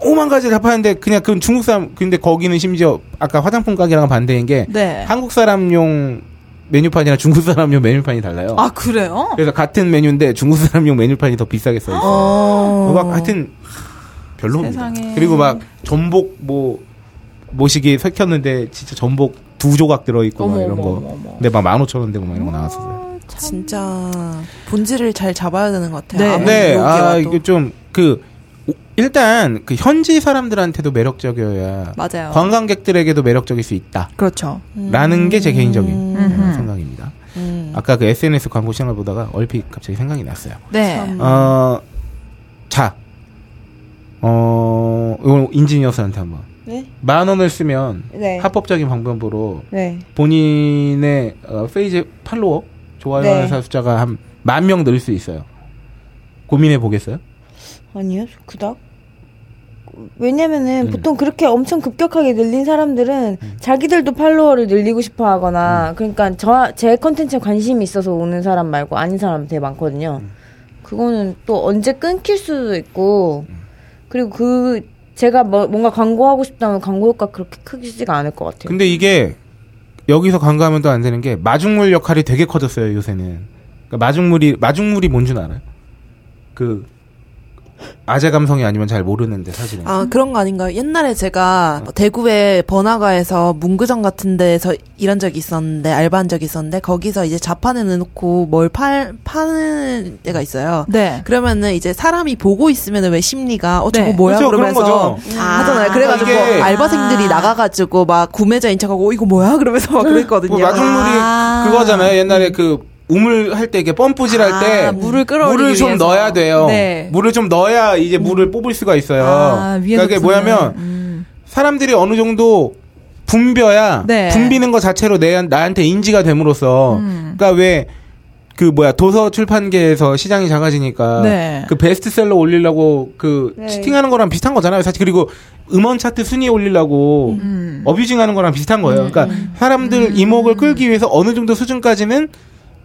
[SPEAKER 4] 5만 가지 다 파는데 그냥 그건 중국 사람 근데 거기는 심지어 아까 화장품 가게랑 반대인 게
[SPEAKER 6] 네.
[SPEAKER 4] 한국 사람용 메뉴판이랑 중국 사람용 메뉴판이 달라요.
[SPEAKER 6] 아 그래요?
[SPEAKER 4] 그래서 같은 메뉴인데 중국 사람용 메뉴판이 더 비싸게 써 있어. 어, 막 하여튼 별로입니다.
[SPEAKER 6] 세상에.
[SPEAKER 4] 그리고 막 전복 뭐 모시기 섞였는데 진짜 전복 두 조각 들어 있고 막
[SPEAKER 6] 어머,
[SPEAKER 4] 이런
[SPEAKER 6] 어머,
[SPEAKER 4] 거.
[SPEAKER 6] 어머, 어머.
[SPEAKER 4] 근데 막 15,000원대 막 이런 거 나왔었어요.
[SPEAKER 5] 진짜 본질을 잘 잡아야 되는 것 같아요.
[SPEAKER 6] 네.
[SPEAKER 5] 아무리
[SPEAKER 4] 근데 아
[SPEAKER 5] 여기와도.
[SPEAKER 4] 이게 좀 그 일단 그 현지 사람들한테도 매력적이어야
[SPEAKER 6] 맞아요.
[SPEAKER 4] 관광객들에게도 매력적일 수 있다라는
[SPEAKER 6] 그렇죠.
[SPEAKER 4] 게 제 개인적인
[SPEAKER 6] 음흠.
[SPEAKER 4] 생각입니다. 아까 그 SNS 광고 시장을 보다가 얼핏 갑자기 생각이 났어요.
[SPEAKER 6] 네.
[SPEAKER 4] 어, 자, 어, 이건 인지니어스한테 한번.
[SPEAKER 9] 네?
[SPEAKER 4] 만 원을 쓰면
[SPEAKER 9] 네.
[SPEAKER 4] 합법적인 방법으로
[SPEAKER 9] 네.
[SPEAKER 4] 본인의 어, 페이지 팔로워 좋아요하는
[SPEAKER 9] 네.
[SPEAKER 4] 사 숫자가 한 만 명 늘릴 수 있어요. 고민해 보겠어요?
[SPEAKER 9] 네.
[SPEAKER 8] 아니요, 그닥.
[SPEAKER 4] 음.
[SPEAKER 8] 왜냐면은 보통 그렇게 엄청 급격하게 늘린 사람들은 자기들도 팔로워를 늘리고 싶어 하거나
[SPEAKER 4] 음.
[SPEAKER 8] 그러니까 저 제 컨텐츠에 관심이 있어서 오는 사람 말고 아닌 사람 되게 많거든요.
[SPEAKER 4] 음.
[SPEAKER 8] 그거는 또 언제 끊길 수도 있고
[SPEAKER 4] 음.
[SPEAKER 8] 그리고 그 제가 뭐, 뭔가 광고하고 싶다면 광고 효과 그렇게 크지가 않을 것 같아요.
[SPEAKER 4] 근데 이게 여기서 간과하면 또 안 되는 게 마중물 역할이 되게 커졌어요 요새는. 그러니까 마중물이 마중물이 뭔 줄 알아요? 그 아재 감성이 아니면 잘 모르는데 사실은.
[SPEAKER 5] 아 그런 거 아닌가요? 옛날에 제가 뭐 대구의 번화가에서 문구점 같은 데서 일한 적이 있었는데 알바한 적이 있었는데 거기서 이제 자판에 넣고 뭘 팔 파는 데가 있어요.
[SPEAKER 6] 네.
[SPEAKER 5] 그러면은 이제 사람이 보고 있으면 왜 심리가 어 저거
[SPEAKER 6] 네.
[SPEAKER 5] 뭐야
[SPEAKER 4] 그렇죠, 그런
[SPEAKER 5] 그러면서
[SPEAKER 4] 거죠.
[SPEAKER 5] 하잖아요. 그래가지고
[SPEAKER 4] 이게- 아.
[SPEAKER 5] 알바생들이 나가가지고 막 구매자인 척하고 어, 이거 뭐야 그러면서 막 그랬거든요.
[SPEAKER 4] 뭐 마중물이 그거잖아요. 옛날에 그 우물 할 때 이게 펌프질 할 때
[SPEAKER 6] 아, 물을 끌어올리기
[SPEAKER 4] 물을 좀
[SPEAKER 6] 위해서.
[SPEAKER 4] 넣어야 돼요.
[SPEAKER 6] 네.
[SPEAKER 4] 물을 좀 넣어야 이제 물을 뽑을 수가 있어요.
[SPEAKER 6] 아,
[SPEAKER 4] 그러니까
[SPEAKER 6] 위에서
[SPEAKER 4] 그게
[SPEAKER 6] 붙는-
[SPEAKER 4] 뭐냐면
[SPEAKER 6] 음.
[SPEAKER 4] 사람들이 어느 정도 붐벼야
[SPEAKER 6] 네.
[SPEAKER 4] 붐비는 것 자체로 내 나한테 인지가 됨으로써
[SPEAKER 6] 음.
[SPEAKER 4] 그러니까 왜 그 뭐야 도서 출판계에서 시장이 작아지니까
[SPEAKER 6] 네.
[SPEAKER 4] 그 베스트셀러 올리려고 그 치팅하는 거랑 비슷한 거잖아요 사실 그리고 음원 차트 순위
[SPEAKER 6] 음.
[SPEAKER 4] 올리려고 어뷰징하는 거랑 비슷한
[SPEAKER 6] 네.
[SPEAKER 4] 거예요 그러니까 사람들 이목을 끌기 위해서 어느 정도 수준까지는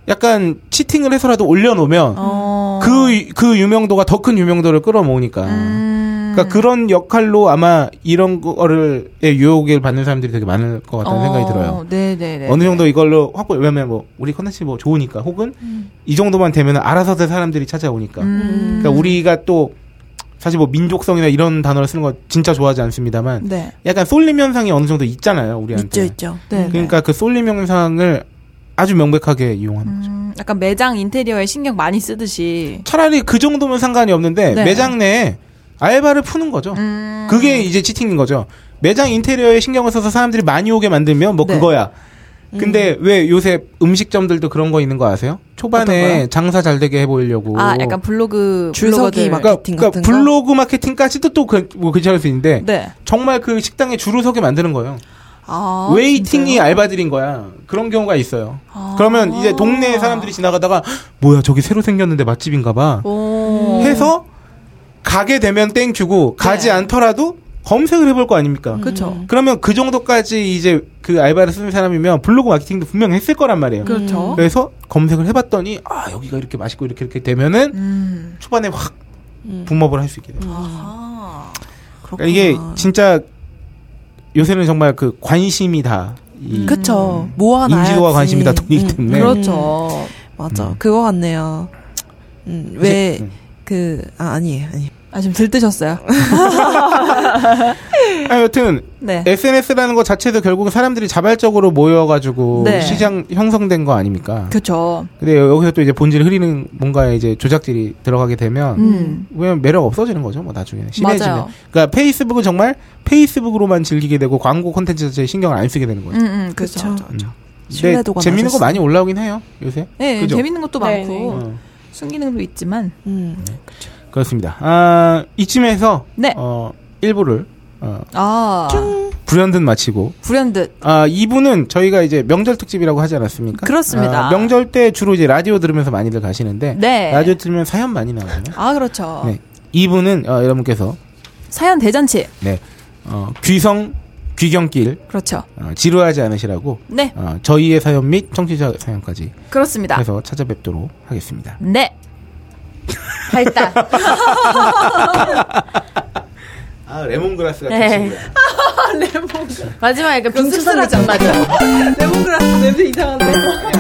[SPEAKER 4] 약간 치팅을 해서라도 올려놓으면
[SPEAKER 6] 어.
[SPEAKER 4] 그, 그 유명도가 더 큰 유명도를 끌어모으니까.
[SPEAKER 6] 음.
[SPEAKER 4] 그러니까 그런 역할로 아마 이런 거를, 의 유혹을 받는 사람들이 되게 많을 것 같다는 생각이 들어요.
[SPEAKER 6] 네네네.
[SPEAKER 4] 어느 정도 이걸로 확보, 왜냐면 뭐, 우리 컨텐츠 뭐 좋으니까, 혹은
[SPEAKER 6] 음.
[SPEAKER 4] 이 정도만 되면 알아서 된 사람들이 찾아오니까. 그러니까 우리가 또, 사실 뭐 민족성이나 이런 단어를 쓰는 거 진짜 좋아하지 않습니다만,
[SPEAKER 6] 네.
[SPEAKER 4] 약간 쏠림 현상이 어느 정도 있잖아요, 우리한테.
[SPEAKER 5] 있죠 있죠.
[SPEAKER 6] 네.
[SPEAKER 4] 그러니까 그 쏠림 현상을 아주 명백하게 이용하는 거죠.
[SPEAKER 6] 음, 약간 매장 인테리어에 신경 많이 쓰듯이.
[SPEAKER 4] 차라리 그 정도면 상관이 없는데
[SPEAKER 6] 네.
[SPEAKER 4] 매장 내에 알바를 푸는 거죠.
[SPEAKER 5] 음.
[SPEAKER 4] 그게 이제 치팅인 거죠. 매장 인테리어에 신경을 써서 사람들이 많이 오게 만들면 뭐
[SPEAKER 6] 네.
[SPEAKER 4] 그거야.
[SPEAKER 5] 음.
[SPEAKER 4] 근데 왜 요새 음식점들도 그런 거 있는 거 아세요?
[SPEAKER 5] 어떤
[SPEAKER 4] 초반에
[SPEAKER 5] 거요?
[SPEAKER 4] 장사 잘 되게 해보려고.
[SPEAKER 6] 아, 약간 블로그
[SPEAKER 5] 줄 서기
[SPEAKER 6] 블로거들.
[SPEAKER 5] 막-
[SPEAKER 4] 그러니까,
[SPEAKER 5] 마케팅
[SPEAKER 4] 그러니까
[SPEAKER 5] 같은 거?
[SPEAKER 4] 블로그 마케팅까지도 또 그, 뭐 괜찮을 수 있는데
[SPEAKER 6] 네.
[SPEAKER 4] 정말 그 식당에 줄을 서게 만드는 거예요.
[SPEAKER 6] 아,
[SPEAKER 4] 웨이팅이 알바들인 거야. 그런 경우가 있어요. 그러면 이제 동네 사람들이 지나가다가 뭐야 저기 새로 생겼는데 맛집인가봐.
[SPEAKER 6] 오.
[SPEAKER 4] 해서 가게 되면 땡큐고 가지 않더라도 검색을 해볼 거 아닙니까?
[SPEAKER 6] 네. 그렇죠.
[SPEAKER 4] 그러면 그 정도까지 이제 그 알바를 쓰는 사람이면 블로그 마케팅도 분명 했을 거란 말이에요.
[SPEAKER 6] 그렇죠.
[SPEAKER 4] 그래서 검색을 해봤더니 아 여기가 이렇게 맛있고 이렇게 이렇게 되면은
[SPEAKER 6] 음.
[SPEAKER 4] 초반에 확 붐업을 할 수 있게 돼요.
[SPEAKER 6] 아.
[SPEAKER 4] 그러니까 이게 진짜 요새는 정말 그 관심이 다 이-
[SPEAKER 5] 음. 그쵸. 뭐 모아놔야
[SPEAKER 4] 음. 인지도와 관심이 다 돈이기 때문에
[SPEAKER 6] 그렇죠.
[SPEAKER 5] 음. 맞아.
[SPEAKER 4] 음.
[SPEAKER 5] 그거 같네요. 음, 왜, 그, 아, 아니에요, 아니에요.
[SPEAKER 6] 아, 지금 들뜨셨어요.
[SPEAKER 4] 아, 여튼
[SPEAKER 6] 네.
[SPEAKER 4] SNS라는 것 자체도 결국은 사람들이 자발적으로 모여가지고
[SPEAKER 6] 네.
[SPEAKER 4] 시장 형성된 거 아닙니까?
[SPEAKER 6] 그렇죠.
[SPEAKER 4] 근데 여기서 또 이제 본질 흐리는 뭔가에 이제 조작질이 들어가게 되면
[SPEAKER 6] 음.
[SPEAKER 4] 왜냐면 매력 없어지는 거죠, 뭐 나중에는 심해지면.
[SPEAKER 6] 맞아요.
[SPEAKER 4] 그러니까 페이스북은 정말 페이스북으로만 즐기게 되고 광고 콘텐츠 자체에 신경을 안 쓰게 되는 거죠.
[SPEAKER 6] 음, 음, 그렇죠.
[SPEAKER 5] 그쵸.
[SPEAKER 4] 근데
[SPEAKER 5] 신뢰도가
[SPEAKER 4] 재밌는 거
[SPEAKER 5] 낮았어요.
[SPEAKER 4] 많이 올라오긴 해요, 요새.
[SPEAKER 6] 네,
[SPEAKER 4] 그죠?
[SPEAKER 6] 재밌는 것도
[SPEAKER 8] 네,
[SPEAKER 6] 많고
[SPEAKER 4] 어,
[SPEAKER 6] 순기능도 있지만
[SPEAKER 5] 음.
[SPEAKER 4] 그렇습니다. 아, 이쯤에서
[SPEAKER 6] 네.
[SPEAKER 4] 어, 1부를 어,
[SPEAKER 6] 아
[SPEAKER 4] 불현듯 마치고
[SPEAKER 6] 불현듯
[SPEAKER 4] 아, 2부는 저희가 이제 명절 특집이라고 하지 않았습니까?
[SPEAKER 6] 그렇습니다.
[SPEAKER 4] 아, 명절 때 주로 이제 라디오 들으면서 많이들 가시는데
[SPEAKER 6] 네.
[SPEAKER 4] 라디오 들으면 사연 많이 나오잖아요.
[SPEAKER 6] 아 그렇죠.
[SPEAKER 4] 네. 2부는 어, 여러분께서
[SPEAKER 6] 사연 대잔치
[SPEAKER 4] 네. 어, 귀성 귀경길
[SPEAKER 6] 그렇죠.
[SPEAKER 4] 어, 지루하지 않으시라고
[SPEAKER 6] 네
[SPEAKER 4] 어, 저희의 사연 및 청취자 사연까지
[SPEAKER 6] 그렇습니다.
[SPEAKER 4] 해서 찾아뵙도록 하겠습니다.
[SPEAKER 6] 네
[SPEAKER 7] 발달.
[SPEAKER 4] 아 레몬그라스 같은
[SPEAKER 7] 네.
[SPEAKER 4] 친구야.
[SPEAKER 7] 마지막에 그 빙수 선지 맞아.
[SPEAKER 6] 레몬그라스 냄새 이상한데.